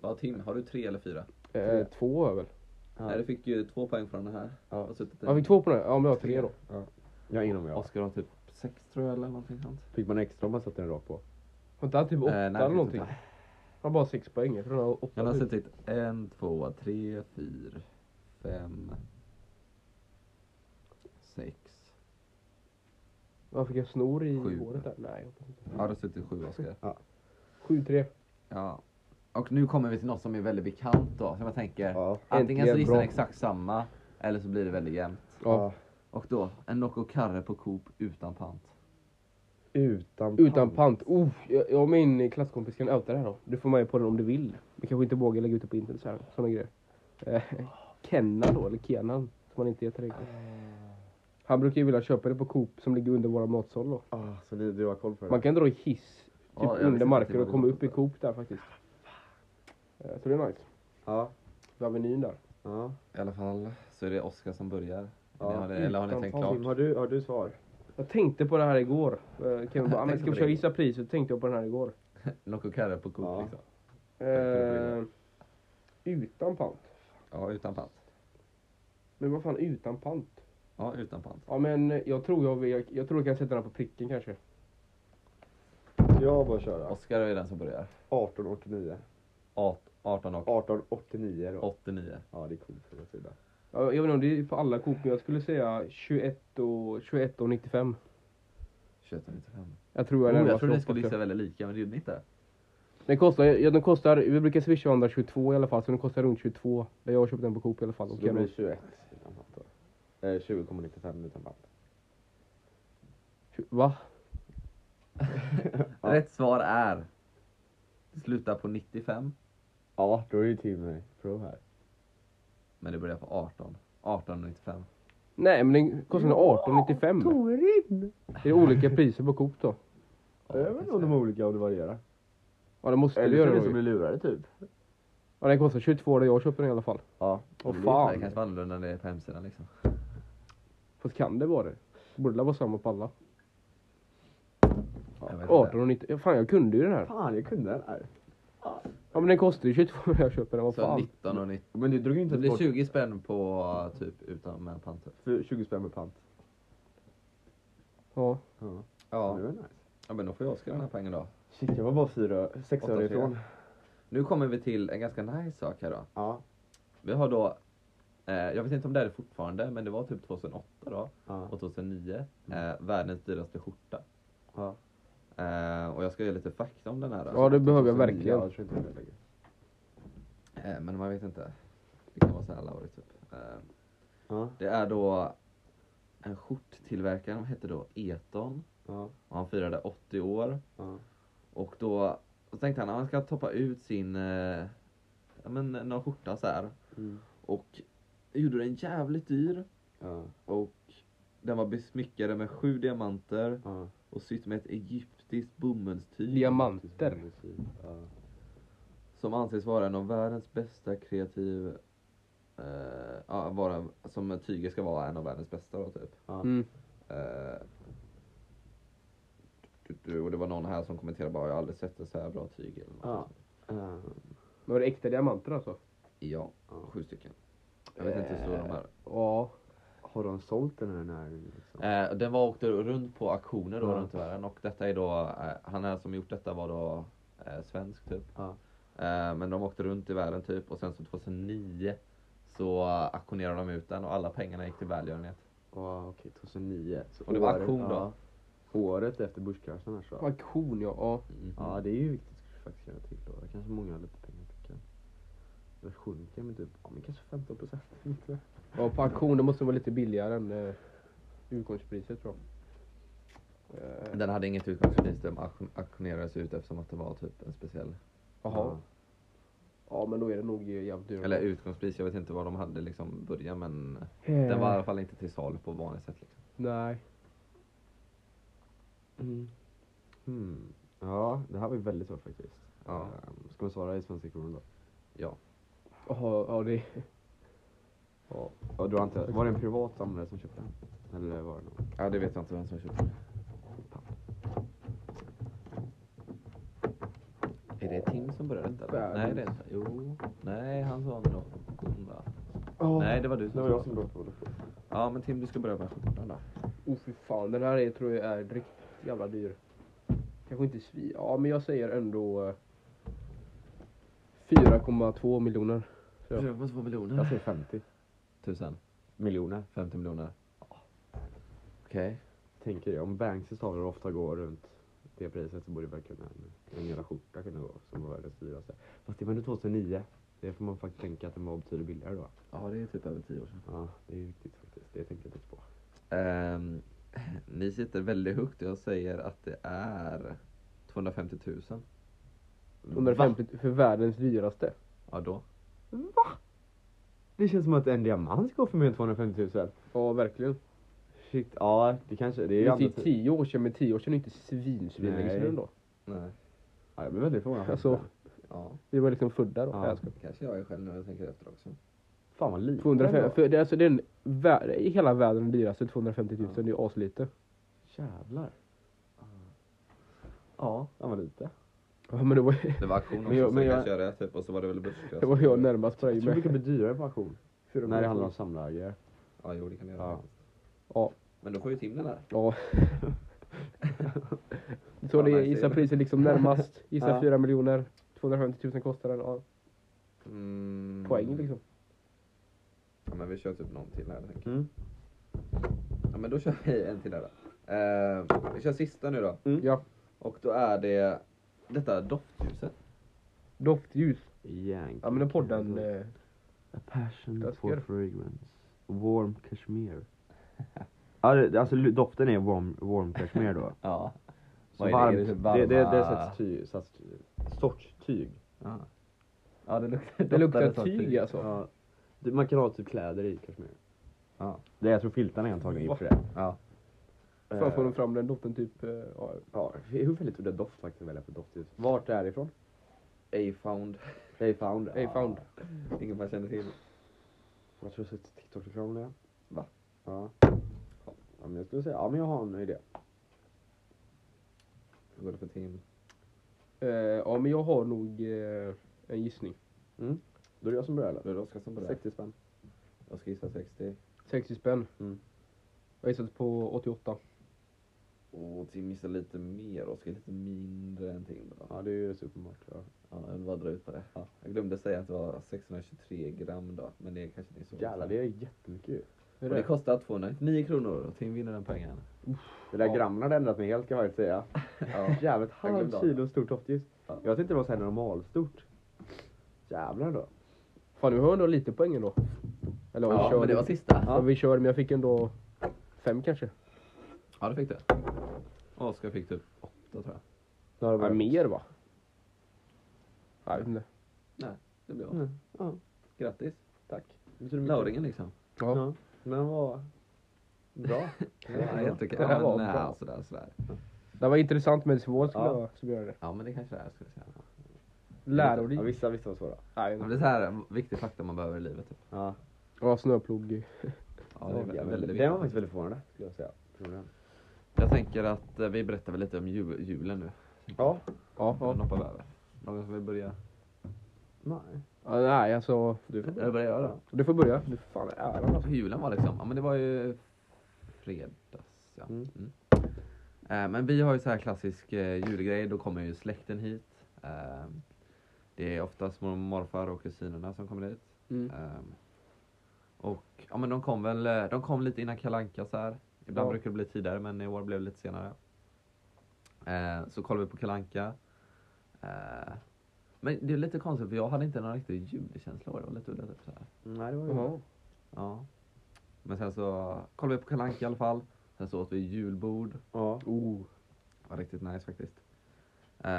Speaker 2: Vad Tim, har du tre eller fyra?
Speaker 1: Eh, två är väl?
Speaker 2: Nej
Speaker 3: ja.
Speaker 2: du fick ju två poäng från den här.
Speaker 3: Ja.
Speaker 2: Och suttit i-
Speaker 1: Jag fick två på den. här. Ja men jag har tre då.
Speaker 3: Jag inom jag.
Speaker 2: Oskar har typ sex tror jag eller någonting sånt.
Speaker 3: Fick man extra om man satte den rakt på?
Speaker 1: Har inte han typ åtta
Speaker 2: Eh, nej, det
Speaker 1: eller
Speaker 2: finns
Speaker 1: någonting?
Speaker 2: inte.
Speaker 1: Han har bara sex poäng. Jag tror han har
Speaker 2: Jag har
Speaker 1: åtta. typ.
Speaker 2: suttit en, två, tre, fyra, fem, sex.
Speaker 1: Ja, fick jag snor i
Speaker 2: Sju.
Speaker 1: håret där? Nej. jag hoppas inte.
Speaker 2: Ja, du har suttit sju Oskar.
Speaker 1: 7-3.
Speaker 2: Ja. Och nu kommer vi till något som är väldigt bekant då, som jag tänker.
Speaker 3: Ja.
Speaker 2: Antingen så
Speaker 1: Äntligen
Speaker 2: gissar
Speaker 1: bra.
Speaker 2: ni exakt samma, eller så blir det väldigt jämnt.
Speaker 1: Ja.
Speaker 2: Och då, en Nocco Carre på Coop utan pant.
Speaker 3: Utan
Speaker 1: Utan pant. Oh, jag jag och min klasskompis kan outa det här då. Du får med på den om du vill. Vi kanske inte vågar lägga ut det på internet så här. Såna grejer. Eh, Kennan då, eller Kenan. Som han inte heter riktigt.
Speaker 2: Ah.
Speaker 1: Han brukar ju vilja köpa det på Coop som ligger under våra matsal då.
Speaker 3: Ah, så ni, du har koll på det?
Speaker 1: Man kan dra i hiss. Typ
Speaker 2: Ja, jag visste inte
Speaker 1: under
Speaker 2: att det
Speaker 1: marken
Speaker 2: var
Speaker 1: och komma
Speaker 2: det.
Speaker 1: upp i Coop där faktiskt. Eh, Så det är nice.
Speaker 3: Ja.
Speaker 1: Vid Avenyn där.
Speaker 3: ja.
Speaker 2: I alla fall så är det Oskar som börjar.
Speaker 3: Ja,
Speaker 2: Ni har det, eller har
Speaker 3: Mm.
Speaker 2: ni
Speaker 1: utan
Speaker 2: tänkt
Speaker 1: pant.
Speaker 2: klart?
Speaker 3: Tim, har du, har du svar?
Speaker 1: Jag tänkte på det här igår. Eh, Kevin bara, "Ah, men
Speaker 2: Tänkte
Speaker 1: ska
Speaker 2: på
Speaker 1: vi
Speaker 2: det
Speaker 1: försöka
Speaker 2: igår."
Speaker 1: gissa priset? Så tänkte jag på den här igår.
Speaker 2: Nocco Carre på Coop
Speaker 3: Ja.
Speaker 2: liksom.
Speaker 1: Eh, utan pant.
Speaker 2: Ja, utan pant.
Speaker 1: Men vad fan utan pant?
Speaker 2: Ja, utan pant.
Speaker 1: Ja men jag tror jag, jag, jag tror jag kan sätta den på pricken kanske.
Speaker 3: Jag bara köra.
Speaker 2: Oskar är den som börjar.
Speaker 3: 1889.
Speaker 2: Art- 18 och
Speaker 3: 1889 då.
Speaker 2: 89.
Speaker 3: Ja, det är coolt på vår sida.
Speaker 1: Ja, Jag vet inte om det är på alla Coop, men jag skulle säga 21 och, 21 och 95.
Speaker 2: 21 och 95.
Speaker 1: Jag tror
Speaker 2: Oh,
Speaker 1: jag
Speaker 2: jag
Speaker 1: närmast
Speaker 2: trodde ni
Speaker 1: loppet,
Speaker 2: skulle
Speaker 1: ja.
Speaker 2: gissa väldigt lika, men det gjorde ni inte.
Speaker 1: Den kostar, ja, den kostar, vi brukar swisha varandra 22 i alla fall, så den kostar runt 22. Jag har köpt den på Coop i alla fall.
Speaker 3: Så
Speaker 1: Okej,
Speaker 3: då blir
Speaker 1: då.
Speaker 3: det 21 utan pant då. Eh, 20,95 utan pant.
Speaker 1: Tju- Va?
Speaker 3: Ja.
Speaker 2: Rätt svar är... Sluta på 95,
Speaker 3: Ja, då är ju Tim pro här.
Speaker 2: men det börjar på 18. 18 och 95.
Speaker 1: Nej men den kostar 18,95.
Speaker 3: Torin!
Speaker 1: Det är olika priser på Coop då.
Speaker 2: Ja,
Speaker 3: Jag vet inte om de är olika om det varierar.
Speaker 1: Ja det måste du
Speaker 3: Eller så
Speaker 1: göra
Speaker 3: är det
Speaker 1: det
Speaker 3: vi som
Speaker 1: då
Speaker 3: blir
Speaker 1: ju.
Speaker 3: lurade typ.
Speaker 1: Ja den kostar 22 där jag köpte den i alla fall.
Speaker 3: Ja.
Speaker 1: Åh
Speaker 2: Det
Speaker 1: fan.
Speaker 2: kanske var annorlunda när det är på hemsidan liksom.
Speaker 1: Fast kan det vara det? Borde det vara samma på alla?
Speaker 2: Jag vet inte.
Speaker 1: 18,95. Ja, Fan jag kunde ju den här.
Speaker 3: Fan, jag kunde den här.
Speaker 1: Ja men den kostar ju 22 när jag köper den, vad
Speaker 2: Så
Speaker 1: fan.
Speaker 2: 19 och 90.
Speaker 3: Men du drog ju inte
Speaker 2: Det blir
Speaker 3: bort
Speaker 2: 20 spänn på uh, typ utan med pant. typ.
Speaker 3: för 20 spänn med pant.
Speaker 1: Ja.
Speaker 3: Ja. Det
Speaker 2: Ja.
Speaker 3: var nice.
Speaker 2: ja, men då får jag Oskar den här poängen då.
Speaker 3: Shit, jag var bara fyra, sex
Speaker 2: Åtta,
Speaker 3: öre
Speaker 2: fyra.
Speaker 3: ifrån.
Speaker 2: Nu kommer vi till en ganska nice sak här då.
Speaker 3: Ja.
Speaker 2: Vi har då, eh, jag vet inte om det här är fortfarande, men det var typ 2008 då
Speaker 3: ja.
Speaker 2: och 2009. Eh, världens dyraste skjorta.
Speaker 3: Ja.
Speaker 2: Eh, och jag ska ge lite fakta om den här. alltså. då.
Speaker 1: Ja det behöver jag
Speaker 3: 2009,
Speaker 1: verkligen.
Speaker 3: Alltså, Jag tror inte det lägger.
Speaker 2: Eh, men man vet inte. Det kan vara så här laurigt typ. Eh,
Speaker 3: Ja.
Speaker 2: det är då en skjorttillverkare, han hette då Eton.
Speaker 3: Ja.
Speaker 2: Och han firade 80 år.
Speaker 3: Ja.
Speaker 2: Och då så tänkte han att han ska toppa ut sin, eh, ja men någon skjorta så här.
Speaker 3: Mm.
Speaker 2: Och gjorde den jävligt dyr.
Speaker 3: Ja.
Speaker 2: Och den var besmyckad med sju diamanter
Speaker 3: Ja.
Speaker 2: och sytt med ett egyptiskt bomullstyg.
Speaker 1: Diamanter.
Speaker 3: Ja.
Speaker 2: Som anses vara en av världens bästa kreativ... Eh, ja, vara, som tyget ska vara en av världens bästa då typ.
Speaker 3: Ja.
Speaker 1: Mm.
Speaker 2: Eh, du, du, och det var någon här som kommenterade bara jag har aldrig sett ett så här bra tyg eller något.
Speaker 3: Ja. Ja.
Speaker 1: Men var det äkta diamanter alltså?
Speaker 2: Ja,
Speaker 3: Ja.
Speaker 2: sju stycken. Jag vet inte hur stora de är.
Speaker 1: Ja.
Speaker 3: Har de sålt den här när liksom?
Speaker 2: Eh, den var åkte runt på auktioner då
Speaker 3: Ja.
Speaker 2: runt i världen och detta är då, eh, han här som gjort detta var då eh, svensk typ.
Speaker 3: Ja.
Speaker 2: Eh, men de åkte runt i världen typ och sen så 2009 så eh, auktionerade de ut den och alla pengarna gick till välgörenhet.
Speaker 3: Ja, okej, 2009. Så
Speaker 2: Och det var
Speaker 3: året-
Speaker 2: auktion då?
Speaker 3: ja. Året efter börskraschen här så.
Speaker 1: Auktion ja. ja.
Speaker 2: Mm.
Speaker 3: Ja, det är ju viktigt att faktiskt känna till då. Det kanske många har lite pengar tycker jag. Det sjunker med typ, ja men kanske 15 procent.
Speaker 1: Ja, på auktion det måste vara lite billigare än eh, utgångspriset tror jag. Eh,
Speaker 2: Den hade inget utgångspris, den auktion- auktionerades ut eftersom att det var typ en speciell,
Speaker 1: Jaha. Ja men då är det nog jävligt dyrt.
Speaker 2: eller utgångspris, jag vet inte vad de hade liksom början men
Speaker 1: Eh,
Speaker 2: den var i alla fall inte till salu på vanligt sätt. Liksom.
Speaker 1: Nej.
Speaker 3: Mm. Ja, det här var ju väldigt svårt faktiskt.
Speaker 2: Ja.
Speaker 3: Ehm, Ska man svara i svenska kronor då?
Speaker 1: Jaha, ja det...
Speaker 3: Ja. du har inte, var det en privat samlare som köpte den? Eller var det någon?
Speaker 2: Ja, det vet jag inte vem som köpte. Är det Tim som började detta? eller?
Speaker 1: Världens.
Speaker 2: Nej, det är inte. Jo. Nej, han sa något. Onda.
Speaker 1: Oh.
Speaker 2: Nej, det var du
Speaker 3: Det
Speaker 2: som
Speaker 3: var
Speaker 2: sa
Speaker 3: jag
Speaker 2: det.
Speaker 3: som låg på det.
Speaker 2: Ja, men Tim, du ska börja med skjortan då.
Speaker 1: Oh fy fan, den här är, tror jag är riktigt jävla dyr. Kanske inte svi... Ja men jag säger ändå... eh, 4,2 miljoner. Ja.
Speaker 2: 4,2
Speaker 3: Jag
Speaker 2: miljoner.
Speaker 3: säger 50
Speaker 2: Tusen.
Speaker 3: miljoner,
Speaker 2: 50 miljoner. Okej.
Speaker 3: tänker jag. Om Banksys tavlor ofta går runt det priset så borde väl kunna en, en jävla skjorta kunna gå som var världens dyraste. Fast det var ändå 2009. Det får man faktiskt tänka att den var betydligt billigare då.
Speaker 2: Ja, det är typ över 10 år sedan.
Speaker 3: Ja, det är ju viktigt faktiskt. Det tänker jag lite på.
Speaker 2: Ehm, ni sitter väldigt högt. Jag säger att det är 250 000.
Speaker 1: 150 för världens dyraste.
Speaker 2: Ja, då.
Speaker 3: Det känns som att en diamant går för mer än 250 000.
Speaker 1: Ja verkligen.
Speaker 3: Shit, ja det kanske, det är typ
Speaker 1: Det är
Speaker 3: ju andra
Speaker 1: inte
Speaker 3: sidan.
Speaker 1: 10 år sedan, men 10 år sedan är inte
Speaker 3: Nej.
Speaker 1: svinsvinlänge sedan ändå.
Speaker 2: Nej.
Speaker 3: Ja, jag blev väldigt förvånad.
Speaker 1: Alltså,
Speaker 3: faktiskt.
Speaker 2: Ja,
Speaker 1: vi var liksom födda då.
Speaker 3: Ja.
Speaker 1: Nej, jag skojar.
Speaker 2: kanske jag är själv när jag tänker efter också.
Speaker 3: Fan vad lite.
Speaker 1: 205, för det, är alltså, det är den, vär- i hela världen dyraste 250 000, det är aslite.
Speaker 3: Jävlar. Ja, han var lite.
Speaker 1: Ja men det var,
Speaker 2: Det var auktion också,
Speaker 3: Men jag-
Speaker 2: så
Speaker 3: men
Speaker 2: jag
Speaker 3: jag-
Speaker 2: kanske jag är typ. Och så var det väl börsklass.
Speaker 1: det var jag närmast på
Speaker 3: Jag
Speaker 1: dig
Speaker 3: tror det kan
Speaker 1: med.
Speaker 3: bli dyrare på auktion. När det handlar om samlargrejer.
Speaker 2: Ja, jo, det kan jag göra.
Speaker 3: Ja.
Speaker 2: faktiskt.
Speaker 1: Ja.
Speaker 2: Men då får ju Tim den här.
Speaker 1: Ja. Så det är, gissa priset liksom närmast. Gissa
Speaker 3: Ja.
Speaker 1: 4 miljoner. 250 000 kostar den. Ja,
Speaker 2: Mm.
Speaker 1: poäng liksom.
Speaker 2: Ja, men vi kör typ någon till här, tänker jag.
Speaker 3: Mm.
Speaker 2: Ja, men då kör vi en till här då. Eh, vi kör sista nu då.
Speaker 1: Ja,
Speaker 2: Och då är det detta doftljuset.
Speaker 1: doftljus.
Speaker 3: Yankee.
Speaker 1: Ja men den podden. Eh,
Speaker 3: A passion
Speaker 1: Jag
Speaker 3: for
Speaker 1: ska-
Speaker 3: fragrance. Warm cashmere. Ja, det- alltså lu- doften är warm, warm cashmere då.
Speaker 2: Ja.
Speaker 3: Så
Speaker 2: Vad är det? Är det typ
Speaker 3: varmt. Det, det, det är
Speaker 2: varma-
Speaker 3: ett ty, sats, sorts tyg.
Speaker 2: Ja, ja det luktar,
Speaker 1: det luktar
Speaker 2: så
Speaker 1: tyg alltså.
Speaker 3: Ja. Du- Man kan ha typ kläder i cashmere.
Speaker 2: Ja.
Speaker 3: Det jag tror filtarna är antagligen i för det.
Speaker 2: Ja.
Speaker 1: Sen får de fram den doften typ. Eh, ja.
Speaker 3: Ja, hur väldigt udda doft faktiskt att välja för doftljus. Vart är det ifrån?
Speaker 2: A-found.
Speaker 3: They found.
Speaker 1: They found.
Speaker 2: Ingen man känner till.
Speaker 3: Jag tror jag har sett TikTok-reklam om det.
Speaker 2: Va?
Speaker 3: Ja. ja men jag skulle säga, ja men jag har en idé.
Speaker 2: Hur går det för Tim?
Speaker 1: Eh, ja men jag har nog eh, en gissning.
Speaker 3: Då är det jag som börjar
Speaker 2: Då
Speaker 3: eller?
Speaker 2: är det Oskarsson på det.
Speaker 3: 60 spänn.
Speaker 2: Jag ska gissa 60.
Speaker 1: 60 spänn.
Speaker 3: Mm.
Speaker 1: Jag har gissat på 88.
Speaker 2: Åh, Tim gissar lite mer. Oskar lite mindre än Tim. Då.
Speaker 3: Ja det är ju supermart. Ja.
Speaker 2: Ja, jag vill bara dra ut på det. Ja. Jag glömde säga att det var 623 gram då. Men det kanske ni såg.
Speaker 3: Jävlar det är jättemycket ju.
Speaker 1: Hur
Speaker 2: Och det
Speaker 1: är det?
Speaker 2: kostar 299 kronor och Tim vinner den poängen.
Speaker 3: Det där
Speaker 1: Ja.
Speaker 3: grammen hade ändrat mig helt ska jag faktiskt säga.
Speaker 2: Ja.
Speaker 3: Jävligt
Speaker 2: Jag glömde
Speaker 3: halv
Speaker 2: av det.
Speaker 3: kilo stort doftljus.
Speaker 2: Ja.
Speaker 3: Jag tänkte det var såhär normalstort. Jävlar då.
Speaker 1: Fan nu har jag ändå lite poäng ändå. Eller ja, vi
Speaker 2: Ja,
Speaker 1: kör.
Speaker 2: men det var sista.
Speaker 1: ja. vi kör men jag fick ändå fem kanske.
Speaker 2: Ja, det fick du. Oskar fick typ åtta tror jag.
Speaker 3: Ja,
Speaker 1: Ja, mer va? Nej, jag vet inte.
Speaker 2: Det blir åtta.
Speaker 3: Mm. Ja,
Speaker 2: Grattis.
Speaker 3: tack. Betyder mycket.
Speaker 2: Lauringen liksom.
Speaker 1: Ja.
Speaker 3: Ja. Den var bra.
Speaker 2: Ja, jag tycker,
Speaker 1: Det här
Speaker 2: ja,
Speaker 1: var
Speaker 2: men,
Speaker 1: bra.
Speaker 2: nej, sådär, sådär.
Speaker 1: Det var intressant men svårt skulle
Speaker 3: Ja.
Speaker 1: jag skulle jag göra det.
Speaker 2: Ja, men det kanske det är, skulle jag säga.
Speaker 3: Ja,
Speaker 1: Lärorikt.
Speaker 3: vissa, vissa var svåra.
Speaker 1: Nej,
Speaker 2: Men det är så här viktig fakta man behöver i livet. Typ.
Speaker 3: Ja.
Speaker 1: Ja, snöplog.
Speaker 2: Ja, det är väldigt,
Speaker 3: jävligt-
Speaker 2: väldigt viktigt.
Speaker 3: den var faktiskt väldigt förvånande skulle jag säga. Förmodligen.
Speaker 2: Jag tänker att eh, vi berättar väl lite om ju, julen nu.
Speaker 3: Ja.
Speaker 1: Ja,
Speaker 2: Ja.
Speaker 1: ja.
Speaker 2: Den hoppar vi över. Någon som vill börja?
Speaker 3: Nej.
Speaker 1: ja. Nej, alltså.
Speaker 3: Du får
Speaker 2: Eller börjar jag då?
Speaker 1: Du får börja. Du får fan äran alltså.
Speaker 2: Hur julen var liksom? Ja, men det var ju fredags. Ja.
Speaker 3: Mm.
Speaker 2: Mm. Eh, men vi har ju så här klassisk eh, julgrej. Då kommer ju släkten hit. Eh, det är oftast mor- morfar och kusinerna som kommer hit.
Speaker 1: Mm.
Speaker 2: Ehm, och ja, men de kom väl eh, de kom lite innan Kalle Anka så här. Ibland
Speaker 1: Ja.
Speaker 2: brukar det bli tidigare men i år blev det lite senare. Eh, så kollade vi på Kalle Anka. Eh, men det är lite konstigt för jag hade inte någon riktig julkänsla i år. Det var lite udda typ så här.
Speaker 3: Nej, det var ju bra.
Speaker 1: Jaha.
Speaker 2: Ja. Men sen så kollade vi på Kalle Anka i alla fall. Sen så åt vi julbord.
Speaker 3: Ja.
Speaker 1: Oh,
Speaker 2: var riktigt nice faktiskt. Eh,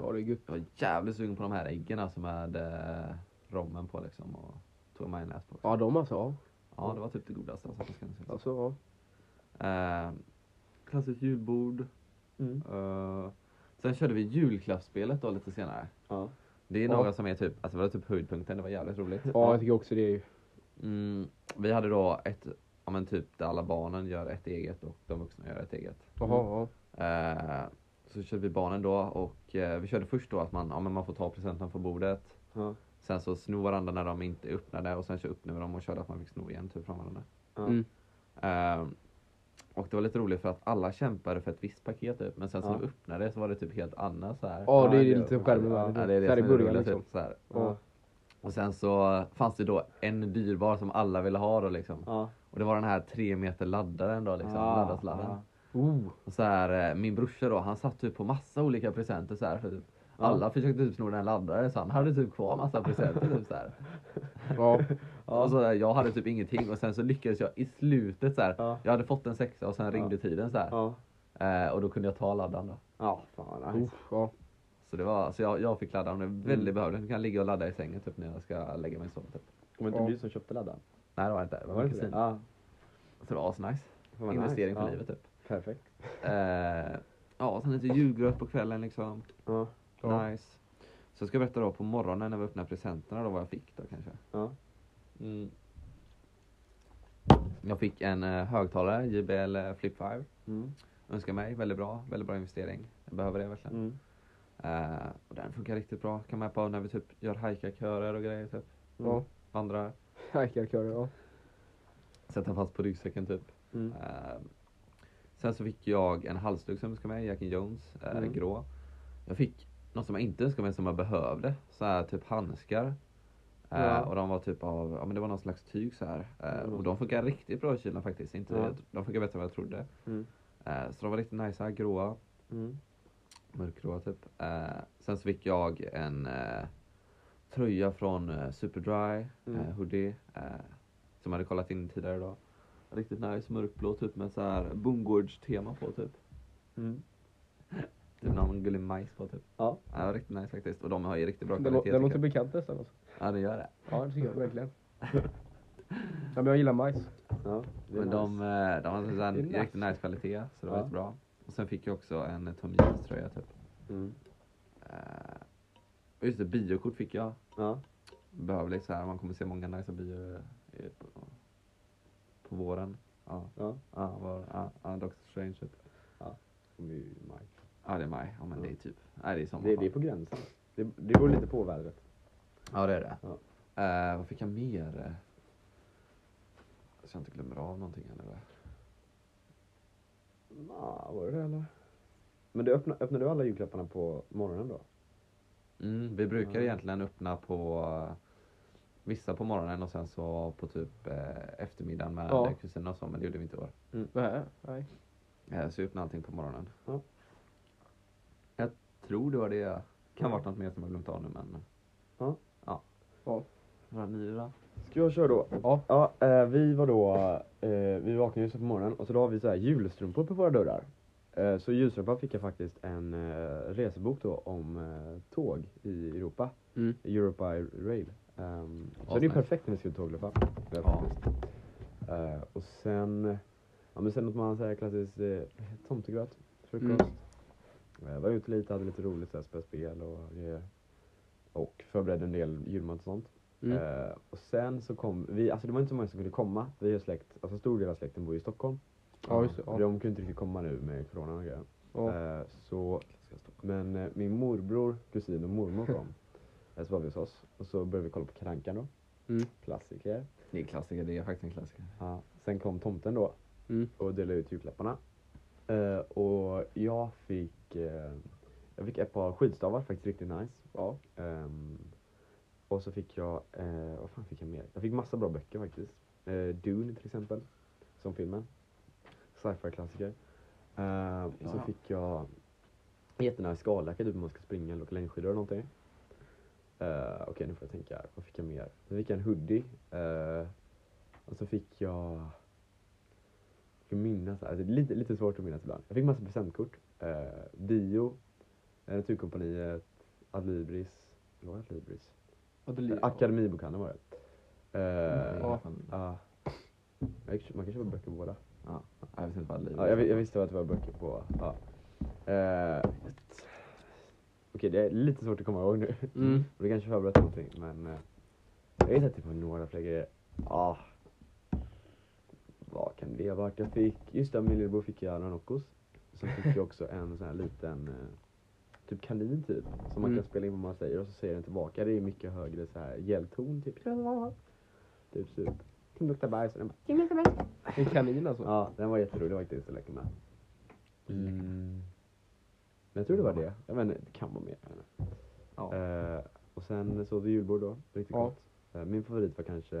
Speaker 1: ja det är gött.
Speaker 2: jag var jävligt sugen på de här äggen alltså med eh, rommen på liksom och tog majonnäs på. också.
Speaker 1: Ja, de alltså. Ja.
Speaker 2: Ja, det var typ det godaste. Alltså, jag ska inte säga.
Speaker 1: Alltså, ja.
Speaker 2: Eh, klassiskt julbord.
Speaker 3: Mm.
Speaker 2: Eh, Sen körde vi julklappsspelet då lite senare.
Speaker 3: Ja.
Speaker 2: Det är
Speaker 1: Ja.
Speaker 2: några som är typ, alltså det var typ höjdpunkten, det var jävligt roligt.
Speaker 1: Ja, jag tycker också det. Är ju.
Speaker 2: Mm, vi hade då ett, ja men typ där alla barnen gör ett eget och de vuxna gör ett eget.
Speaker 1: Jaha, ja.
Speaker 2: Eh, så körde vi barnen då och eh, vi körde först då att man, ja, men man får ta presenten från bordet.
Speaker 3: Ja.
Speaker 2: Sen så sno varandra när de inte öppnade och sen så öppnade de och körde att man fick sno igen typ från varandra.
Speaker 3: Ja.
Speaker 1: Mm.
Speaker 2: Eh, och det var lite roligt för att alla kämpade för ett visst paket typ men sen så
Speaker 3: Ja.
Speaker 2: när de öppnade så var det typ helt annat så här.
Speaker 1: Ja, det är
Speaker 3: Ja, det-
Speaker 1: lite skärmen med.
Speaker 2: Ja, det är det
Speaker 1: så här i
Speaker 2: som är det
Speaker 1: början
Speaker 2: roliga,
Speaker 1: liksom.
Speaker 2: typ, så här.
Speaker 1: Ja.
Speaker 2: Och sen så fanns det då en dyrbar som alla ville ha då liksom.
Speaker 3: Ja.
Speaker 2: Och det var den här tre meter laddaren då liksom,
Speaker 3: Ah,
Speaker 2: laddasladden.
Speaker 3: ah.
Speaker 1: Oh.
Speaker 2: Och så här, eh, min brorsa då, han satt typ på massa olika presenter så här. För typ, Alla försökte typ sno den laddaren så han hade typ kvar massa presenter typ så här.
Speaker 1: Ja.
Speaker 2: Och så, här, jag hade typ ingenting och sen så lyckades jag i slutet så här.
Speaker 3: Ja.
Speaker 2: Jag hade fått en sexa och sen ringde tiden så här.
Speaker 3: Ja.
Speaker 2: Eh, och då kunde jag ta laddaren då.
Speaker 3: Ja, fan vad nice.
Speaker 1: Uff, ja.
Speaker 2: Så, det var, så jag, jag fick ladda om det
Speaker 3: Mm.
Speaker 2: väldigt behövde. Nu kan jag ligga och ladda i sängen typ när jag ska lägga mig och sova typ.
Speaker 3: Var det
Speaker 1: Ja.
Speaker 3: inte du som köpte laddaren?
Speaker 2: Nej det var det inte. Det var,
Speaker 3: Var det
Speaker 2: min
Speaker 3: inte det?
Speaker 2: kusin.
Speaker 3: Ja.
Speaker 2: Så det var asnice.
Speaker 3: Fan, vad
Speaker 2: Investering
Speaker 3: nice.
Speaker 2: för
Speaker 3: Ja.
Speaker 2: livet typ.
Speaker 3: Perfekt.
Speaker 2: Eh, ja, sen lite julgröt på kvällen liksom.
Speaker 3: Ja.
Speaker 1: Ja.
Speaker 2: Nice. Så ska jag berätta då på morgonen när vi öppnar presenterna då vad jag fick då kanske.
Speaker 3: Ja.
Speaker 2: Mm. Jag fick en eh, högtalare, JBL eh, Flip 5.
Speaker 3: Mm.
Speaker 2: Önskar mig, väldigt bra, väldigt bra investering. Jag behöver det verkligen.
Speaker 3: Mm.
Speaker 2: Eh, och den funkar riktigt bra, kan man på när vi typ gör hajkarkörer och grejer typ.
Speaker 1: Ja.
Speaker 2: Vandrar,
Speaker 1: Hajkarkörer, ja.
Speaker 2: sätter fast på ryggsäcken typ.
Speaker 3: Mm.
Speaker 2: Eh, sen så fick jag en halsduk som jag önskade mig, Jack and Jones, eh,
Speaker 3: Mm.
Speaker 2: grå. Jag fick något som jag inte önskade mig som jag behövde, så här typ handskar. Eh,
Speaker 3: Ja.
Speaker 2: Och de var typ av, ja men det var någon slags tyg så här. Eh,
Speaker 3: Mm.
Speaker 2: Och de funkar riktigt bra i kylan faktiskt. Inte,
Speaker 3: Ja.
Speaker 2: De funkar bättre än vad jag trodde.
Speaker 3: Mm.
Speaker 2: Eh, så de var riktigt nice, gråa,
Speaker 3: Mm.
Speaker 2: mörkgråa typ. Eh, sen så fick jag en eh, tröja från eh, Superdry,
Speaker 3: Mm.
Speaker 2: eh, hoodie. Eh, som jag hade kollat in tidigare idag. Riktigt nice, mörkblå typ med så här bondgårdstema på typ.
Speaker 3: Mm.
Speaker 2: Typ någon gullig majs på typ.
Speaker 3: Ja.
Speaker 2: Ja, det var riktigt nice faktiskt. Och de har ju riktigt bra
Speaker 1: Den,
Speaker 2: kvalitet.
Speaker 1: lå- den
Speaker 2: tycker
Speaker 1: låter
Speaker 2: jag.
Speaker 1: bekant nästan. Alltså.
Speaker 2: Ja, det gör det.
Speaker 1: Ja, det tycker jag verkligen. Ja, men jag gillar majs.
Speaker 3: Ja. det är
Speaker 2: Men de,
Speaker 3: nice.
Speaker 2: eh, de hade sån
Speaker 1: Det är
Speaker 2: riktigt
Speaker 1: nice.
Speaker 2: nice kvalitet, så det var
Speaker 3: Ja.
Speaker 2: jättebra. Och sen fick jag också en eh, Tom Jeans tröja typ.
Speaker 3: Mm.
Speaker 2: Eh, och just det, biokort fick jag.
Speaker 3: Ja.
Speaker 2: Behövligt så här, man kommer se många nice bio eh, på, på våren. Ja,
Speaker 3: Ja.
Speaker 2: ja, var, ja, ja Doctor Strange typ.
Speaker 3: Kommer ju i maj.
Speaker 2: Ja, det är maj. Ja, men
Speaker 3: Ja.
Speaker 2: det är typ, nej det är sommar.
Speaker 3: Det,
Speaker 2: fan.
Speaker 3: det är på gränsen. Det, det beror lite på vädret.
Speaker 2: Ja, det är det.
Speaker 3: Ja.
Speaker 2: Eh, vad fick jag mer? Eh, Så jag inte glömmer av någonting eller?
Speaker 3: Ja, var det det eller? Men du öppna, öppnade du alla julklapparna på morgonen då?
Speaker 2: Mm, vi brukar
Speaker 3: Ja.
Speaker 2: egentligen öppna på eh, vissa på morgonen och sen så på typ eh, eftermiddagen med
Speaker 1: Ja.
Speaker 2: ja. kusinerna och så, men det gjorde vi inte i år.
Speaker 1: Nej, nej.
Speaker 2: Eh, så vi öppnade allting på morgonen.
Speaker 3: Ja.
Speaker 2: Jag tror det var det. Kan varit något mer som jag glömt av nu men.
Speaker 3: Ja.
Speaker 2: Ja.
Speaker 1: Ja.
Speaker 2: Några nio då?
Speaker 3: Ska jag köra då?
Speaker 1: Ja.
Speaker 3: ja eh, vi var då, eh, vi vaknade just på morgonen och så då har vi så här julstrumpor på våra dörrar. Eh, så i julstrumpan fick jag faktiskt en eh, resebok då om eh, tåg i Europa.
Speaker 1: Mm.
Speaker 3: Europa Rail. Ehm, så
Speaker 2: Ja,
Speaker 3: det är
Speaker 2: nice.
Speaker 3: perfekt när vi skulle tågluffa.
Speaker 2: Ja.
Speaker 3: Ja. Eh, och sen, ja men sen åt man så här klassiskt eh, tomtegröt, frukost.
Speaker 1: Mm.
Speaker 3: Eh, var ute lite, hade lite roligt, så här, spelade spel och grejer. Och förberedde en del julmat och sånt.
Speaker 1: Mm.
Speaker 3: Eh, och sen så kom vi, alltså det var inte så många som kunde komma. Vi har släkt, alltså stor del av släkten bor i Stockholm.
Speaker 1: Ja, just det.
Speaker 3: Och
Speaker 1: Ja.
Speaker 3: De kunde inte riktigt komma nu med corona och grejer.
Speaker 1: Ja.
Speaker 3: Eh, så, men eh, min morbror, kusin och mormor kom. Eh, så var vi hos oss och så började vi kolla på Karankan då.
Speaker 1: Mm.
Speaker 3: Klassiker.
Speaker 2: Det är en klassiker, det är faktiskt en klassiker.
Speaker 3: Ja. Sen kom tomten då
Speaker 1: Mm.
Speaker 3: och delade ut julklapparna. Eh, och jag fick, eh, jag fick ett par skidstavar, faktiskt riktigt nice.
Speaker 1: Ja.
Speaker 3: Ehm, och så fick jag, eh, vad fan fick jag mer? Jag fick massa bra böcker faktiskt. Eh, Dune till exempel, som filmen. Sci-fi klassiker. Ehm, och så
Speaker 2: Ja.
Speaker 3: fick jag jättenice skalläkare, typ om man ska springa eller åka längdskidor eller någonting. Eh, Okej, nu får jag tänka här. Vad fick jag mer? Sen fick jag en hoodie. eh, och så fick jag... Jag minnas, här, det är lite, lite svårt att minnas ibland. Jag fick massa presentkort. Eh, Dio, eh, Naturkompaniet, Adlibris. Eller var det Adlibris?
Speaker 1: Och det
Speaker 3: Eh,
Speaker 1: li-
Speaker 3: Akademibokhandeln var det. Eh,
Speaker 2: ja.
Speaker 1: ja.
Speaker 3: ja. Jag gick- Man kan köpa böcker på båda.
Speaker 2: Jag vet inte vad livet
Speaker 3: Ja, jag, vi- jag visste att det var böcker på. Ja. Eh, Okej, det är lite svårt att komma ihåg nu.
Speaker 1: Mm.
Speaker 3: Och du kanske förberett någonting, men eh, jag vet att det var några fler grejer. Ah. Vad kan det ha varit? Jag fick, just där med lillebror fick jag Ranocos. Sen fick jag också en sån här liten, eh, typ kanin typ, som man
Speaker 1: Mm.
Speaker 3: kan spela in vad man säger och så säger den tillbaka. Det är mycket högre så här gällton typ. Typ typ. Kim luktar bajs. Och den bara, "Kim luktar bajs."
Speaker 1: En kanin alltså.
Speaker 3: Ja, den var jätterolig faktiskt att leka med.
Speaker 2: Mm.
Speaker 3: Men jag tror det var det. Jag vet inte, det kan vara mer. jag vet inte.
Speaker 2: Ja.
Speaker 3: Eh, och sen så åt vi julbord då, riktigt
Speaker 1: Ja.
Speaker 3: gott. Eh, min favorit var kanske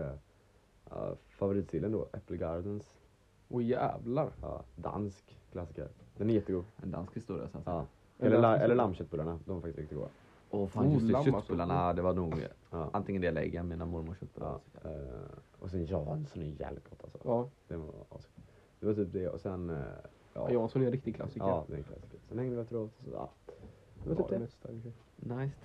Speaker 3: eh, favoritsillen då, Äppelgardens.
Speaker 1: Åh jävlar.
Speaker 3: Ja, dansk klassiker. Den är jättegod.
Speaker 2: En dansk historia sen.
Speaker 3: Ja.
Speaker 1: En
Speaker 3: Eller, la,
Speaker 1: dansk
Speaker 3: eller
Speaker 1: historia.
Speaker 3: lammköttbullarna, de var faktiskt riktigt goda.
Speaker 2: Och fan
Speaker 1: Oh,
Speaker 2: just det,
Speaker 1: lamm alltså.
Speaker 2: köttbullarna, det var nog
Speaker 3: Ja.
Speaker 2: antingen det eller äggen, mina mormors köttbullar.
Speaker 3: Ja. eh, och sen Jansson är jävligt gott alltså.
Speaker 1: Ja,
Speaker 3: Det, var, asgott. det var typ det och sen... eh, ja,
Speaker 1: Jansson är en riktig klassiker.
Speaker 3: ja, det är en klassiker. Sen hängde vi efteråt och så, ja. Det var
Speaker 1: Ja,
Speaker 3: typ
Speaker 1: det
Speaker 3: det.
Speaker 1: mesta, i och för sig.
Speaker 2: Nice.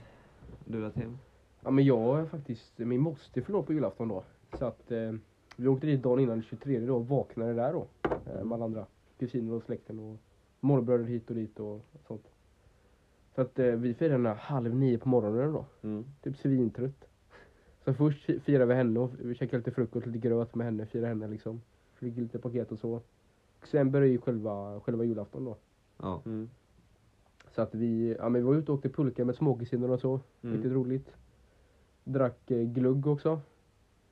Speaker 2: Du då Tim?
Speaker 1: ja men jag är faktiskt, min moster förlorade på julafton då. Så att eh, vi åkte dit dagen innan den 23 då och vaknade där då. Eh, med alla andra kusiner och släkten och morbröder hit och dit och sånt. Så att eh, vi firade henne halv nio på morgonen då.
Speaker 3: Mm.
Speaker 1: Typ svintrött. Så först fi- firade vi henne och vi käkade lite frukost, lite gröt med henne, firade henne liksom. Fick lite paket och så. Sen började ju själva, själva julafton då.
Speaker 2: Ja.
Speaker 3: Mm.
Speaker 1: Så att vi, ja men vi var ute och åkte pulka med småkusiner och så. Riktigt roligt. Drack eh, glugg också.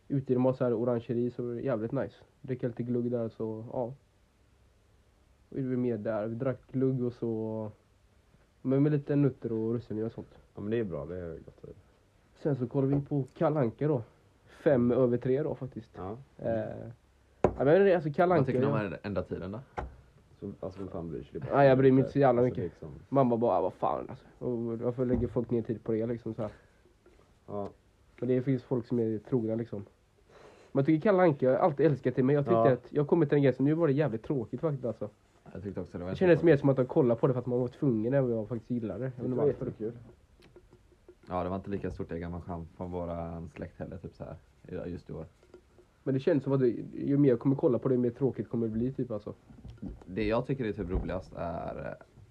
Speaker 1: Ute i de har så här orangeri så det var jävligt nice. Dricka lite glugg där så, ja. Vad gjorde vi mer där? Vi drack glugg och så... Men med lite nötter och russin och sånt.
Speaker 3: Ja men det är bra, det är gott.
Speaker 1: Sen så kollade vi på Kalle Anka då. Fem över tre då faktiskt.
Speaker 3: Ja.
Speaker 1: Eh, ja, men det är alltså Kalle
Speaker 2: Vad
Speaker 1: Anka,
Speaker 2: tycker ni om den enda tiden då?
Speaker 3: Så, alltså vem fan bryr sig? Det är bara-
Speaker 1: Nej, jag bryr mig inte så jävla
Speaker 3: Alltså,
Speaker 1: mycket.
Speaker 3: liksom,
Speaker 1: Mamma bara, ah, vad fan alltså. Och Varför lägger folk ner tid på det liksom så här?
Speaker 3: ja.
Speaker 1: Men det finns folk som är trogna liksom. Men jag tycker Kalle Anka, jag har alltid älskat det, men jag tyckte
Speaker 3: Ja.
Speaker 1: att jag kommer till en grej som nu var det jävligt tråkigt faktiskt alltså.
Speaker 2: Jag tyckte också det var
Speaker 1: Det
Speaker 2: en
Speaker 1: kändes
Speaker 2: stor fråga.
Speaker 1: mer som att de kollade på det för att man var tvungen än vad jag faktiskt gillade. Jag vet
Speaker 3: Det
Speaker 1: inte
Speaker 3: var
Speaker 1: varför.
Speaker 3: jättekul.
Speaker 2: Ja, det var inte lika stort engagemang från våran släkt heller, typ så här. i- just i år.
Speaker 1: Men det känns som att det, ju mer jag kommer kolla på det, ju mer tråkigt kommer det bli typ alltså.
Speaker 2: Det jag tycker är typ roligast är,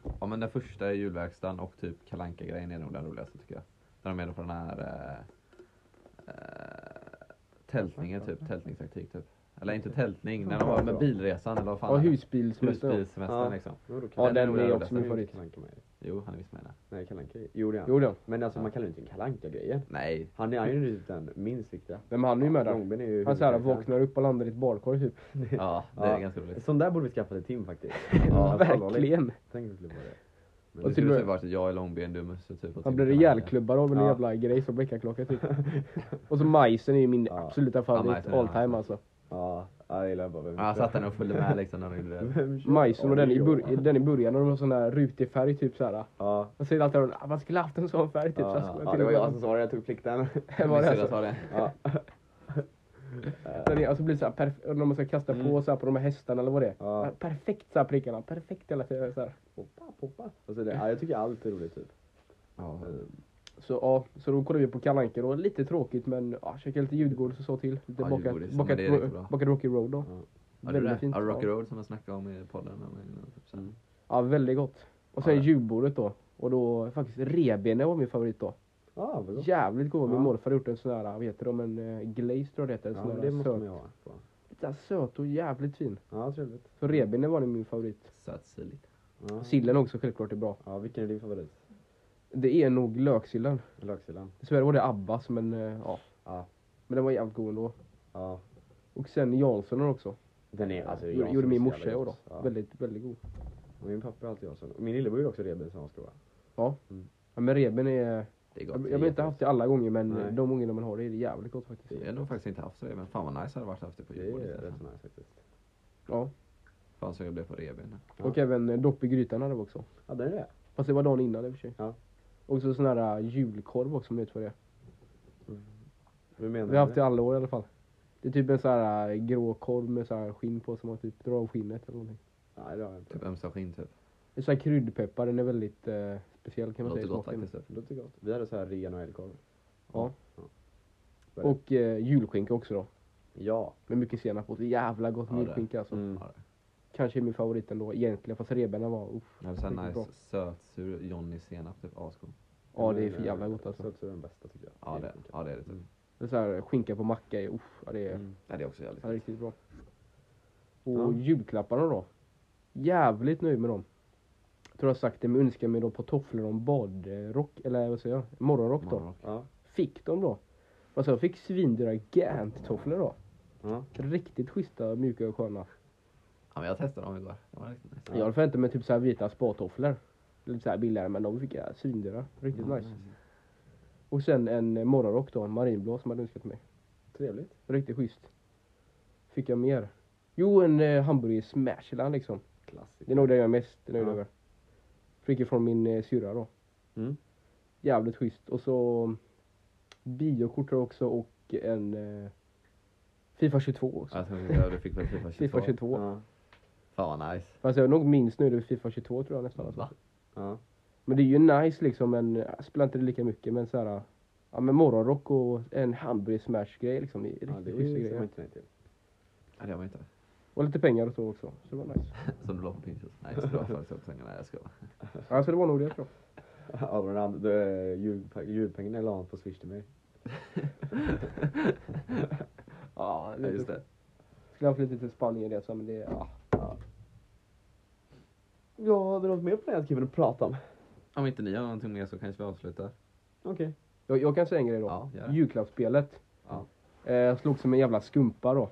Speaker 2: eh, ja men den första i julverkstan och typ kalanka grejen är nog den roligaste tycker jag. När de är på den här eh, eh, tältningen typ, tältningstaktik typ. Eller inte tältning, när de var med bilresan eller vad fan
Speaker 1: Ja,
Speaker 2: är det?
Speaker 1: husbilsmästare.
Speaker 2: Husbilssemestern
Speaker 3: Ja.
Speaker 2: liksom.
Speaker 3: Jo, då
Speaker 1: Ja,
Speaker 3: kan
Speaker 2: Den är
Speaker 1: den
Speaker 2: nog
Speaker 1: är
Speaker 2: den
Speaker 1: också min
Speaker 3: Nej,
Speaker 1: favorit.
Speaker 3: Kalle Anka med.
Speaker 2: Jo, han är visst med det.
Speaker 3: Nej, Kalle Anka. Jo, det är han.
Speaker 1: Jo då.
Speaker 3: Men alltså
Speaker 2: Ja.
Speaker 3: man kallar ju inte en Kalle Anka grejen.
Speaker 2: Nej,
Speaker 3: Han är han är ju typ den minst viktiga.
Speaker 1: Nej, men han är ju med där.
Speaker 3: Långben är ju
Speaker 1: Han såhär
Speaker 3: huvudkaraktären.
Speaker 1: vaknar upp och landar i ett badkar typ.
Speaker 2: ja det
Speaker 3: Ja.
Speaker 2: är ganska roligt.
Speaker 3: Sån där borde vi skaffa till Tim faktiskt.
Speaker 1: Ja,
Speaker 3: Alltså, allvarligt.
Speaker 1: verkligen.
Speaker 3: Tänk om det skulle vara det.
Speaker 2: Det
Speaker 1: till och
Speaker 2: skulle
Speaker 1: med-
Speaker 2: typ varit att jag är långben, du är Musse typ. och
Speaker 1: Han
Speaker 2: Tim
Speaker 1: blir
Speaker 2: Kalle Anka.
Speaker 1: ihjälklubbad av en
Speaker 3: Ja.
Speaker 1: jävla grej som väckarklocka typ. Och så majsen är ju min
Speaker 3: Ja.
Speaker 1: absoluta favorit
Speaker 2: majsen är
Speaker 1: all
Speaker 2: nice.
Speaker 1: time alltså.
Speaker 3: Ja, ja, jag gillar bara vem
Speaker 2: Ja, han satt där och följde med liksom när de gjorde det.
Speaker 3: Vem kör?
Speaker 1: Majsen och
Speaker 3: Ja,
Speaker 1: den
Speaker 3: det
Speaker 1: i,
Speaker 3: är
Speaker 1: bur-
Speaker 3: jag.
Speaker 1: den i början, när de har sån där rutig färg typ såhär.
Speaker 3: Ja.
Speaker 1: Man säger alltid att ah, man skulle haft en sån färg typ. så här
Speaker 3: Ja,
Speaker 1: skulle
Speaker 3: ja,
Speaker 1: till
Speaker 3: det var
Speaker 1: och
Speaker 3: jag
Speaker 1: med-
Speaker 3: som svarade, jag tog plikten.
Speaker 1: Det var det
Speaker 2: Musse,
Speaker 1: alltså.
Speaker 2: sa det.
Speaker 3: Ja.
Speaker 1: Den är- Alltså blir det såhär perf- när man ska kasta på så här på de här hästarna eller vad det är.
Speaker 3: Ja.
Speaker 1: Perfekt såhär prickarna, perfekt hela tiden såhär.
Speaker 3: Poppa, poppa. Och så det, ja, jag tycker allt är roligt typ.
Speaker 2: Ja,
Speaker 1: Så ja, så då kollade vi på Kalle Anka då. Lite tråkigt men ja, käkade lite Djurgårdis och så till. Lite
Speaker 2: Ja,
Speaker 1: bakat,
Speaker 2: Djurgårdis,
Speaker 1: bakat,
Speaker 2: men det är riktigt bra.
Speaker 1: bakat Rocky Road då.
Speaker 3: Ja.
Speaker 2: ja, det är
Speaker 1: Väldigt
Speaker 2: det.
Speaker 1: fint.
Speaker 2: Ja,
Speaker 1: Ja.
Speaker 2: Rocky
Speaker 1: Mm.
Speaker 2: Road som jag snackade om i podden. eller någonting, typ så här.
Speaker 1: Ja, väldigt gott. Och
Speaker 2: Ja,
Speaker 1: sen
Speaker 2: det.
Speaker 1: julbordet då. Och då faktiskt revbenen var min favorit då.
Speaker 3: Ja, vad gott.
Speaker 1: Jävligt god. Min
Speaker 3: Ja.
Speaker 1: morfar har gjort en sån här, vad heter de, en eh, glaze tror jag det heter. En
Speaker 3: Ja,
Speaker 1: sån
Speaker 3: men
Speaker 1: här
Speaker 3: det måste
Speaker 1: söt,
Speaker 3: man ju ha. på.
Speaker 1: lite så här söt och jävligt fin.
Speaker 3: Ja, trevligt.
Speaker 1: Så revbenen var min favorit.
Speaker 2: Sötsilligt.
Speaker 3: Mm. Ja.
Speaker 1: Sillen också självklart är bra.
Speaker 3: Ja, vilken är din favorit?
Speaker 1: Det är nog löksillen.
Speaker 3: Löksillen?
Speaker 1: Dessvärre var det Abbas men eh, ja.
Speaker 3: Ja.
Speaker 1: Men den var jävligt god ändå.
Speaker 3: Ja.
Speaker 1: Och sen Janssonen också.
Speaker 3: Den är alltså...
Speaker 1: Gjorde-
Speaker 3: Jansson
Speaker 1: Gjorde
Speaker 3: är
Speaker 1: min
Speaker 3: så
Speaker 1: morsa
Speaker 3: jävla
Speaker 1: i år då.
Speaker 3: gott. Ja.
Speaker 1: Väldigt, väldigt god.
Speaker 3: Och min pappa är alltid Jansson. Och Min lillebror är också reben som han ska vara. Mm.
Speaker 1: Ja, men reben är...
Speaker 2: Det är
Speaker 1: Jag,
Speaker 2: gott.
Speaker 1: jag har inte haft det alla gånger men
Speaker 3: Nej.
Speaker 1: de gångerna man har det är det jävligt gott faktiskt.
Speaker 2: Jag har nog faktiskt inte haft det, men fan vad nice det hade varit haft det på
Speaker 3: Det är
Speaker 2: julbordet.
Speaker 3: rätt
Speaker 2: alltså.
Speaker 3: nice faktiskt.
Speaker 1: Ja.
Speaker 2: Fan så jag blev på revbenen.
Speaker 3: Ja.
Speaker 1: Och även eh, dopp i grytan hade vi också.
Speaker 3: Ja, den är det.
Speaker 1: Fast det var dagen innan i och för sig.
Speaker 3: Ja.
Speaker 1: Och så sån här eh, julkorv också om ni vet vad det är.
Speaker 3: Hur menar
Speaker 1: Vi har haft
Speaker 3: du?
Speaker 1: det alla år i alla fall. Det är typ en sån här eh, grå korv med så här skinn på som man typ drar av skinnet eller någonting.
Speaker 3: Nej, det har jag inte.
Speaker 2: Typ ömsa skinn typ.
Speaker 1: Det är sån här kryddpeppar, den är väldigt eh, speciell kan man
Speaker 2: Låter
Speaker 1: säga. i
Speaker 2: gott
Speaker 1: smaken.
Speaker 2: faktiskt. Typ.
Speaker 3: Det låter gott. Vi hade så här ren och älgkorv.
Speaker 1: Ja.
Speaker 3: Ja.
Speaker 1: Och eh, julskinka också då.
Speaker 3: Ja.
Speaker 1: Med mycket senap på. Så Jävla gott
Speaker 2: Ja,
Speaker 1: med
Speaker 2: det.
Speaker 1: julskinka alltså.
Speaker 3: Mm.
Speaker 2: Ja, det.
Speaker 1: Kanske min favorit ändå egentligen, fast rebenen var uff.
Speaker 2: Det var så här
Speaker 1: Riktigt
Speaker 2: nice sötsur Johnny senap typ, asgod.
Speaker 1: Ja, det är
Speaker 3: Men,
Speaker 1: för jävla gott alltså.
Speaker 3: Sött är den bästa tycker jag.
Speaker 2: Ja, det, ja, det är det typ.
Speaker 3: Mm.
Speaker 1: Det är så här, eh, skinka på macka är, uff, ja, det är,
Speaker 3: Mm.
Speaker 2: Ja, det är också jävligt
Speaker 1: ja, det är
Speaker 2: gott.
Speaker 1: riktigt bra.
Speaker 3: Ja.
Speaker 1: Och julklapparna då? Jävligt nöjd med dem. Jag tror jag har sagt det, men önskar mig då på tofflor om badrock, eller vad säger jag? Morgonrock då.
Speaker 2: Morgonrock.
Speaker 3: Ja.
Speaker 1: Fick de då. Alltså jag fick svindyra Gant-tofflor då.
Speaker 3: Ja.
Speaker 1: Riktigt schyssta, mjuka och sköna.
Speaker 2: Ja, men jag testade dem igår. Det var riktigt nice.
Speaker 1: Jag hade förväntat mig typ så här vita spartofflor. Lite så här billigare men de fick jag svindyra. Riktigt
Speaker 2: Ja,
Speaker 1: nice. Och sen en eh, morgonrock då, en marinblå som hade önskat mig.
Speaker 3: Trevligt.
Speaker 1: Riktigt schysst. Fick jag mer? Jo, en eh, hamburgare smasherland liksom.
Speaker 3: Klassiker.
Speaker 1: Det är nog det jag är mest nöjd
Speaker 3: Ja.
Speaker 1: över. Fick jag från min eh, syrra då.
Speaker 3: Mm.
Speaker 1: Jävligt schysst. Och så mm, biokort har jag också och en eh, Fifa 22 också.
Speaker 2: Ja, Jag tänkte att du fick väl Fifa 22.
Speaker 1: Fifa 22.
Speaker 3: Ja.
Speaker 2: Fan vad nice.
Speaker 1: Fast jag är nog minst nöjd över Fifa 22 tror jag nästan. Alltså.
Speaker 2: Va?
Speaker 3: Ja.
Speaker 1: Men det är ju nice liksom, men jag spelar inte det lika mycket. Men så här, eh, ja men morgonrock och en hamburger smash grej liksom. Det är
Speaker 3: ja,
Speaker 1: riktigt
Speaker 3: det
Speaker 1: schyssta
Speaker 3: är- liksom- ser man
Speaker 1: grejer.
Speaker 3: inte nej till.
Speaker 2: Ja, det har man inte.
Speaker 1: Och lite pengar och så också. Så det var nice.
Speaker 2: Som du la på Pinterest. Nej, just det. Det var företagspengar. Nej, jag skojar.
Speaker 1: Ja, så det var nog det tror jag.
Speaker 3: Ja, men han- det är julpe- Julpengarna la han på swish till mig.
Speaker 2: Ja,
Speaker 1: lite-
Speaker 2: just det.
Speaker 1: Skulle ha flyttat till Spanien det men det, ja.
Speaker 3: Ja, hade du något mer planerat Kevin att prata om?
Speaker 2: Om inte ni har någonting mer så kanske vi avslutar.
Speaker 3: Okej.
Speaker 1: jag, jag kan säga en grej då.
Speaker 2: Ja, gör det.
Speaker 1: Julklappsspelet.
Speaker 2: Ja.
Speaker 1: Eh, jag slog som en jävla skumpa då.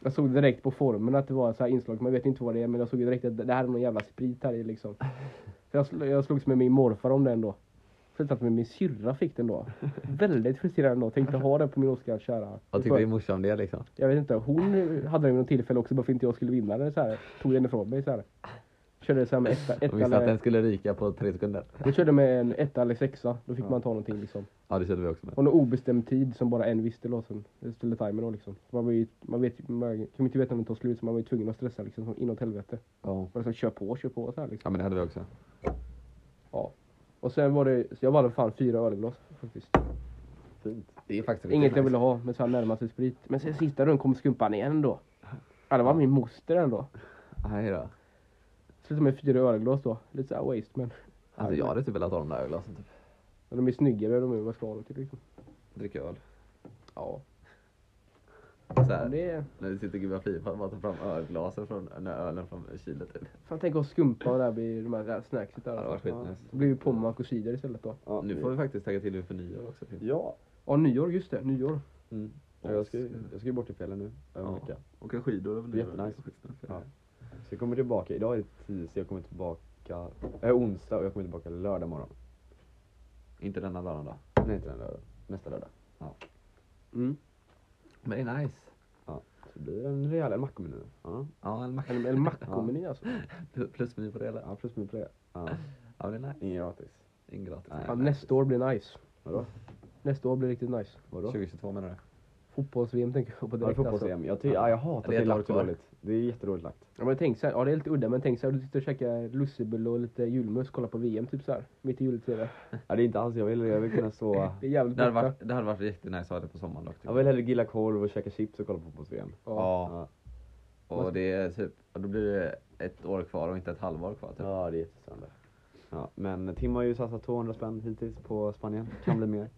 Speaker 1: Jag såg direkt på formen att det var så här inslag, man vet inte vad det är men jag såg ju direkt att det här är någon jävla sprit här i liksom. Så jag, sl- jag slogs med min morfar om den då. Slutat med min syrra fick den då. Väldigt frustrerande då, tänkte ha den på min Oscarskärra.
Speaker 2: Vad tycker din morsa om det liksom?
Speaker 1: Jag vet inte, hon hade den vid något tillfälle också bara för inte jag skulle vinna den så här. Tog den ifrån mig så här. Körde så här med etta,
Speaker 2: Hon
Speaker 1: etta
Speaker 2: visste att den
Speaker 1: eller,
Speaker 2: skulle ryka på tre sekunder.
Speaker 1: hon körde med en etta eller sexa, då fick man ta någonting liksom.
Speaker 2: Ja, det kände vi också med.
Speaker 1: Och någon obestämd tid som bara en visste då som ställde timer då liksom. Man, var ju, man, vet, man kan ju inte veta när den tar slut så man var ju tvungen att stressa liksom som inåt helvete.
Speaker 2: Ja.
Speaker 1: Bara så kör på, kör på så här liksom.
Speaker 2: ja, men det hade vi också.
Speaker 1: Ja. Och sen var det, så jag vann fan fyra ölglas faktiskt.
Speaker 3: Fint.
Speaker 2: Det är faktiskt riktigt
Speaker 1: Inget jag
Speaker 2: nice.
Speaker 1: ville ha, men så här närmade sig sprit. Men sen sista rundan kom skumpan igen då. Ja det var min moster ändå.
Speaker 2: Nej då.
Speaker 1: Slutade med fyra ölglas då. Lite såhär waste men.
Speaker 2: Alltså jag hade typ velat ha de där ölglasen typ.
Speaker 1: Men De är snyggare de är vad ska de till liksom.
Speaker 2: Dricka öl.
Speaker 1: Ja.
Speaker 2: Såhär,
Speaker 1: Men det är,
Speaker 2: när vi sitter och gubbar flipar bara tar fram ölglasen från, när ölen från kylen typ.
Speaker 1: fan tänk om skumpan där blir de här, där snackset
Speaker 2: Det
Speaker 1: där.
Speaker 2: hade varit
Speaker 1: Alltså.
Speaker 2: skitnice.
Speaker 1: Det blir ju Pommac och cider istället då.
Speaker 3: Ja,
Speaker 2: Nu får vi faktiskt tagga till inför nyår också. typ. Tim.
Speaker 3: Ja.
Speaker 1: Ja nyår, just det, nyår.
Speaker 3: Mm. Ja, jag, ska, ju- jag ska ju bort till fjällen nu, över en
Speaker 2: Ja.
Speaker 3: vecka.
Speaker 2: Åka skidor över nyår.
Speaker 3: Jättenice.
Speaker 2: Ja.
Speaker 3: Ja. Så jag kommer tillbaka, idag är det tisdag, jag kommer tillbaka, äh, onsdag och jag kommer tillbaka lördag morgon.
Speaker 2: Inte denna lördagen då.
Speaker 3: Nej inte den lördagen, nästa lördag.
Speaker 1: Mm.
Speaker 2: Men det är nice.
Speaker 3: Så det blir en rejäl en mackmeny. Ja.
Speaker 2: Ja, en
Speaker 1: En, en mackomeny alltså.
Speaker 2: plusmeny på det eller?
Speaker 3: ja, plus min på det. Ja.
Speaker 2: Ja, men det är nice.
Speaker 3: Ingen gratis.
Speaker 2: Ingen gratis.
Speaker 3: Nej,
Speaker 1: Ja, nästa år blir nice.
Speaker 3: Vadå?
Speaker 1: Nästa år blir riktigt nice.
Speaker 3: Vadå?
Speaker 2: 2022 menar du?
Speaker 1: Fotbolls-VM tänker jag på
Speaker 3: Ja,
Speaker 1: direkt alltså.
Speaker 3: fotbolls-EM. Jag, ty- ja, jag hatar
Speaker 2: Det är
Speaker 3: att det
Speaker 2: ett lag
Speaker 3: är så
Speaker 2: kvar.
Speaker 3: dåligt. Det är jättedåligt lagt.
Speaker 1: Ja, men tänk så här, ja det är lite udda men tänk så här, du sitter och käkar lussebulle och lite julmust, kollar på VM typ så här. Mitt i jul-tv.
Speaker 3: Ja, det är inte alls jag vill. Jag vill kunna stå...
Speaker 1: Det är jävligt
Speaker 2: Det hade
Speaker 1: borta.
Speaker 2: varit, det hade varit jättenice att ha det på sommaren dock. typ. tycker
Speaker 3: Jag vill hellre grilla korv och käka chips och kolla på fotbolls-VM.
Speaker 1: Ja.
Speaker 2: Ja. Och det är typ, och då blir det ett år kvar och inte ett halvår kvar typ.
Speaker 3: Ja, det är jättestörande. Ja, men Tim har ju satsat 200 spänn hittills på Spanien. Kan bli mer.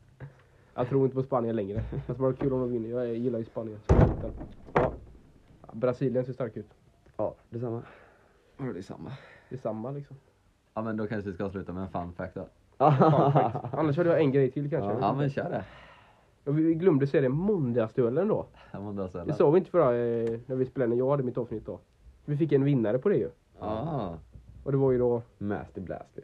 Speaker 1: Jag tror inte på Spanien längre. Fast bara kul om de vinner. Jag gillar ju Spanien. Så jag vet inte.
Speaker 3: Ja.
Speaker 1: Ja, Brasilien ser stark ut.
Speaker 3: Ja, detsamma.
Speaker 2: Ja, det är samma.
Speaker 1: Det är samma liksom.
Speaker 2: Ja men då kanske vi ska avsluta med en fun fact då.
Speaker 1: Fan, faktiskt. Annars hade jag en grej till kanske.
Speaker 2: Ja men kör det.
Speaker 1: Ja, vi vi glömde säga det, måndagsduellen då.
Speaker 2: Jag måste alltså,
Speaker 1: Det sa vi inte förra, eh, när vi spelade, när jag hade mitt avsnitt då. Vi fick en vinnare på det ju.
Speaker 2: Ja,
Speaker 1: Och det var ju då,
Speaker 3: Masty Blasty.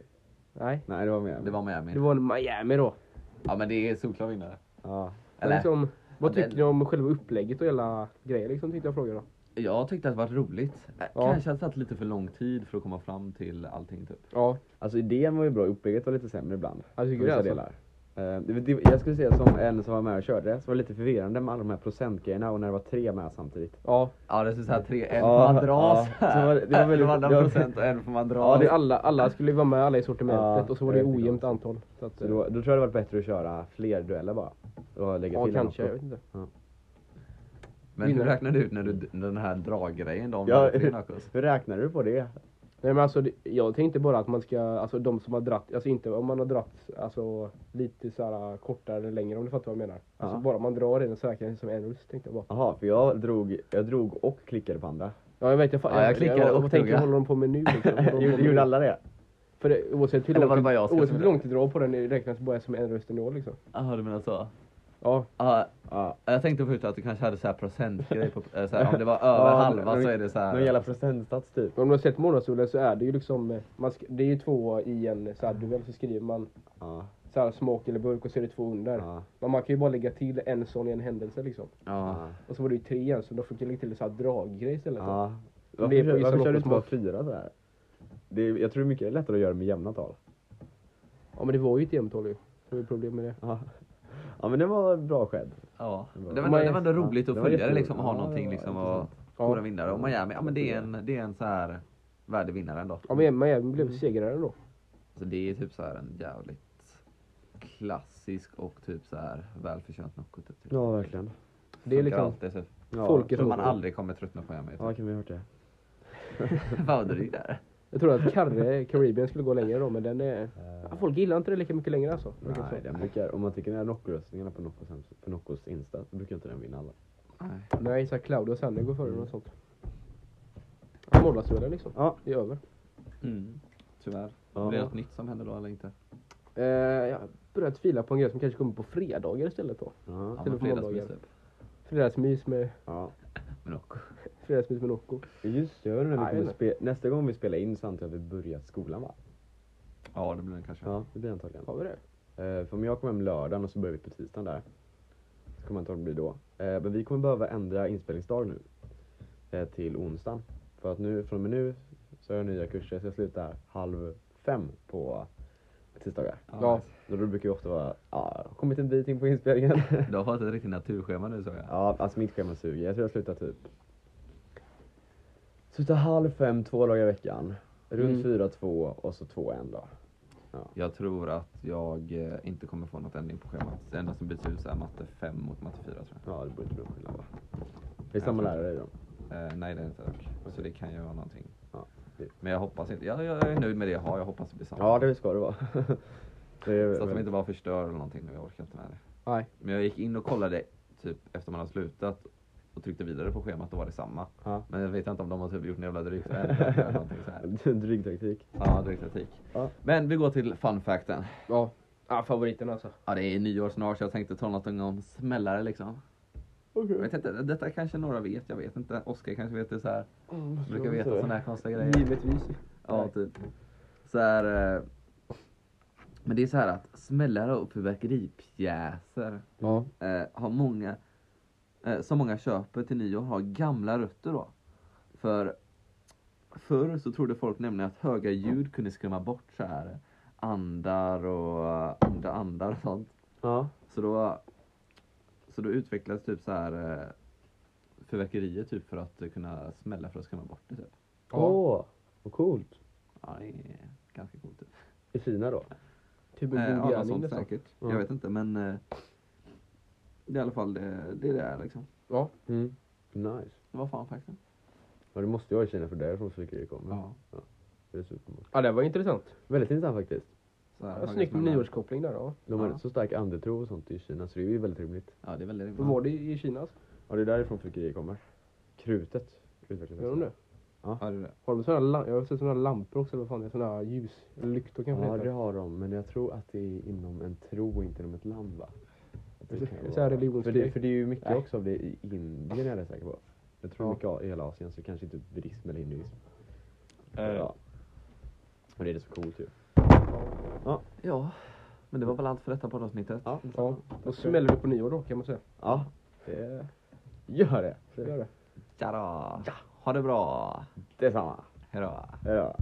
Speaker 1: nej.
Speaker 3: Nej, det var mer.
Speaker 2: det var Miami.
Speaker 1: Det var en Miami då.
Speaker 2: Ja men det är solklar vinnare.
Speaker 3: Ja.
Speaker 1: Eller?
Speaker 2: Eller?
Speaker 1: Liksom, vad
Speaker 2: Ja,
Speaker 1: tycker
Speaker 2: den-
Speaker 1: ni om själva upplägget och hela grejen liksom, tänkte jag fråga då.
Speaker 2: Jag tyckte att det var roligt. Äh,
Speaker 1: Ja.
Speaker 2: Kanske hade tagit lite för lång tid för att komma fram till allting typ.
Speaker 1: Ja,
Speaker 3: Alltså idén var ju bra, upplägget var lite sämre ibland.
Speaker 1: jag
Speaker 3: I
Speaker 1: tycker det
Speaker 3: vissa
Speaker 1: alltså.
Speaker 3: delar. Eh, det, det, jag skulle säga som en som var med och körde, så var det lite förvirrande med alla de här procentgrejerna och när det var tre med samtidigt.
Speaker 1: Ja,
Speaker 2: Ja det är såhär tre, en
Speaker 3: Ja,
Speaker 2: får man dras.
Speaker 3: ja. Så var det- det var väldigt-
Speaker 2: andra
Speaker 3: det var-
Speaker 2: procent och en får man
Speaker 1: ja
Speaker 2: dras.
Speaker 1: det är alla, alla skulle vara med, alla i sortimentet
Speaker 3: Ja,
Speaker 1: och så var
Speaker 3: jag
Speaker 1: det
Speaker 3: vet inte
Speaker 1: ojämnt
Speaker 3: vad.
Speaker 1: antal. Så att, eh,
Speaker 3: Så då, då tror jag det var bättre att köra fler dueller bara. Och lägga
Speaker 1: ja,
Speaker 3: till en
Speaker 1: kanske, jag
Speaker 3: också.
Speaker 1: vet inte.
Speaker 2: Men hur
Speaker 1: vinnare.
Speaker 2: räknar du ut när du, den här draggrejen då om
Speaker 3: Ja,
Speaker 2: ja. tre Narcos?
Speaker 3: Hur räknade du på det?
Speaker 1: Nej men alltså det- jag tänkte bara att man ska, alltså de som har dratt, alltså inte om man har dratt alltså lite såhär kortare eller längre om du fattar vad jag menar. Alltså
Speaker 3: Ja.
Speaker 1: bara man drar i den så här kan det som en ruls tänkte jag bara.
Speaker 3: Jaha, för jag drog, jag drog och klickade på andra.
Speaker 1: Ja jag vet, jag, fa-
Speaker 2: Ja, jag klickade
Speaker 1: jag, jag,
Speaker 2: och
Speaker 1: tänkte
Speaker 2: tog, ja.
Speaker 1: håller de på med nu liksom. Håller de på
Speaker 3: Gjorde
Speaker 1: med
Speaker 3: gjorde
Speaker 1: nu?
Speaker 3: alla det?
Speaker 1: För det, oavsett hur
Speaker 2: Eller var det
Speaker 1: långt,
Speaker 2: bara jag som-
Speaker 1: oavsett hur långt du drar på den det räknas bara som en röst ändå liksom.
Speaker 2: Jaha, du menar så?
Speaker 1: Ja,
Speaker 2: Ja,
Speaker 3: Ja.
Speaker 2: jag tänkte först att du kanske hade så här procentgrej på, eh, så här, om det var över
Speaker 3: Ja,
Speaker 2: halva
Speaker 3: någon-
Speaker 2: så är det så här.
Speaker 3: Någon jävla procentsats typ.
Speaker 1: men om du har sett Månadsolen så är det ju liksom, eh, man sk- det är ju två i en såhär duell så skriver man
Speaker 3: Ja.
Speaker 1: såhär smak eller burk och så är det två under.
Speaker 3: Ja.
Speaker 1: Men man kan ju bara lägga till en sån i en händelse liksom.
Speaker 2: Ja.
Speaker 1: Och så var det ju tre igen så då fick jag lägga till en sån här draggrej istället. då.
Speaker 3: ja.
Speaker 1: Det är
Speaker 3: Varför,
Speaker 1: på
Speaker 3: kör- varför
Speaker 1: isolopp
Speaker 3: kör du
Speaker 1: och
Speaker 3: inte bara
Speaker 1: smak.
Speaker 3: fyra sådär? Det är, jag tror det är mycket lättare att göra med jämna tal.
Speaker 1: Ja men det var ju ett jämnt håll ju. Det var ju problem med det.
Speaker 3: Ja. ja men det var bra sked.
Speaker 2: ja.
Speaker 3: Det var-
Speaker 2: Det, var, det var ändå
Speaker 3: Ja,
Speaker 2: roligt att
Speaker 3: det var
Speaker 2: följa det
Speaker 3: jätteroligt.
Speaker 2: liksom, ha
Speaker 3: Ja, det
Speaker 2: någonting
Speaker 3: var
Speaker 2: liksom och
Speaker 1: Ja.
Speaker 2: kora vinnare. Och Miami, ja men det är en, det är en så här värdig vinnare ändå.
Speaker 1: Ja men Miami blev segrare ändå.
Speaker 2: Så det är typ så här en jävligt klassisk och typ så här välförtjänt knockout. Typ.
Speaker 3: Ja verkligen.
Speaker 1: Det är
Speaker 2: Funkar
Speaker 1: liksom,
Speaker 2: alltid typ.
Speaker 3: Ja.
Speaker 1: Folket-
Speaker 2: Jag tror man aldrig kommer tröttna på Miami.
Speaker 3: Ja
Speaker 2: Typ.
Speaker 3: kan vi ha hört det.
Speaker 2: Vad hade du där?
Speaker 1: jag tror att Carre, Caribbean skulle gå längre då men den är... Ja, folk gillar inte det lika mycket längre alltså. verkar det
Speaker 3: Nej,
Speaker 1: som.
Speaker 3: den brukar, om man tycker den här Nocco-röstningarna på Noccos, hems- på Noccos Insta så brukar inte den vinna alla.
Speaker 2: Nej.
Speaker 1: Nej, såhär Claudio och Sanne går före och sånt. Ja, Månadsolen liksom.
Speaker 3: Mm. Ja.
Speaker 1: Det är över.
Speaker 2: Mm. Tyvärr.
Speaker 3: Ja.
Speaker 2: Blir det något nytt som händer då eller inte?
Speaker 1: Eh, jag börjar tvivla på en grej som kanske kommer på fredagar istället då.
Speaker 3: Ja.
Speaker 2: Ja,
Speaker 1: Till
Speaker 2: men
Speaker 1: och med
Speaker 2: fredagsmys
Speaker 1: måndagar.
Speaker 2: typ.
Speaker 1: Fredagsmys med,
Speaker 3: ja.
Speaker 2: Men och.
Speaker 1: fredagsmys med Nocco.
Speaker 3: Just det, jag vet inte när
Speaker 1: Nej,
Speaker 3: vi kommer
Speaker 1: eller?
Speaker 3: spe- nästa gång vi spelar in så antar jag att vi börjar skolan va?
Speaker 2: Ja, det blir den kanske.
Speaker 3: Ja, det blir antagligen.
Speaker 1: Har vi det?
Speaker 3: Eh, för om jag kommer hem lördagen och så börjar vi på tisdagen där. Så kommer jag inte ihåg om det blir då. Eh, men vi kommer behöva ändra inspelningsdag nu. Eh, till onsdagen. För att nu, från och med nu så har jag nya kurser så jag slutar halv fem på tisdagar.
Speaker 1: Ja.
Speaker 2: nice.
Speaker 3: Och Då brukar jag ofta vara, ja, kommit en bit in på inspelningen.
Speaker 2: Du har fått ett riktigt naturschema nu såg jag.
Speaker 3: ja, alltså mitt schema suger. Jag tror jag slutar typ Slutar halv fem två dagar i veckan. Runt
Speaker 1: Mm.
Speaker 3: fyra två och så två en dag.
Speaker 2: Jag tror att jag eh, inte kommer få något ändring på schemat. Det enda som byts ut är matte 5 mot matte 4 tror
Speaker 3: Ja, det borde inte bli någon skillnad va? Det är samma lärare i dem.
Speaker 2: jag. Eh, nej, det är inte jag. Så det kan ju vara någonting.
Speaker 3: Ja.
Speaker 2: Men jag hoppas inte. Jag, jag är nöjd med det jag har. Jag hoppas det blir samma.
Speaker 3: Ja, det ska det vara. det är,
Speaker 2: Så att de inte bara förstör eller någonting nu, jag orkar inte med det.
Speaker 1: Nej.
Speaker 2: Men jag gick in och kollade typ efter man har slutat och tryckte vidare på schemat, då var det samma.
Speaker 3: Ja.
Speaker 2: Men jag vet inte om de har typ gjort en jävla drygt eller någonting så här.
Speaker 3: Dryg taktik.
Speaker 2: Ja, drygt
Speaker 3: Ja.
Speaker 2: Men vi går till fun facten.
Speaker 1: Ja. Ja, favoriten alltså.
Speaker 2: Ja, det är nyår snart så jag tänkte ta något om smällare liksom. Jag vet inte, detta kanske några vet, jag vet inte. Oskar kanske vet det så här. Brukar veta sådana här konstiga
Speaker 1: Mm.
Speaker 2: grejer.
Speaker 1: Givetvis.
Speaker 2: Ja, typ. Så här, eh, men det är så här att smällare och fyrverkeripjäser
Speaker 1: Ja.
Speaker 2: eh, har många, eh, som många köper till nyår har gamla rötter då. För förr så trodde folk nämligen att höga ljud kunde skrämma bort så här andar och eh, onda andar och sånt.
Speaker 3: Ja.
Speaker 2: Så då, så då utvecklades typ så här eh, fyrverkerier typ för att eh, kunna smälla för att skrämma bort det typ.
Speaker 1: Ja.
Speaker 3: Åh, vad coolt.
Speaker 2: Ja, det är ganska coolt. Typ.
Speaker 3: I Kina då?
Speaker 1: Typ
Speaker 2: Eh,
Speaker 1: en
Speaker 2: ja,
Speaker 1: god
Speaker 2: något
Speaker 1: gärning
Speaker 2: sånt
Speaker 1: nästan.
Speaker 3: liksom.
Speaker 2: säkert.
Speaker 3: Ja.
Speaker 2: Jag vet inte men eh, det är i alla fall det det, är det är liksom.
Speaker 1: Ja.
Speaker 3: Mm. Nice.
Speaker 2: Det var fan faktiskt.
Speaker 3: Ja, du måste ju vara i Kina för därifrån fyrverkerier kommer.
Speaker 2: Ja.
Speaker 3: Det är supermått.
Speaker 1: Ja, det var intressant.
Speaker 3: Väldigt intressant faktiskt.
Speaker 2: Så här,
Speaker 1: Ja,
Speaker 2: höga
Speaker 1: snyggt med
Speaker 2: smällar.
Speaker 1: nyårskoppling där ja.
Speaker 3: De har
Speaker 2: Ja.
Speaker 3: så stark andetro och sånt i Kina så det är ju väldigt rimligt.
Speaker 2: Ja, det är väldigt
Speaker 1: Hur var det i Kina? Alltså?
Speaker 3: Ja, det är därifrån fyrverkerier kommer. Krutet. utvecklades.
Speaker 1: Gör de det?
Speaker 2: Ja, det är det.
Speaker 1: Har de sådana lampor? Jag har sett sådana lampor också eller vad fan det är? Sådana här ljus, lyktor kanske
Speaker 3: Ja,
Speaker 1: det
Speaker 3: det
Speaker 1: heter.
Speaker 3: har de. Men jag tror att det är inom en tro och inte inom ett land va? Att
Speaker 1: Det är
Speaker 3: kan
Speaker 1: så här
Speaker 3: vara- för
Speaker 1: religionsgrej.
Speaker 3: det, för det är ju mycket
Speaker 1: Nej.
Speaker 3: också av det i Indien är jag rätt säker på. Jag tror
Speaker 1: Ja.
Speaker 3: mycket i hela Asien så kanske inte buddhism eller hinduism.
Speaker 2: ja.
Speaker 1: Eh.
Speaker 3: Ja. Och det är det som är coolt ju.
Speaker 2: ja, men det var väl allt för detta poddavsnittet.
Speaker 3: Ja,
Speaker 1: Ja, då smäller vi på nyår då kan man säga.
Speaker 3: ja. Det gör det.
Speaker 1: Gör det.
Speaker 2: Tja då! Ha det bra!
Speaker 3: Detsamma.
Speaker 2: Hejdå!
Speaker 3: Ja.